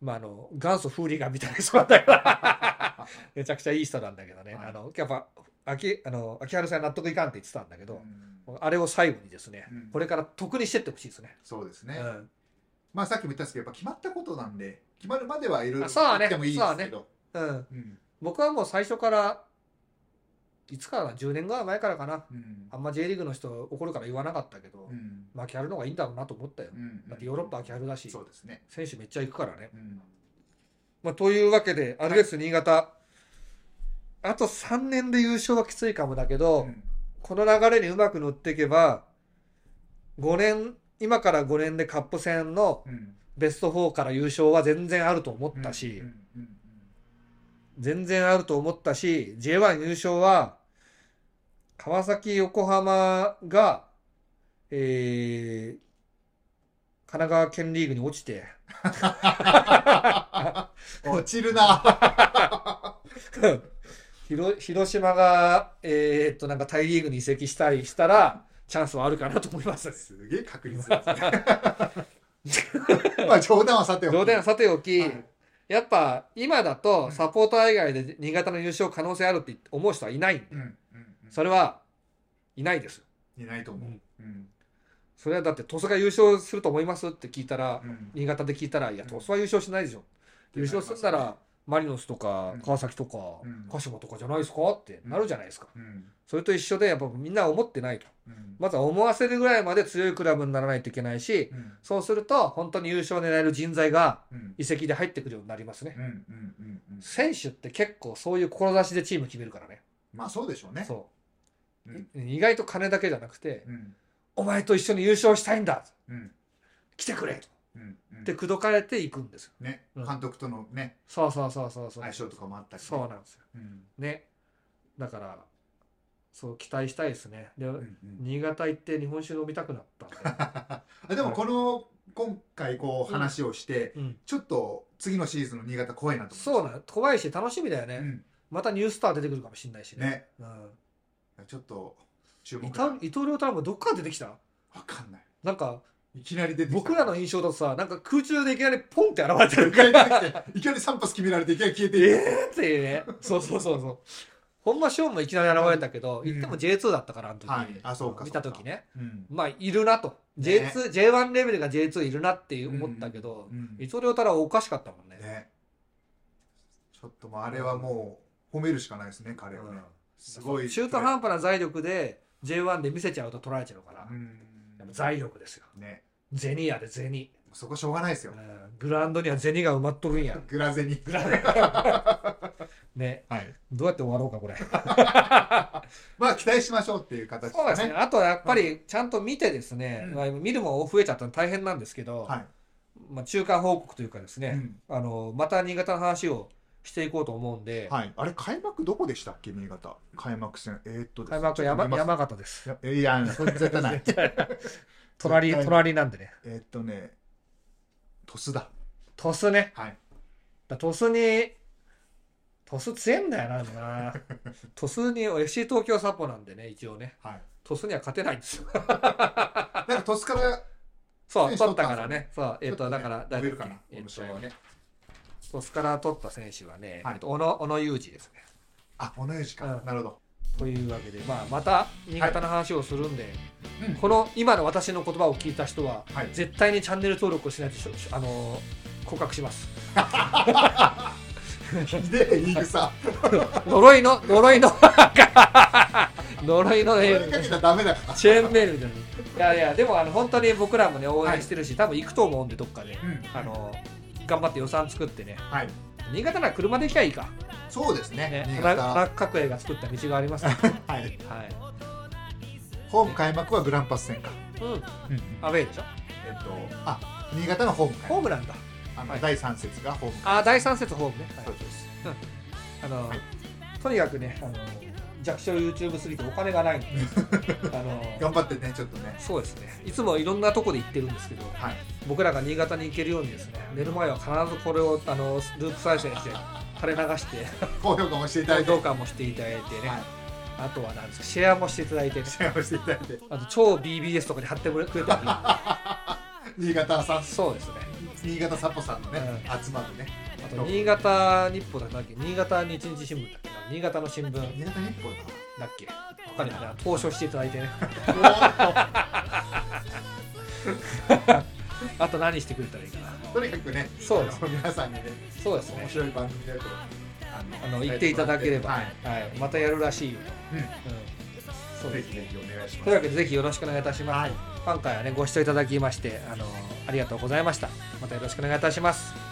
[SPEAKER 2] まあ、あの、元祖フーリガンみたいな人なんだけど、 [laughs] めちゃくちゃいい人なんだけどね、
[SPEAKER 1] はい
[SPEAKER 2] あの、やっぱ、秋、あの、秋春さん納得いかんって言ってたんだけ
[SPEAKER 1] う
[SPEAKER 2] ど、
[SPEAKER 1] ん
[SPEAKER 2] あれを最後にですね、
[SPEAKER 1] うん
[SPEAKER 2] これから得にしてってほしいですね。
[SPEAKER 1] そうです
[SPEAKER 2] う
[SPEAKER 1] ね
[SPEAKER 2] ん。
[SPEAKER 1] まあさっきも言ったんですけどやっぱ決まったことなんで決まるまではいろいろ
[SPEAKER 2] あそう
[SPEAKER 1] 言
[SPEAKER 2] は
[SPEAKER 1] っ
[SPEAKER 2] ね
[SPEAKER 1] てもいいですけど
[SPEAKER 2] うん。
[SPEAKER 1] うん
[SPEAKER 2] 僕はもう最初から、いつからな、10年ぐらい前からかな、
[SPEAKER 1] うん
[SPEAKER 2] あんま J リーグの人怒るから言わなかったけど、
[SPEAKER 1] うん
[SPEAKER 2] まあ、秋春の方がいいんだろうなと思ったよ。
[SPEAKER 1] うん
[SPEAKER 2] だってヨーロッパ秋春だし、
[SPEAKER 1] そうですね
[SPEAKER 2] 選手めっちゃ行くからね。
[SPEAKER 1] うん
[SPEAKER 2] まあ、というわけで、アルベス新潟、あと3年で優勝はきついかもだけど、
[SPEAKER 1] うん
[SPEAKER 2] この流れにうまく乗っていけば、5年、今から5年でカップ戦の
[SPEAKER 1] うん
[SPEAKER 2] ベスト4から優勝は全然あると思ったし、
[SPEAKER 1] うんうん
[SPEAKER 2] 全然あると思ったし、J1 優勝は、川崎、横浜が、えー、神奈川県リーグに落ちて、 [laughs]
[SPEAKER 1] うん落ちる
[SPEAKER 2] [laughs]
[SPEAKER 1] な
[SPEAKER 2] 広広島が、えーっと、なんか大リーグに移籍したりしたら、チャンスはあるかなと思います。
[SPEAKER 1] すげえ確率ですね [laughs] まあ冗談はさておき
[SPEAKER 2] 冗談はさておき、
[SPEAKER 1] はい
[SPEAKER 2] やっぱ今だ
[SPEAKER 1] う
[SPEAKER 2] と
[SPEAKER 1] ん
[SPEAKER 2] サポーター以外で新潟の優勝可能性あるって思う人はいないんで、
[SPEAKER 1] うんうんうん
[SPEAKER 2] それはいないです。
[SPEAKER 1] いないと思ううん
[SPEAKER 2] それはだって、鳥栖が優勝すると思いますって聞いたら、
[SPEAKER 1] うん
[SPEAKER 2] 新潟で聞いたら、いや、
[SPEAKER 1] うん
[SPEAKER 2] 鳥栖は優勝しないでしょ。優勝する
[SPEAKER 1] な
[SPEAKER 2] な
[SPEAKER 1] ります
[SPEAKER 2] ら、マリノスとか
[SPEAKER 1] うん
[SPEAKER 2] 川崎とか
[SPEAKER 1] うん
[SPEAKER 2] 鹿島とかじゃないですかってなるじゃないですか。
[SPEAKER 1] うん
[SPEAKER 2] それと一緒で、やっぱみんな思ってないと。
[SPEAKER 1] うん
[SPEAKER 2] まずは思わせるぐらいまで強いクラブにならないといけないし、
[SPEAKER 1] うん
[SPEAKER 2] そうすると本当に優勝を狙える人材が
[SPEAKER 1] うん
[SPEAKER 2] 移籍で入ってくるようになりますね
[SPEAKER 1] う。んうんうんうん
[SPEAKER 2] 選手って結構そういう志でチーム決めるからね。
[SPEAKER 1] まあそうでしょうね
[SPEAKER 2] そうう。
[SPEAKER 1] ん
[SPEAKER 2] い意外と金だけじゃなくて、
[SPEAKER 1] うん
[SPEAKER 2] お前と一緒に優勝したいんだ
[SPEAKER 1] うん
[SPEAKER 2] 来てくれ
[SPEAKER 1] うんうん
[SPEAKER 2] って口説かれていくんですよ。
[SPEAKER 1] ね
[SPEAKER 2] うん
[SPEAKER 1] 監督とのね
[SPEAKER 2] そうそうそうそうそう。
[SPEAKER 1] 相性とかもあったりね
[SPEAKER 2] そうなんですよ。
[SPEAKER 1] うん
[SPEAKER 2] ね。だから、そう期待したいですね。で、
[SPEAKER 1] うんうん
[SPEAKER 2] 新潟行って日本酒飲みたくなったんで
[SPEAKER 1] あでもこの今回こう話をして、
[SPEAKER 2] うん
[SPEAKER 1] ちょっと次のシーズンの新潟怖いなと思
[SPEAKER 2] そうなの。怖いし楽しみだよね。
[SPEAKER 1] いまし
[SPEAKER 2] またニュースター出てくるかもしれないした
[SPEAKER 1] うん、ね
[SPEAKER 2] うん
[SPEAKER 1] ちょっと注
[SPEAKER 2] 伊
[SPEAKER 1] 目だ
[SPEAKER 2] 藤伊藤亮太郎もどっから出てきた
[SPEAKER 1] わかんない
[SPEAKER 2] なんか
[SPEAKER 1] いきなり出てきた
[SPEAKER 2] 僕らの印象だとさなんか空中でいきなりポンって現れてる
[SPEAKER 1] いき
[SPEAKER 2] か
[SPEAKER 1] なり
[SPEAKER 2] ら
[SPEAKER 1] 出てきていきなり3発決められていきなり消えていく
[SPEAKER 2] えーってねそうそうそうそ本間翔もいきなり現れたけど、言っても J2 だったから、あの時。
[SPEAKER 1] はいあそうか
[SPEAKER 2] 見た時ね。
[SPEAKER 1] うん
[SPEAKER 2] まあ、いるなと。
[SPEAKER 1] ね
[SPEAKER 2] J2、J1 レベルが J2 いるなって思ったけど
[SPEAKER 1] う、ん
[SPEAKER 2] 伊藤良太郎はおかしかったもんね。
[SPEAKER 1] ねちょっともうあれはもう褒めるしかないですね彼は
[SPEAKER 2] う
[SPEAKER 1] ね
[SPEAKER 2] ん
[SPEAKER 1] すごい
[SPEAKER 2] 中途半端な財力で J1 で見せちゃうと取られちゃうから、
[SPEAKER 1] うん
[SPEAKER 2] やっぱ財力ですよ
[SPEAKER 1] ね
[SPEAKER 2] 銭やで銭、
[SPEAKER 1] そこしょうがないです
[SPEAKER 2] う
[SPEAKER 1] よ
[SPEAKER 2] ん、グラウンドには銭が埋まっとるんや
[SPEAKER 1] グラゼに
[SPEAKER 2] グラ [laughs] ね
[SPEAKER 1] はい
[SPEAKER 2] どうやって終わろうかこれ
[SPEAKER 1] まあ期待しましょうっていう形
[SPEAKER 2] そうですねあとはやっぱりちゃんと見てですね、
[SPEAKER 1] うん
[SPEAKER 2] まあ、見るもん増えちゃったの大変なんですけど、
[SPEAKER 1] はい
[SPEAKER 2] まあ、中間報告というかです
[SPEAKER 1] う
[SPEAKER 2] ね、
[SPEAKER 1] ん
[SPEAKER 2] あのまた新潟の話をしていこうと思うんで、
[SPEAKER 1] はいあれ開幕どこでしたっけ新潟開幕戦えーっとですね
[SPEAKER 2] 開幕
[SPEAKER 1] ちょっと見
[SPEAKER 2] 山
[SPEAKER 1] ます
[SPEAKER 2] 山形です
[SPEAKER 1] いやいやそれ絶対ない [laughs]
[SPEAKER 2] 隣
[SPEAKER 1] 絶対
[SPEAKER 2] 隣なんでね
[SPEAKER 1] えーっとね鳥栖だ
[SPEAKER 2] 鳥栖ね
[SPEAKER 1] はい
[SPEAKER 2] だトスに、トス強えんだよな、でも
[SPEAKER 1] [laughs]
[SPEAKER 2] な。トスに、FC 東京サポなんでね、一応ね。
[SPEAKER 1] はい
[SPEAKER 2] トスには勝てないんで
[SPEAKER 1] [laughs]
[SPEAKER 2] すよ。
[SPEAKER 1] なんか鳥栖から
[SPEAKER 2] そう、
[SPEAKER 1] 選手
[SPEAKER 2] 取
[SPEAKER 1] 取
[SPEAKER 2] っ
[SPEAKER 1] ったた
[SPEAKER 2] からね。そう、えっ、
[SPEAKER 1] ちょ
[SPEAKER 2] と、
[SPEAKER 1] っ
[SPEAKER 2] だ
[SPEAKER 1] ね
[SPEAKER 2] から、
[SPEAKER 1] 伸
[SPEAKER 2] 誰
[SPEAKER 1] び
[SPEAKER 2] だ
[SPEAKER 1] るか
[SPEAKER 2] っけ
[SPEAKER 1] な
[SPEAKER 2] え
[SPEAKER 1] この
[SPEAKER 2] っと
[SPEAKER 1] 試合はね
[SPEAKER 2] トスから取った選手はね、
[SPEAKER 1] はい
[SPEAKER 2] えっと小野小野裕二ですね。
[SPEAKER 1] あ同じ時間
[SPEAKER 2] うん
[SPEAKER 1] なるほど
[SPEAKER 2] というわけで、まあ、また新潟の話をするんで、
[SPEAKER 1] うん
[SPEAKER 2] この今の私の言葉を聞いた人は、
[SPEAKER 1] はい
[SPEAKER 2] 絶対にチャンネル登録をしないとしょ、しょあのー告白します。
[SPEAKER 1] でいい草
[SPEAKER 2] 呪いの、呪いの、 [laughs] 呪いの、
[SPEAKER 1] これかけちゃダメだから
[SPEAKER 2] チェーンメールみたいな。いやいや、でもあの本当に僕らもね、応援してるし、多分行くと思うんで、どっかで。
[SPEAKER 1] うん
[SPEAKER 2] あの、頑張って予算作ってね。
[SPEAKER 1] はい
[SPEAKER 2] 新潟なら車で行きゃいいか。
[SPEAKER 1] そうですね
[SPEAKER 2] ね、
[SPEAKER 1] 新
[SPEAKER 2] 田中
[SPEAKER 1] 潟
[SPEAKER 2] 角栄が作った道がありますから、
[SPEAKER 1] はい
[SPEAKER 2] [laughs] はい。
[SPEAKER 1] ホーム開幕はグランパス戦か
[SPEAKER 2] うん。
[SPEAKER 1] うん
[SPEAKER 2] アウェイでしょ。
[SPEAKER 1] えっとあ新潟のホーム
[SPEAKER 2] ホー
[SPEAKER 1] 開
[SPEAKER 2] ムなんだ。
[SPEAKER 1] 幕あ
[SPEAKER 2] は
[SPEAKER 1] の
[SPEAKER 2] い
[SPEAKER 1] 第三節がホーム
[SPEAKER 2] あ、第3節ホームね。はい
[SPEAKER 1] そうです
[SPEAKER 2] あの
[SPEAKER 1] はい、
[SPEAKER 2] とにかくね、あの、弱小 YouTube すぎてお金がないんで、あの、
[SPEAKER 1] 頑張ってねちょっとね
[SPEAKER 2] そうですね。いつもいろんなとこで行ってるんですけど、
[SPEAKER 1] はい
[SPEAKER 2] 僕らが新潟に行けるようにですね寝る前は必ずこれをあのループ再生して垂れ流して
[SPEAKER 1] 高評価もしていただ
[SPEAKER 2] 高
[SPEAKER 1] いて
[SPEAKER 2] 評価もしていただいてね、
[SPEAKER 1] はい
[SPEAKER 2] あとはなんですかシェアもしていただいてね
[SPEAKER 1] シェアもしていただいて
[SPEAKER 2] あと超 BBS とかに貼ってくれたり
[SPEAKER 1] 新潟さん
[SPEAKER 2] そうですね
[SPEAKER 1] 新潟サポさんのね集まるね
[SPEAKER 2] [laughs] あと新潟日報だったっけ新潟日日新聞だっけな新潟の新聞だっ
[SPEAKER 1] 新潟日報だ
[SPEAKER 2] け他にもね投書していただいてね [laughs] あと何してくれたらいいかな
[SPEAKER 1] とにかくね
[SPEAKER 2] そうです
[SPEAKER 1] あの皆さんにね
[SPEAKER 2] そうですね
[SPEAKER 1] 面白い番組だと
[SPEAKER 2] あの言っていただければ、
[SPEAKER 1] は
[SPEAKER 2] はいいまたやるらしいよ
[SPEAKER 1] うん
[SPEAKER 2] と、うんそう
[SPEAKER 1] ぜ
[SPEAKER 2] です
[SPEAKER 1] ひぜひお願いしま
[SPEAKER 2] というわけでぜひよろしくお願いいたします、
[SPEAKER 1] はい
[SPEAKER 2] 今回はねご視聴いただきましてあのありがとうございましたまたよろしくお願いいたします